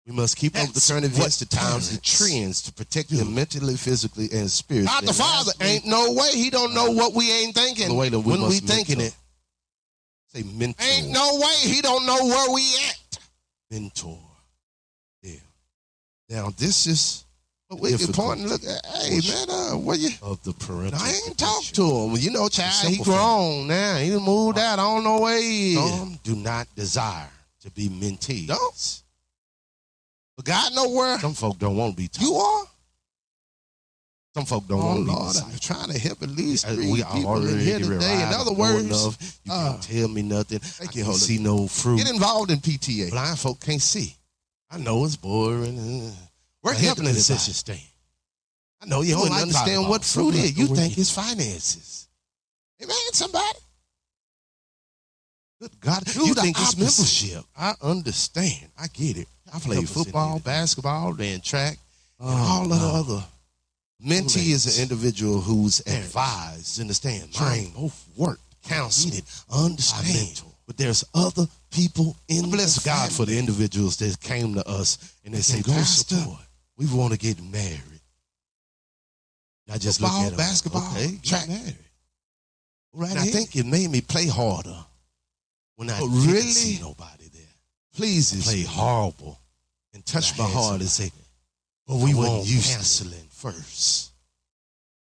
Speaker 9: we must keep up with the
Speaker 3: That's
Speaker 9: current events, the
Speaker 3: what
Speaker 9: times, the
Speaker 3: parents
Speaker 9: trends to protect them mentally, physically, and spiritually.
Speaker 3: God the
Speaker 9: And
Speaker 3: Father
Speaker 9: lastly,
Speaker 3: ain't no way. He don't know what we ain't thinking
Speaker 9: the way that we
Speaker 3: when we
Speaker 9: must
Speaker 3: thinking
Speaker 9: mentor.
Speaker 3: it.
Speaker 9: Say mentor.
Speaker 3: Ain't no way. He don't know where we at.
Speaker 9: mentor. Yeah. Now this is
Speaker 3: But we can point and look at, hey, man, uh, what you?
Speaker 9: of the
Speaker 3: No,
Speaker 9: parental.
Speaker 3: I ain't talk to him. You know, child, he
Speaker 9: simple thing.
Speaker 3: grown now. He done moved out. I don't know where he is.
Speaker 9: Some do not desire to be mentees.
Speaker 3: Don't. But God know where
Speaker 9: Some folk don't want to be taught.
Speaker 3: you are.
Speaker 9: Some folk
Speaker 3: Oh,
Speaker 9: don't want to be
Speaker 3: Lord, I'm
Speaker 9: discipled.
Speaker 3: trying to help at least
Speaker 9: Uh,
Speaker 3: three
Speaker 9: we are
Speaker 3: people in
Speaker 9: already
Speaker 3: here today. In
Speaker 9: derived.
Speaker 3: other
Speaker 9: I know
Speaker 3: words,
Speaker 9: enough. you
Speaker 3: uh,
Speaker 9: can't tell me nothing. I
Speaker 3: you,
Speaker 9: can't
Speaker 3: Holy
Speaker 9: see no fruit.
Speaker 3: get involved in PTA.
Speaker 9: Blind folk can't see. I know it's boring.
Speaker 3: We're
Speaker 9: We're
Speaker 3: helping
Speaker 9: helping
Speaker 3: everybody.
Speaker 9: decision stand. I know you
Speaker 3: You
Speaker 9: don't
Speaker 3: wouldn't
Speaker 9: understand what fruit is. You think it's finances.
Speaker 3: Hey, man, somebody.
Speaker 9: Good God,
Speaker 3: Do
Speaker 9: you
Speaker 3: the
Speaker 9: think it's
Speaker 3: opposite.
Speaker 9: membership. I understand. I get it. I
Speaker 3: Help
Speaker 9: played
Speaker 3: us in
Speaker 9: football,
Speaker 3: here.
Speaker 9: basketball, then track, and
Speaker 3: Oh,
Speaker 9: all of
Speaker 3: no.
Speaker 9: the other. Uh, Mentee is an individual who's
Speaker 3: Parents.
Speaker 9: advised, understand,
Speaker 3: Trained.
Speaker 9: trained, both worked, counseled,
Speaker 3: Needed. By
Speaker 9: understand.
Speaker 3: mentor.
Speaker 9: But there's other people in
Speaker 3: Bless
Speaker 9: the God
Speaker 3: family.
Speaker 9: for the individuals that came to us and they say,
Speaker 3: can go
Speaker 9: Pastor,
Speaker 3: support.
Speaker 9: we want to get married. And I just
Speaker 3: Football,
Speaker 9: look at 'em,
Speaker 3: basketball,
Speaker 9: okay, get
Speaker 3: track.
Speaker 9: married.
Speaker 3: Right
Speaker 9: And I
Speaker 3: here.
Speaker 9: think it made me play harder when I
Speaker 3: Oh,
Speaker 9: didn't
Speaker 3: really?
Speaker 9: see nobody there.
Speaker 3: pleases
Speaker 9: Play
Speaker 3: me.
Speaker 9: horrible and touch
Speaker 3: But I
Speaker 9: my
Speaker 3: had
Speaker 9: heart and say,
Speaker 3: somebody.
Speaker 9: "But we
Speaker 3: I wasn't
Speaker 9: want
Speaker 3: used to it.
Speaker 9: canceling first,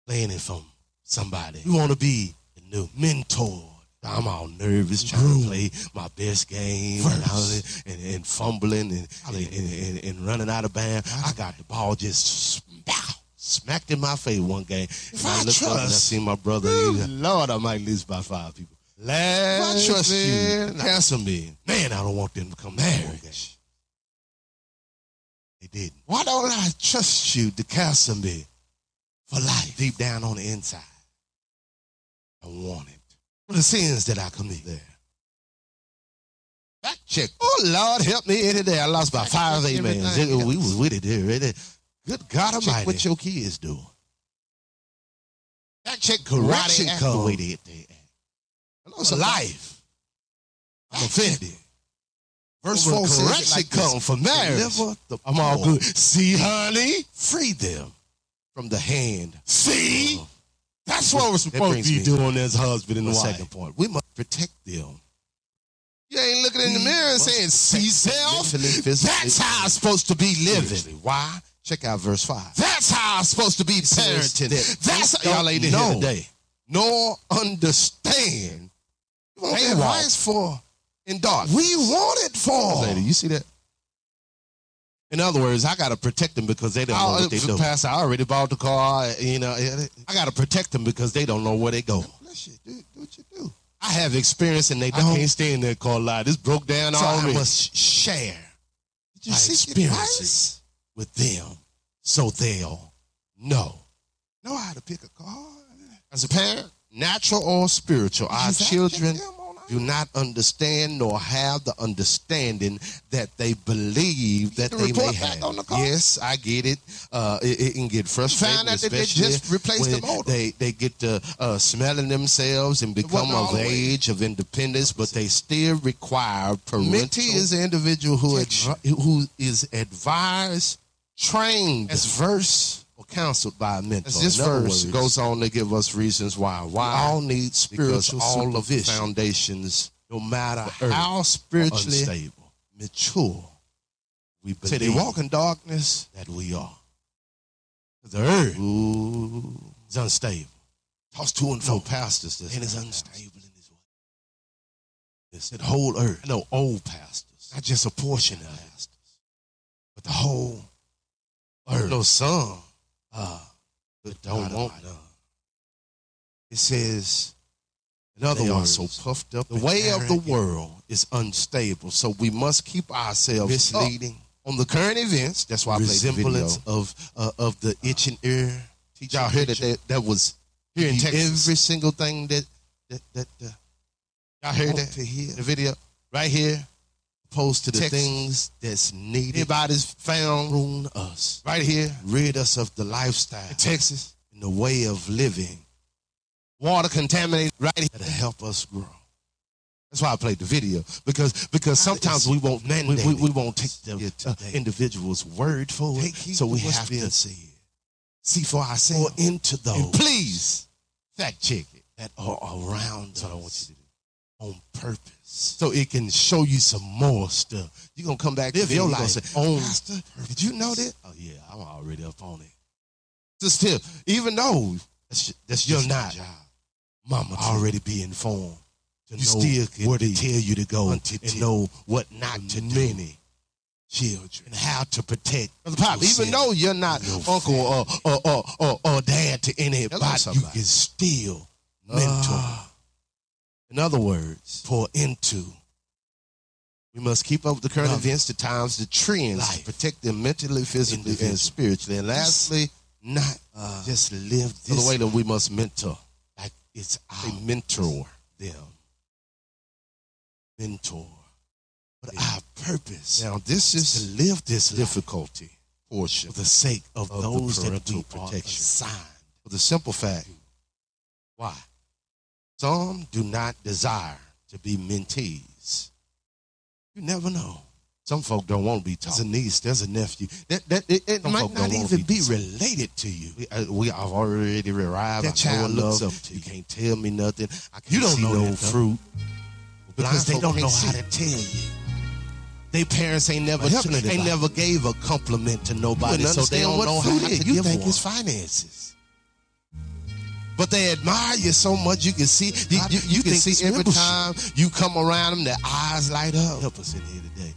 Speaker 9: playing it from somebody.
Speaker 3: We want to be
Speaker 9: the the mentor. I'm all nervous trying to play my best game and, all that, and, and fumbling and, and, and, and running out of bounds. I got the ball just pow, smacked in my face one game. And I looked up and I seen my brother. He, Lord, I might lose by five people. Last I trust you. Handsome man. Man, I don't want them to come marriage. They didn't. Why don't I trust you to counsel me for life deep down on the inside? I want it for the sins that I commit there. Back check. Oh Lord, help me in there. I lost by five amens. It- We was with it there. right there. Good God Almighty, what your kids doing? Back check correction
Speaker 7: act
Speaker 9: code.
Speaker 7: on.
Speaker 9: Wait, it there. Hello, it's life. I'm offended.
Speaker 7: Verse
Speaker 9: Over
Speaker 7: 4 says it
Speaker 9: correction
Speaker 7: like
Speaker 9: come
Speaker 7: this.
Speaker 9: for marriage.
Speaker 7: Deliver the
Speaker 9: I'm all
Speaker 7: poor.
Speaker 9: good. See, honey, free them from the hand. See,
Speaker 7: That's what we're supposed to be doing.
Speaker 9: as husband and
Speaker 7: wife.
Speaker 9: Second point, we must protect them. You ain't looking in the mirror and saying, "See self." That's how I'm supposed to be living. Why? Check out verse five. That's how I'm supposed to be parenting. That's how y'all ain't in here today. Nor understand. You want
Speaker 7: They
Speaker 9: that
Speaker 7: walk.
Speaker 9: rice for in dark. We want it for. Lady, you see that? In other words, I gotta protect them because they don't know
Speaker 7: I'll-
Speaker 9: what they do. uh, Pastor, I already bought the car. You know, I gotta protect them because they don't know where they go.
Speaker 7: Bless you. Do, do what you do.
Speaker 9: I have experience and they
Speaker 7: I
Speaker 9: don't.
Speaker 7: can't
Speaker 9: stand that car lot. This broke down
Speaker 7: So I
Speaker 9: already.
Speaker 7: must share. Did you
Speaker 9: I
Speaker 7: seek
Speaker 9: experience
Speaker 7: advice?
Speaker 9: it with them, so they'll know.
Speaker 7: Know how to pick a car.
Speaker 9: As a parent, natural or spiritual, our
Speaker 7: Exactly.
Speaker 9: children
Speaker 7: Them on out.
Speaker 9: do not understand nor have the understanding that they believe that
Speaker 7: the
Speaker 9: they may
Speaker 7: report back
Speaker 9: have.
Speaker 7: on the car.
Speaker 9: Yes, I get it. Uh, it, it can get frustrating.
Speaker 7: out that they
Speaker 9: especially
Speaker 7: just replaced
Speaker 9: when
Speaker 7: the motor.
Speaker 9: They they get to uh, smelling themselves and become
Speaker 7: wasn't all
Speaker 9: of
Speaker 7: the way.
Speaker 9: age of independence, but they still require parental.
Speaker 7: Mentee is
Speaker 9: an individual who
Speaker 7: protection.
Speaker 9: who is advised, trained, as verse. Or counseled by a mentor.
Speaker 7: As this
Speaker 9: In other
Speaker 7: verse
Speaker 9: words,
Speaker 7: goes
Speaker 9: on to give us reasons why. Why all need spiritual all of its foundations, no matter how spiritually unstable, mature we believe
Speaker 7: they walk
Speaker 9: in darkness that we are. The earth is unstable. Tossed to and fro, pastors. And it's unstable in this way. It's that whole earth. I know old pastors, not just a portion of pastors, but the whole earth. No some, uh, but don't want none. It says, in other
Speaker 7: They are
Speaker 9: words,
Speaker 7: so
Speaker 9: puffed up. The way of the
Speaker 7: arrogant.
Speaker 9: world is unstable, so we must keep ourselves
Speaker 7: Misleading.
Speaker 9: up on the current events. That's why I played the
Speaker 7: Resemblance
Speaker 9: video of uh, of the itch and ear.
Speaker 7: teacher,
Speaker 9: Y'all heard that,
Speaker 7: preacher.
Speaker 9: that that was
Speaker 7: Here in
Speaker 9: the-
Speaker 7: Texas.
Speaker 9: Every single thing that that that uh, y'all heard
Speaker 7: Want
Speaker 9: that
Speaker 7: to hear.
Speaker 9: the video right here, opposed to the
Speaker 7: Texas.
Speaker 9: things that's needed. Everybody's found ruin us right here, rid us of the lifestyle in Texas and the way of living. Water contaminated right here to help us grow. That's why I played the video because because sometimes we won't Ah, we, we, we won't take the
Speaker 7: Yeah,
Speaker 9: uh,
Speaker 7: today.
Speaker 9: individual's word for it,
Speaker 7: Take heed
Speaker 9: so we
Speaker 7: to what's
Speaker 9: have
Speaker 7: being
Speaker 9: to see see for ourselves or into those. And please fact check it that are around That's us. What I want you to do on purpose, so it can show you some more stuff. You're gonna come back live your life. on Pastor, did you know that? Oh yeah, I'm already up on it. Just tip, even though that's, that's you're not, mama, already be informed. you
Speaker 7: know
Speaker 9: still can where to tell you to go and
Speaker 7: ten.
Speaker 9: know what not to do. Many children and how to protect. Pop, even
Speaker 7: yourself,
Speaker 9: though Oh, you're not
Speaker 7: your
Speaker 9: uncle or, or, or, or, or dad to anybody, you
Speaker 7: somebody.
Speaker 9: can still
Speaker 7: Ah.
Speaker 9: mentor. In other words, pour into. We must keep up with the current
Speaker 7: Love.
Speaker 9: events, the times, the trends,
Speaker 7: Life.
Speaker 9: to protect them mentally, physically,
Speaker 7: Individual.
Speaker 9: and spiritually. And lastly, not just live this.
Speaker 7: this
Speaker 9: the way that we must mentor. Like it's our mentor them. Mentor. But our purpose now this is to live this difficulty portion for the sake of,
Speaker 7: of the
Speaker 9: those that
Speaker 7: parental
Speaker 9: we are
Speaker 7: protection.
Speaker 9: assigned. For the simple fact, why? Some do not desire to be mentees. You never know. Some folk don't want to be taught. There's a niece, there's a nephew. That, that, it it
Speaker 7: Some
Speaker 9: might
Speaker 7: folk
Speaker 9: not
Speaker 7: don't wanna
Speaker 9: even
Speaker 7: be
Speaker 9: be related to you. We, uh, we have already arrived.
Speaker 7: That
Speaker 9: I know
Speaker 7: child
Speaker 9: I
Speaker 7: looks
Speaker 9: love.
Speaker 7: up to
Speaker 9: you.
Speaker 7: you.
Speaker 9: can't tell me nothing. I can't
Speaker 7: You don't
Speaker 9: see
Speaker 7: know
Speaker 9: no
Speaker 7: that, though.
Speaker 9: fruit because
Speaker 7: Blind
Speaker 9: they
Speaker 7: folk
Speaker 9: don't know
Speaker 7: can't see.
Speaker 9: how to tell you. They parents ain't never
Speaker 7: But help
Speaker 9: they
Speaker 7: anybody.
Speaker 9: never gave a compliment to nobody,
Speaker 7: You wouldn't
Speaker 9: so they
Speaker 7: understand
Speaker 9: don't
Speaker 7: what
Speaker 9: know how
Speaker 7: fruit
Speaker 9: to
Speaker 7: is.
Speaker 9: give
Speaker 7: You think
Speaker 9: one.
Speaker 7: it's
Speaker 9: finances. But they admire you so much you can see you, you, you can see every time you come around them their eyes light up.
Speaker 7: Help us in here today.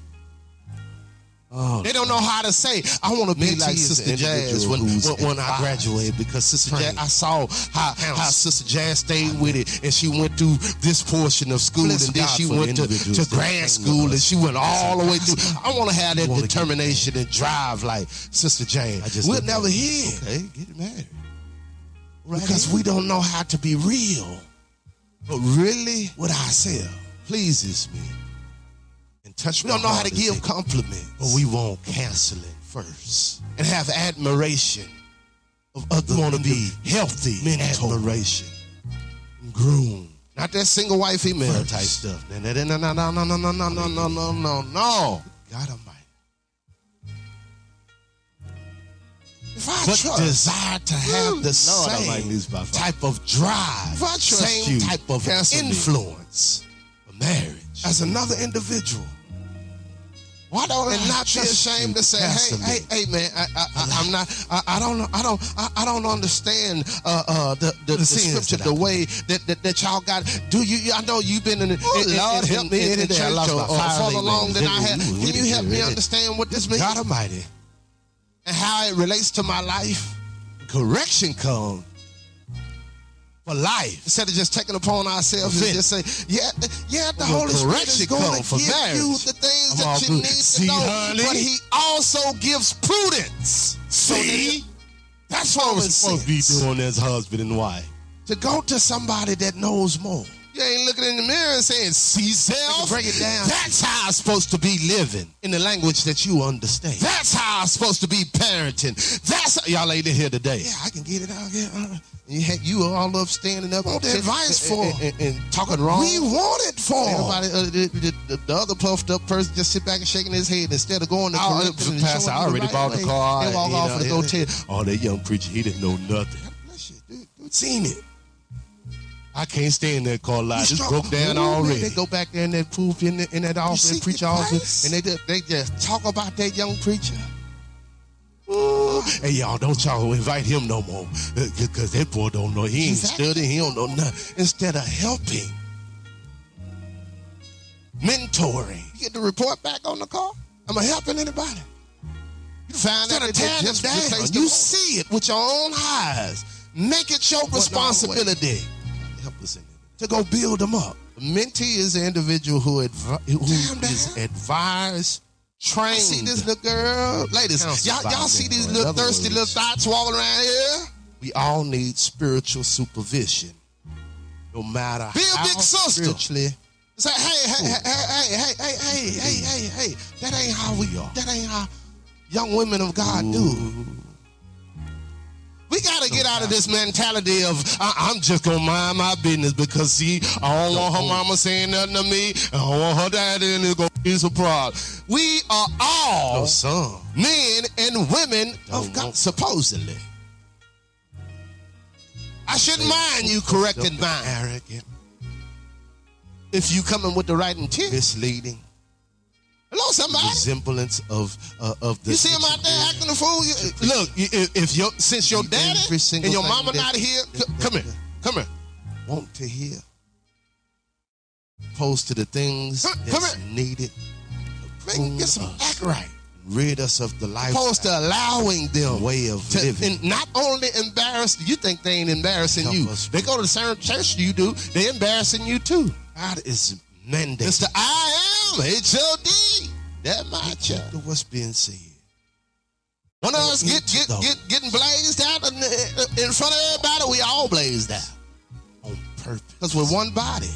Speaker 9: Oh, they don't know how to say. I want to be like Sister Jazz when when, when I graduated because Sister Jazz, I saw how, how Sister Jazz stayed with it and she went through this portion of school
Speaker 7: Bless
Speaker 9: and then
Speaker 7: God
Speaker 9: she
Speaker 7: for the
Speaker 9: went to,
Speaker 7: individuals that
Speaker 9: to
Speaker 7: came
Speaker 9: grad
Speaker 7: with
Speaker 9: school and
Speaker 7: us.
Speaker 9: she went all the way through.
Speaker 7: God.
Speaker 9: I want to have
Speaker 7: You
Speaker 9: that
Speaker 7: wanna get
Speaker 9: determination and drive like Sister Jazz.
Speaker 7: I just
Speaker 9: we'll
Speaker 7: don't know.
Speaker 9: never hear
Speaker 7: Okay, get married.
Speaker 9: because we don't know how to be real, but really with ourselves uh, pleases me.
Speaker 7: And touch
Speaker 9: We
Speaker 7: my
Speaker 9: don't know how
Speaker 7: heart
Speaker 9: to
Speaker 7: and
Speaker 9: give
Speaker 7: think,
Speaker 9: compliments.
Speaker 7: But we won't cancel it first.
Speaker 9: and have admiration of other
Speaker 7: wanna be
Speaker 9: healthy
Speaker 7: mentor.
Speaker 9: admiration groom not that single wifey female
Speaker 7: First.
Speaker 9: type stuff no no no no no no no no no no no no no
Speaker 7: God Almighty.
Speaker 9: if I
Speaker 7: But
Speaker 9: trust,
Speaker 7: desire to have
Speaker 9: Ooh,
Speaker 7: the
Speaker 9: Lord, I like
Speaker 7: same
Speaker 9: this by far.
Speaker 7: type of drive,
Speaker 9: if I trust
Speaker 7: same
Speaker 9: you,
Speaker 7: type of
Speaker 9: cancel me.
Speaker 7: influence, of marriage.
Speaker 9: as another individual why don't
Speaker 7: I
Speaker 9: and not be
Speaker 7: trust
Speaker 9: ashamed
Speaker 7: you
Speaker 9: to say, hey,
Speaker 7: personally?
Speaker 9: hey, hey, man, I, I, I, I'm not, I, I don't know, I don't, I, I don't understand uh, uh, the, the, the,
Speaker 7: sins
Speaker 9: scripture,
Speaker 7: that I
Speaker 9: the way that, that, that y'all got. Do you? I know you've been in, the
Speaker 7: Oh,
Speaker 9: in, in-
Speaker 7: Lord,
Speaker 9: in-
Speaker 7: help me
Speaker 9: in, in,
Speaker 7: any day. I
Speaker 9: church
Speaker 7: lost
Speaker 9: or,
Speaker 7: my
Speaker 9: or
Speaker 7: fire
Speaker 9: further
Speaker 7: late
Speaker 9: along than I
Speaker 7: Wednesday.
Speaker 9: have.
Speaker 7: Ooh,
Speaker 9: Can you
Speaker 7: really,
Speaker 9: help me
Speaker 7: really.
Speaker 9: understand what this means
Speaker 7: God Almighty.
Speaker 9: and how it relates to my life?
Speaker 7: Correction come for life.
Speaker 9: Instead of just taking upon ourselves and
Speaker 7: Offense.
Speaker 9: just say, yeah, yeah, the
Speaker 7: Well,
Speaker 9: Holy Spirit
Speaker 7: correction
Speaker 9: is going
Speaker 7: come
Speaker 9: to
Speaker 7: for
Speaker 9: give you
Speaker 7: marriage.
Speaker 9: the things
Speaker 7: I'm all
Speaker 9: that you
Speaker 7: good.
Speaker 9: need to
Speaker 7: See,
Speaker 9: know,
Speaker 7: honey?
Speaker 9: but He also gives prudence. So that it-
Speaker 7: See?
Speaker 9: that's
Speaker 7: What
Speaker 9: what
Speaker 7: we supposed to be doing as husband and wife.
Speaker 9: to go to somebody that knows more. You ain't looking in the mirror and saying, see self.
Speaker 7: Break it down.
Speaker 9: That's how I'm supposed to be living in the language that you understand. That's how I'm supposed to be parenting. That's how, y'all ain't in here today.
Speaker 7: Yeah, I can get it out. Yeah, uh,
Speaker 9: And you, had, you were all up standing up.
Speaker 7: What
Speaker 9: and-
Speaker 7: advice
Speaker 9: and-
Speaker 7: for?
Speaker 9: And, and- and talking wrong.
Speaker 7: We want it for.
Speaker 9: Everybody, uh, the, the, the other puffed up person just sit back and shaking his head instead of going to
Speaker 7: I,
Speaker 9: correct them and
Speaker 7: Oh, uh, Pastor,
Speaker 9: showing
Speaker 7: I
Speaker 9: them
Speaker 7: already
Speaker 9: right
Speaker 7: bought
Speaker 9: way,
Speaker 7: the car.
Speaker 9: They walk
Speaker 7: you
Speaker 9: off
Speaker 7: know,
Speaker 9: and
Speaker 7: it-
Speaker 9: go tell.
Speaker 7: Oh, that young preacher, he didn't know nothing.
Speaker 9: Bless you, dude. dude.
Speaker 7: Seen it. I can't stand that car line. It's
Speaker 9: Strong-
Speaker 7: broke down
Speaker 9: Ooh, man,
Speaker 7: already.
Speaker 9: They go back there in that poop in, the, in that office,
Speaker 7: seek
Speaker 9: preacher
Speaker 7: the
Speaker 9: office,
Speaker 7: place?
Speaker 9: and they just, they just talk about that young preacher.
Speaker 7: Hey y'all, don't y'all invite him no more, Uh, cause 'cause that boy don't know. He ain't
Speaker 9: Exactly.
Speaker 7: studying. He don't know nothing. Instead of helping, mentoring,
Speaker 9: You get the report back on the car. Am I helping anybody? You find
Speaker 7: instead of
Speaker 9: out that they
Speaker 7: tearing them
Speaker 9: just
Speaker 7: down,
Speaker 9: replaced the
Speaker 7: you
Speaker 9: wall.
Speaker 7: see it with your own eyes. Make it your responsibility
Speaker 9: Help us in it.
Speaker 7: to go build them up.
Speaker 9: A mentee is an individual who, advi- who
Speaker 7: Damn, damn.
Speaker 9: is advised, trained. see this little girl, ladies. Y'all,
Speaker 7: Counseled
Speaker 9: y'all
Speaker 7: by
Speaker 9: see
Speaker 7: them,
Speaker 9: these
Speaker 7: or in
Speaker 9: little
Speaker 7: other
Speaker 9: thirsty
Speaker 7: words-
Speaker 9: little thoughts walking around here.
Speaker 7: We all need spiritual supervision, no matter
Speaker 9: Be a
Speaker 7: how
Speaker 9: big sister.
Speaker 7: spiritually
Speaker 9: Say, hey, hey, hey, hey, hey, hey, hey, hey, hey, hey, hey. That ain't how we.
Speaker 7: We are.
Speaker 9: That ain't how young women of God do.
Speaker 7: Ooh.
Speaker 9: We gotta get out of this mentality of I- I'm just gonna mind my business because see I don't want her mama saying nothing to me. I don't want her daddy and it's gonna be some problem. We are all
Speaker 7: No, some
Speaker 9: men and women of
Speaker 7: Don't
Speaker 9: God.
Speaker 7: want-
Speaker 9: Supposedly, I shouldn't mind you correcting mine
Speaker 7: arrogant,
Speaker 9: if you coming with the right intent.
Speaker 7: misleading,
Speaker 9: Hello, somebody.
Speaker 7: resemblance of uh, of the.
Speaker 9: You see him out there
Speaker 7: engineer.
Speaker 9: acting a fool. You, look, you- if, if your since your
Speaker 7: Do
Speaker 9: daddy
Speaker 7: every
Speaker 9: and
Speaker 7: single
Speaker 9: your
Speaker 7: thing
Speaker 9: mama
Speaker 7: that-
Speaker 9: not here, c-
Speaker 7: that-
Speaker 9: come here,
Speaker 7: that-
Speaker 9: come here,
Speaker 7: want to hear, opposed to the things
Speaker 9: Come- come
Speaker 7: that's needed to
Speaker 9: man,
Speaker 7: prune
Speaker 9: get some
Speaker 7: us,
Speaker 9: act right.
Speaker 7: uh, rid us of the life,
Speaker 9: Opposed to allowing them
Speaker 7: way of
Speaker 9: to
Speaker 7: living.
Speaker 9: and not only embarrass you think they ain't embarrassing
Speaker 7: Help
Speaker 9: you.
Speaker 7: us.
Speaker 9: They go to the same church you do, they embarrassing you too.
Speaker 7: God is mandated.
Speaker 9: It's the I am H O D. That my church.
Speaker 7: Look at what's being said.
Speaker 9: One of us get
Speaker 7: into
Speaker 9: get,
Speaker 7: those.
Speaker 9: get getting blazed out in, in front of everybody. We all blazed out
Speaker 7: on purpose.
Speaker 9: because we're one body.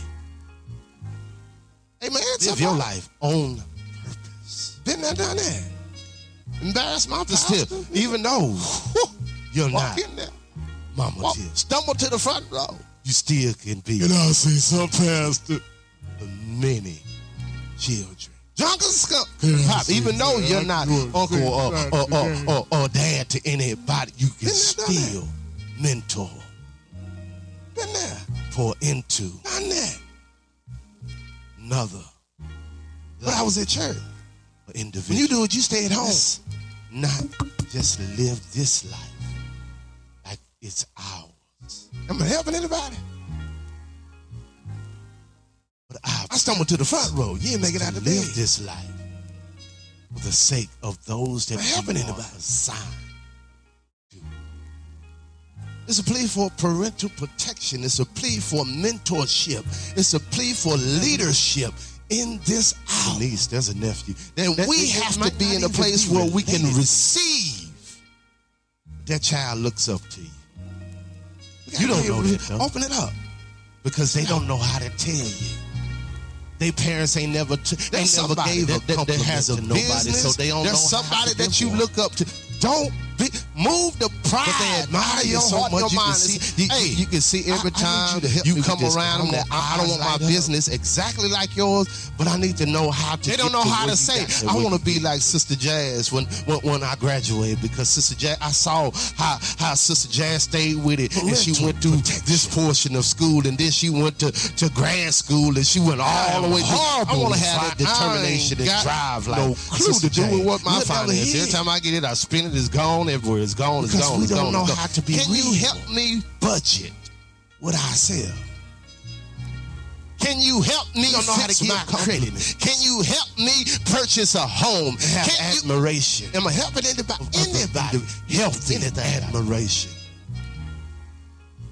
Speaker 9: Amen.
Speaker 7: Live
Speaker 9: somebody.
Speaker 7: your life on purpose.
Speaker 9: Been there, done that. Embarrassed my
Speaker 7: Just
Speaker 9: pastor.
Speaker 7: tip, even though you're
Speaker 9: Walk
Speaker 7: not
Speaker 9: in there.
Speaker 7: Mama
Speaker 9: Walk,
Speaker 7: Jill,
Speaker 9: stumble to the front row.
Speaker 7: you still can be
Speaker 9: I see some pastor.
Speaker 7: the many children.
Speaker 9: Drunk as skunk.
Speaker 7: I
Speaker 9: Pop,
Speaker 7: see
Speaker 9: even though
Speaker 7: that.
Speaker 9: you're not uncle or,
Speaker 7: uh,
Speaker 9: or, or, or, or dad to anybody, you
Speaker 7: You
Speaker 9: can
Speaker 7: can
Speaker 9: still
Speaker 7: still mentor,
Speaker 9: been there.
Speaker 7: pour into
Speaker 9: Done that.
Speaker 7: another
Speaker 9: But I was at church. When
Speaker 7: individual.
Speaker 9: you do it, you stay at home.
Speaker 7: Let's not just live this life like it's ours.
Speaker 9: Am I helping anybody? But I, I stumbled to the front row. You didn't make it out of
Speaker 3: Live
Speaker 9: bed.
Speaker 3: this life for the sake of those that
Speaker 9: Am I helping
Speaker 3: you are
Speaker 9: anybody?
Speaker 3: assigned.
Speaker 9: It's a plea for parental protection. It's a plea for mentorship. It's a plea for leadership in this hour.
Speaker 3: Niece, there's a nephew.
Speaker 9: That,
Speaker 3: That-
Speaker 9: we
Speaker 3: it- it
Speaker 9: have to
Speaker 3: might
Speaker 9: be
Speaker 3: not
Speaker 9: in a
Speaker 3: even
Speaker 9: place
Speaker 3: be
Speaker 9: where we can
Speaker 3: related.
Speaker 9: receive.
Speaker 3: That child looks up to you
Speaker 9: We gotta
Speaker 3: You don't
Speaker 9: be able
Speaker 3: know
Speaker 9: to-
Speaker 3: that, though.
Speaker 9: Open it up.
Speaker 3: because they don't know how to tell you. They parents ain't never t-
Speaker 9: There's
Speaker 3: ain't never
Speaker 9: somebody
Speaker 3: gave
Speaker 9: that,
Speaker 3: a
Speaker 9: that, that
Speaker 3: compliment
Speaker 9: has a
Speaker 3: to nobody,
Speaker 9: business.
Speaker 3: so they don't
Speaker 9: There's
Speaker 3: know how
Speaker 9: somebody
Speaker 3: to
Speaker 9: that
Speaker 3: give
Speaker 9: you
Speaker 3: one.
Speaker 9: look up to. Don't be, move the pride
Speaker 3: But they
Speaker 9: out
Speaker 3: admire
Speaker 9: of
Speaker 3: you
Speaker 9: your
Speaker 3: so
Speaker 9: heart,
Speaker 3: much.
Speaker 9: your
Speaker 3: you,
Speaker 9: mind.
Speaker 3: can see, you,
Speaker 9: It's- hey,
Speaker 3: you can see every
Speaker 9: I- I need
Speaker 3: time
Speaker 9: you to help me
Speaker 3: you
Speaker 9: with
Speaker 3: come
Speaker 9: this.
Speaker 3: around
Speaker 9: I'm
Speaker 3: that
Speaker 9: gonna
Speaker 3: I, I don't want
Speaker 9: eyes light
Speaker 3: my
Speaker 9: up.
Speaker 3: business exactly like yours, but I need to know how to.
Speaker 9: They don't
Speaker 3: get
Speaker 9: know
Speaker 3: to
Speaker 9: how
Speaker 3: where
Speaker 9: to
Speaker 3: you
Speaker 9: say.
Speaker 3: got to
Speaker 9: I
Speaker 3: where
Speaker 9: want
Speaker 3: you
Speaker 9: to be
Speaker 3: get.
Speaker 9: like Sister Jazz when, when when I graduated because Sister Jazz. I saw how how Sister Jazz stayed with it, and she
Speaker 3: Parental
Speaker 9: went through this portion of school, and then she went to to grad school, and she went all the way. through. I
Speaker 3: horrible
Speaker 9: want to
Speaker 3: if I-
Speaker 9: have that determination
Speaker 3: I
Speaker 9: and
Speaker 3: ain't got
Speaker 9: drive. Like
Speaker 3: no clue
Speaker 9: Sister
Speaker 3: to do
Speaker 9: Jazz.
Speaker 3: with what my
Speaker 9: Look over
Speaker 3: finances-
Speaker 9: here. Every time I get it, I spend it. It's gone everywhere. It's gone. It's
Speaker 3: Because
Speaker 9: gone.
Speaker 3: we
Speaker 9: it's
Speaker 3: don't
Speaker 9: gone,
Speaker 3: know
Speaker 9: it's gone.
Speaker 3: how to be
Speaker 9: Can you
Speaker 3: reasonable.
Speaker 9: help me budget what I sell? Can you help me
Speaker 3: don't know how
Speaker 9: fix
Speaker 3: to give
Speaker 9: my
Speaker 3: compliments.
Speaker 9: credit? Can you help me purchase a home?
Speaker 3: have
Speaker 9: Can you,
Speaker 3: admiration.
Speaker 9: am I helping anybody? Anybody?
Speaker 3: healthy
Speaker 9: Anything.
Speaker 3: admiration.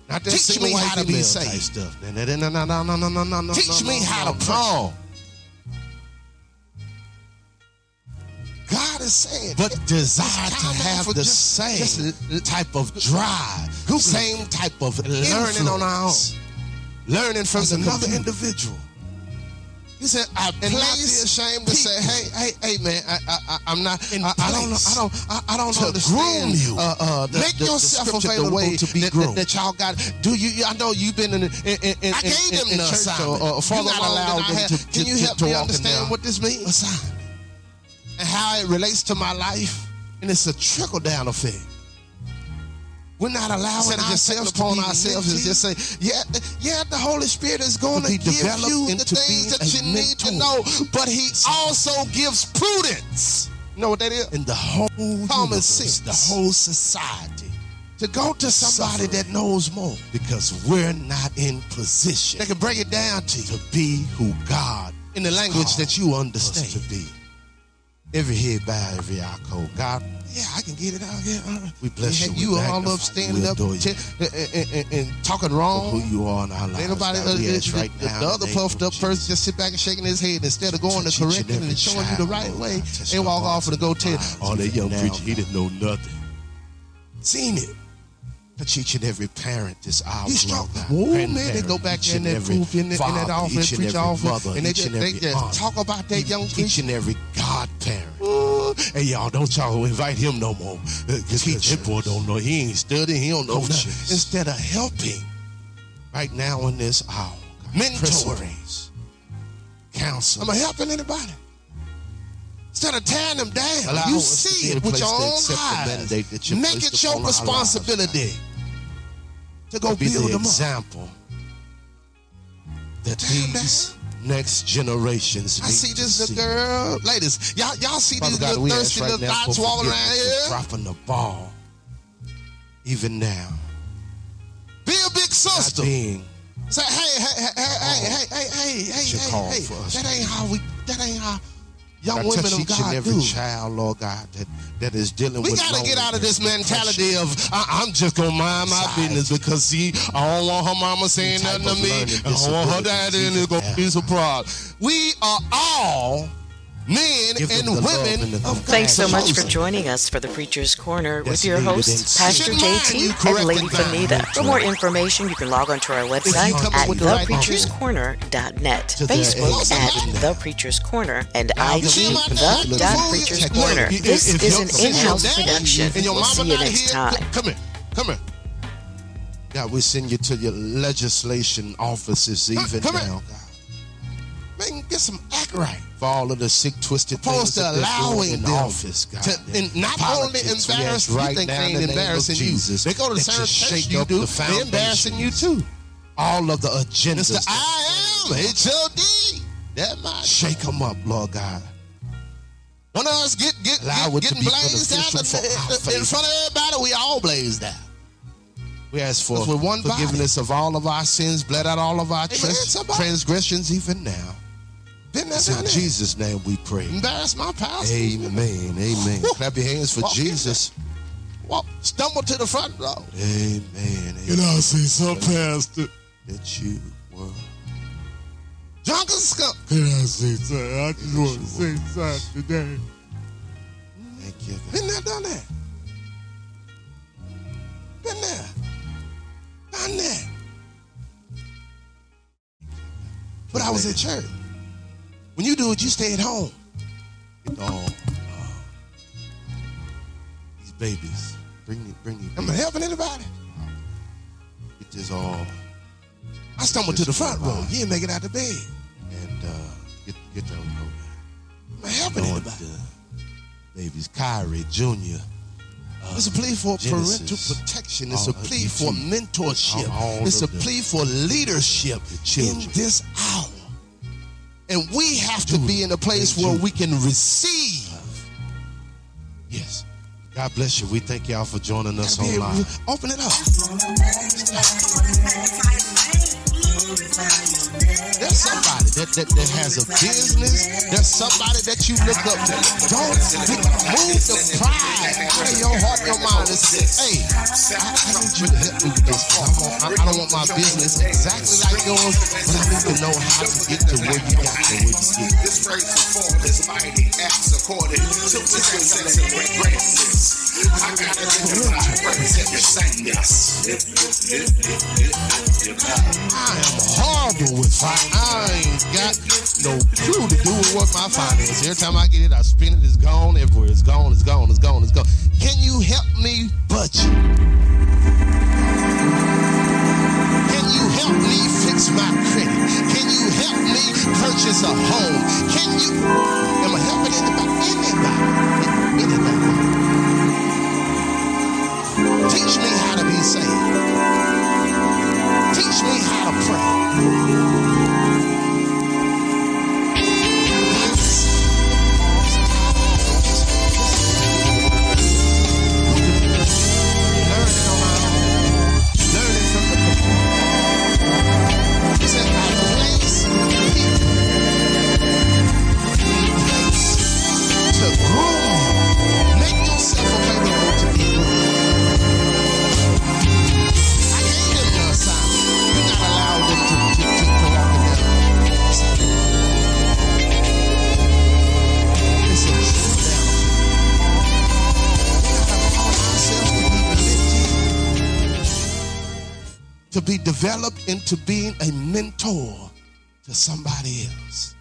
Speaker 3: Not that
Speaker 9: Teach
Speaker 3: single
Speaker 9: me
Speaker 3: white
Speaker 9: how to be
Speaker 3: female
Speaker 9: saved.
Speaker 3: type stuff. No, no, no, no, no, no, no, no, no, no,
Speaker 9: Teach
Speaker 3: no,
Speaker 9: me
Speaker 3: no,
Speaker 9: how
Speaker 3: no,
Speaker 9: to
Speaker 3: no.
Speaker 9: prom. God is saying,
Speaker 3: But desire
Speaker 9: It's
Speaker 3: to
Speaker 9: time
Speaker 3: have
Speaker 9: for
Speaker 3: the
Speaker 9: just-
Speaker 3: same
Speaker 9: just-
Speaker 3: type of drive,
Speaker 9: Google it.
Speaker 3: same type of
Speaker 9: learning on our own,
Speaker 3: influence
Speaker 9: learning from
Speaker 3: as
Speaker 9: the
Speaker 3: another
Speaker 9: computer.
Speaker 3: individual.
Speaker 9: He said, I and not be ashamed to say, hey, hey, hey, man, I, I, I I'm not, I, I don't know, I don't, I, I don't
Speaker 3: to
Speaker 9: understand.
Speaker 3: groom you.
Speaker 9: Uh, uh, the,
Speaker 3: Make
Speaker 9: the,
Speaker 3: yourself
Speaker 9: the scripture,
Speaker 3: available
Speaker 9: the way
Speaker 3: to be
Speaker 9: that,
Speaker 3: groomed.
Speaker 9: That, that y'all got. Do you? I know you've been in. in, in, in
Speaker 3: I gave
Speaker 9: in,
Speaker 3: them
Speaker 9: in
Speaker 3: the
Speaker 9: church
Speaker 3: assignment.
Speaker 9: Or, or farther
Speaker 3: You not
Speaker 9: along than
Speaker 3: allowed
Speaker 9: I
Speaker 3: them
Speaker 9: have.
Speaker 3: to-
Speaker 9: Can
Speaker 3: to-
Speaker 9: you
Speaker 3: to-
Speaker 9: help
Speaker 3: to
Speaker 9: me
Speaker 3: walk in
Speaker 9: understand
Speaker 3: their
Speaker 9: what this means? Assignment. And how it relates to my life, and it's a trickle down effect. We're not
Speaker 3: Instead
Speaker 9: allowing
Speaker 3: of just taking
Speaker 9: ourselves
Speaker 3: upon
Speaker 9: upon ourselves
Speaker 3: ourselves
Speaker 9: and just say, yeah, yeah, the Holy Spirit is going
Speaker 3: To be
Speaker 9: to give
Speaker 3: developed
Speaker 9: you the
Speaker 3: into being
Speaker 9: things that
Speaker 3: a
Speaker 9: you need to
Speaker 3: mentor.
Speaker 9: know, but He also gives prudence. You know what that is?
Speaker 3: In the whole
Speaker 9: Common
Speaker 3: universe,
Speaker 9: sense.
Speaker 3: the whole society,
Speaker 9: To go to somebody
Speaker 3: Suffering.
Speaker 9: that knows more,
Speaker 3: because we're not in position
Speaker 9: that can break it down to you
Speaker 3: to be who God
Speaker 9: in the language that you understand.
Speaker 3: us to be.
Speaker 9: Every head bow, every eye cold. God, yeah, I can get it out here. Uh,
Speaker 3: We bless
Speaker 9: had
Speaker 3: you, we
Speaker 9: all
Speaker 3: magnify
Speaker 9: up,
Speaker 3: you,
Speaker 9: standing
Speaker 3: we
Speaker 9: up,
Speaker 3: adore you.
Speaker 9: te- and, and- and- and talking
Speaker 3: For who
Speaker 9: wrong.
Speaker 3: you are in our lives.
Speaker 9: Anybody,
Speaker 3: God,
Speaker 9: uh,
Speaker 3: we
Speaker 9: the,
Speaker 3: ask right
Speaker 9: the-
Speaker 3: now
Speaker 9: the
Speaker 3: in
Speaker 9: other
Speaker 3: name
Speaker 9: puffed
Speaker 3: of
Speaker 9: up person just sit back and shaking his head instead of going to
Speaker 3: Touch each
Speaker 9: correct him
Speaker 3: every
Speaker 9: and showing you the
Speaker 3: child,
Speaker 9: right
Speaker 3: Lord
Speaker 9: way.
Speaker 3: God. Touch
Speaker 9: They
Speaker 3: their
Speaker 9: walk off
Speaker 3: hearts
Speaker 9: with a go tell.
Speaker 3: minds,
Speaker 9: Oh, that
Speaker 3: even
Speaker 9: young
Speaker 3: now,
Speaker 9: preacher, he
Speaker 3: God.
Speaker 9: didn't know nothing. Seen it. Touch each and every parent this hour.
Speaker 3: You
Speaker 9: You
Speaker 3: struck-
Speaker 9: strong.
Speaker 3: Woo,
Speaker 9: Oh,
Speaker 3: man,
Speaker 9: man, they go back
Speaker 3: each
Speaker 9: there in
Speaker 3: and
Speaker 9: that
Speaker 3: every
Speaker 9: poop, in, that- in that
Speaker 3: father,
Speaker 9: office,
Speaker 3: each and
Speaker 9: preach
Speaker 3: every
Speaker 9: office,
Speaker 3: mother,
Speaker 9: and they
Speaker 3: each
Speaker 9: just,
Speaker 3: and
Speaker 9: they
Speaker 3: every
Speaker 9: just
Speaker 3: aunt,
Speaker 9: talk about that young preacher.
Speaker 3: each and every godparent. Ooh, hey y'all, don't y'all invite him no more.
Speaker 9: uh,
Speaker 3: Because that
Speaker 9: Teachers.
Speaker 3: boy don't know. He ain't studying. He don't know nothing.
Speaker 9: Coaches.
Speaker 3: Instead of helping, right now in this hour,
Speaker 9: Mentoring.
Speaker 3: mentoring, counsel.
Speaker 9: Am I helping anybody? Instead of tearing them down,
Speaker 3: Allow
Speaker 9: you
Speaker 3: us to
Speaker 9: see
Speaker 3: be in
Speaker 9: it with your
Speaker 3: place to
Speaker 9: own
Speaker 3: accept the
Speaker 9: eyes.
Speaker 3: mandate that you
Speaker 9: Make
Speaker 3: placed
Speaker 9: it your
Speaker 3: upon our lives,
Speaker 9: responsibility to go
Speaker 3: to be
Speaker 9: build
Speaker 3: the
Speaker 9: them up.
Speaker 3: example that
Speaker 9: Damn,
Speaker 3: these next generations
Speaker 9: I
Speaker 3: need
Speaker 9: see
Speaker 3: to
Speaker 9: this
Speaker 3: see.
Speaker 9: little girl, ladies. Y'all, y'all see
Speaker 3: Father
Speaker 9: these
Speaker 3: God,
Speaker 9: little
Speaker 3: we ask
Speaker 9: thirsty
Speaker 3: right
Speaker 9: little
Speaker 3: now for
Speaker 9: dots walking around
Speaker 3: forgiveness for
Speaker 9: here.
Speaker 3: dropping the ball, even now,
Speaker 9: Be a big
Speaker 3: not
Speaker 9: sister.
Speaker 3: being
Speaker 9: Say, hey, hey, hey, hey, hey,
Speaker 3: Oh,
Speaker 9: hey, hey, hey,
Speaker 3: It's your
Speaker 9: hey,
Speaker 3: call
Speaker 9: hey,
Speaker 3: for us.
Speaker 9: That ain't how we. That ain't how young
Speaker 3: I
Speaker 9: women
Speaker 3: touch
Speaker 9: of
Speaker 3: each
Speaker 9: God
Speaker 3: and every
Speaker 9: do.
Speaker 3: child, Lord God, that, that is dealing
Speaker 9: We
Speaker 3: with.
Speaker 9: got to get out of this
Speaker 3: loneliness,
Speaker 9: mentality of I, am just gonna mind my
Speaker 3: Anxiety.
Speaker 9: business because see I don't want her mama saying
Speaker 3: Any type
Speaker 9: nothing to
Speaker 3: of
Speaker 9: me.
Speaker 3: learning
Speaker 9: I don't want her
Speaker 3: disability.
Speaker 9: daddy and it's gonna be some problem. We are all men
Speaker 3: Give them
Speaker 9: and
Speaker 3: the love
Speaker 9: women
Speaker 3: and the
Speaker 9: of God.
Speaker 3: compassion.
Speaker 1: Thanks so much for
Speaker 3: Chosen.
Speaker 1: joining us for the Preacher's Corner with
Speaker 3: That's
Speaker 1: your
Speaker 3: needed
Speaker 1: hosts,
Speaker 3: and
Speaker 1: Pastor
Speaker 9: seen. Shouldn't mind you
Speaker 1: JT
Speaker 9: correcting
Speaker 1: and Lady
Speaker 9: that.
Speaker 1: Fanita. For more information, you can log on to our website
Speaker 9: come up
Speaker 1: at
Speaker 9: with the right
Speaker 1: thepreacherscorner.net,
Speaker 3: To their
Speaker 1: Facebook
Speaker 9: aid.
Speaker 1: at The Preacher's Corner, and IG
Speaker 9: see my
Speaker 1: The
Speaker 9: dad?
Speaker 1: Dot
Speaker 9: Look,
Speaker 1: Preacher's
Speaker 9: look,
Speaker 1: Corner.
Speaker 9: if-
Speaker 1: This
Speaker 9: if
Speaker 1: is
Speaker 9: your-
Speaker 1: an
Speaker 9: if your
Speaker 1: in-house
Speaker 9: daddy
Speaker 1: production.
Speaker 9: And your
Speaker 1: We'll
Speaker 9: mama
Speaker 1: see you
Speaker 9: not
Speaker 1: next
Speaker 9: here,
Speaker 1: time.
Speaker 9: Come here, come here.
Speaker 3: God, we send you to your legislation offices even
Speaker 9: come here.
Speaker 3: now, God.
Speaker 9: Man, get some act right.
Speaker 3: for all of the sick, twisted
Speaker 9: Opposed
Speaker 3: things
Speaker 9: to
Speaker 3: that they're doing
Speaker 9: allowing
Speaker 3: in
Speaker 9: them
Speaker 3: office, God.
Speaker 9: to and not only
Speaker 3: Politics, we
Speaker 9: embarrass
Speaker 3: ask
Speaker 9: you,
Speaker 3: right
Speaker 9: think
Speaker 3: now
Speaker 9: they
Speaker 3: in
Speaker 9: ain't
Speaker 3: the name
Speaker 9: embarrassing
Speaker 3: of
Speaker 9: you.
Speaker 3: Jesus,
Speaker 9: They go to
Speaker 3: that
Speaker 9: the
Speaker 3: you
Speaker 9: same church
Speaker 3: shake
Speaker 9: you
Speaker 3: up
Speaker 9: do,
Speaker 3: the
Speaker 9: they embarrassing you
Speaker 3: foundations.
Speaker 9: too.
Speaker 3: all of the
Speaker 9: It's
Speaker 3: agendas.
Speaker 9: the
Speaker 3: that-
Speaker 9: I am H-O-D. That my
Speaker 3: Shake them up, Lord God.
Speaker 9: One of us get get,
Speaker 3: Allow
Speaker 9: get
Speaker 3: it to
Speaker 9: getting
Speaker 3: be
Speaker 9: blazed out
Speaker 3: beneficial
Speaker 9: in,
Speaker 3: for our
Speaker 9: in
Speaker 3: faith.
Speaker 9: front of everybody. We all blazed out. We ask for
Speaker 3: Because we're one body.
Speaker 9: forgiveness of all of our sins, blot out all of our
Speaker 3: Amen,
Speaker 9: trans-
Speaker 3: somebody.
Speaker 9: transgressions, even now.
Speaker 3: Been there,
Speaker 9: It's in
Speaker 3: done that.
Speaker 9: Jesus' name we pray.
Speaker 3: Embarrass my pastor.
Speaker 9: Amen. Amen.
Speaker 3: Woo.
Speaker 9: Clap your hands for
Speaker 3: Walk in
Speaker 9: Jesus.
Speaker 3: Walk, stumble to the front door.
Speaker 9: Amen.
Speaker 7: You
Speaker 9: Amen.
Speaker 7: know, see, some pastor.
Speaker 9: That you were.
Speaker 3: Drunk as skunk.
Speaker 7: You know, see, son, I just want to say something today.
Speaker 9: Thank you. God.
Speaker 3: Been there, done that. Been there. Done that. But I was in church. When you do it, you stay at home.
Speaker 9: all uh, these babies. Bring it, bring it.
Speaker 3: Am I helping anybody?
Speaker 9: Get this all
Speaker 3: I stumbled to the front row. You didn't make it out the bed.
Speaker 9: and uh, get get them.
Speaker 3: Am I helping
Speaker 9: Knowing
Speaker 3: anybody?
Speaker 9: the babies, uh, Kyrie Junior. uh,
Speaker 3: It's a plea for
Speaker 9: Genesis.
Speaker 3: parental protection. It's a
Speaker 9: All-
Speaker 3: plea for
Speaker 9: Gene-
Speaker 3: mentorship.
Speaker 9: all- all
Speaker 3: it's a
Speaker 9: of the-
Speaker 3: plea for leadership
Speaker 9: the
Speaker 3: in
Speaker 9: children.
Speaker 3: this hour. And we have to be in a place where we can receive.
Speaker 9: Yes. God bless you. We thank y'all for joining us
Speaker 3: Be able-
Speaker 9: online.
Speaker 3: Open it up. There's somebody that, that, that has a business. There's somebody that you look up to. Don't move the pride out of your heart and your mind and say, hey, I, I need you to help me with this. 'cause I, want, I, I don't want my business exactly like yours, but I need to know how to get to where you got to where you get.
Speaker 8: This praise for this mighty acts according to his and great graces. I gotta do the praise and sameness.
Speaker 3: I am horrible with finance. I ain't got no clue to do with what my finances. Every time I get it, I spend it. It's gone everywhere. It's gone. It's gone. It's gone. It's gone. Can you help me budget? Can you help me fix my credit? Can you help me purchase a home? Can you? Am I helping anybody? Anybody? Anybody? Teach me how to be saved. Teach me how to pray. Learn it on my own. Learn it from the book. It says, "By place, people." Place to groom. Make yourself available to be groomed. I gave them your assignment. You're not allowed them to, to, to go on with their It's a true battle. We have to allow ourselves to be lifted, To be developed into being a mentor to somebody else.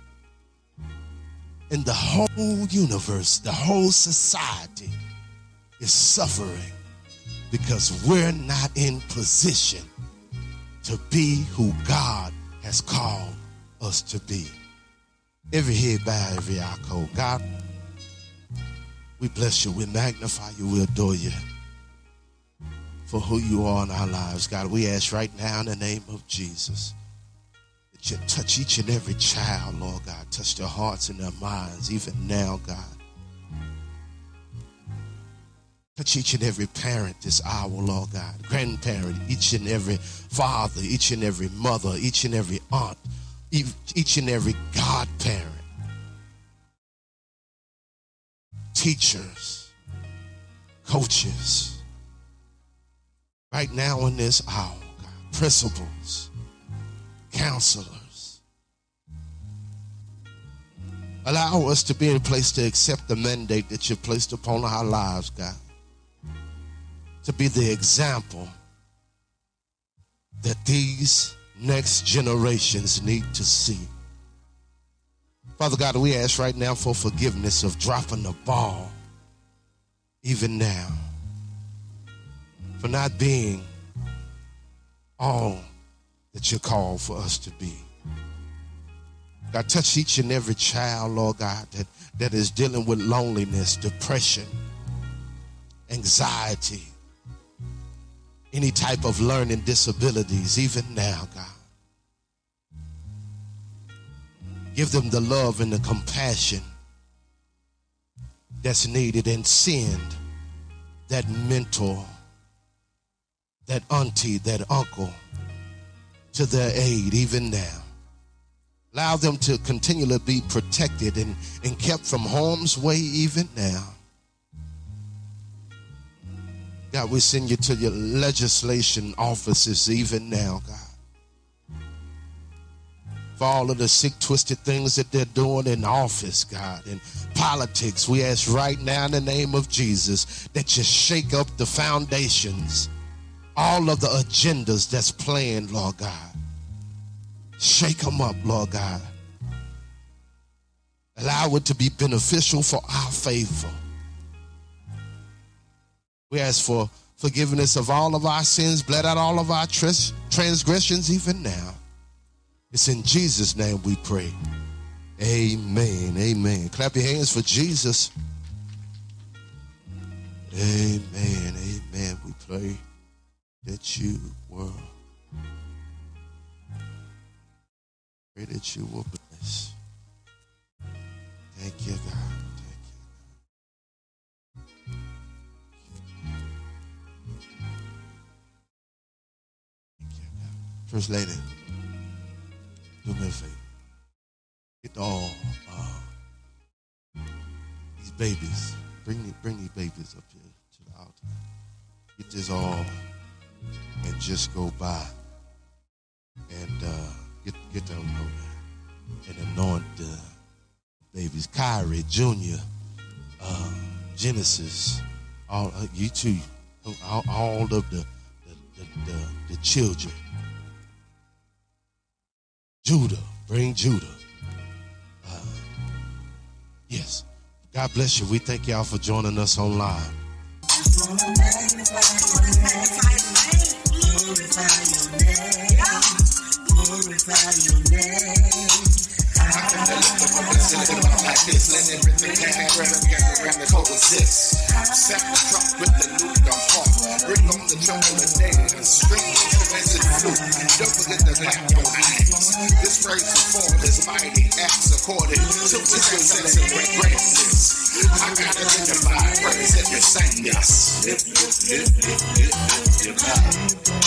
Speaker 3: And the whole universe, the whole society is suffering because we're not in position to be who God has called us to be. Every head bow, every eye cold. God, we bless you, we magnify you, we adore you for who you are in our lives. God, we ask right now in the name of Jesus that you touch each and every child, Lord God. Touch their hearts and their minds, even now, God. Touch each and every parent this hour, Lord God. Grandparent, each and every father, each and every mother, each and every aunt, e- each and every godparent. Teachers, coaches. Right now in this hour, God, principals, counselors. Allow us to be in a place to accept the mandate that you placed upon our lives, God to be the example that these next generations need to see. Father God, we ask right now for forgiveness of dropping the ball, even now, for not being all that you called for us to be. God, touch each and every child, Lord God, that, that is dealing with loneliness, depression, anxiety, any type of learning disabilities, even now, God. Give them the love and the compassion that's needed and send that mentor that auntie, that uncle to their aid even now. Allow them to continually be protected and, and kept from harm's way even now. God, we send you to your legislation offices even now, God. For all of the sick, twisted things that they're doing in office, God, and politics, we ask right now in the name of Jesus that you shake up the foundations, all of the agendas that's planned, Lord God. Shake them up, Lord God. Allow it to be beneficial for our favor. We ask for forgiveness of all of our sins, blot out all of our trans- transgressions even now. It's in Jesus' name we pray. Amen. Amen. Clap your hands for Jesus. Amen. Amen. We pray that you will. Pray that you will bless. Thank you, God. First lady, do me a favor. Get all uh, these babies. Bring the, bring these babies up here to the altar. Get this all and just go by and uh, get get them over and anoint the babies. Kyrie Junior, uh, Genesis, all uh, you two, all, all of the the, the, the, the children. Judah. Bring Judah. Uh, yes. God bless you. We thank y'all for joining us online.
Speaker 9: Bring on the jungle and dance, straight as it flew. Don't forget to clap your hands. This praise performed his mighty acts according to his goodness and great greatness. I got to identify praise that you sang us.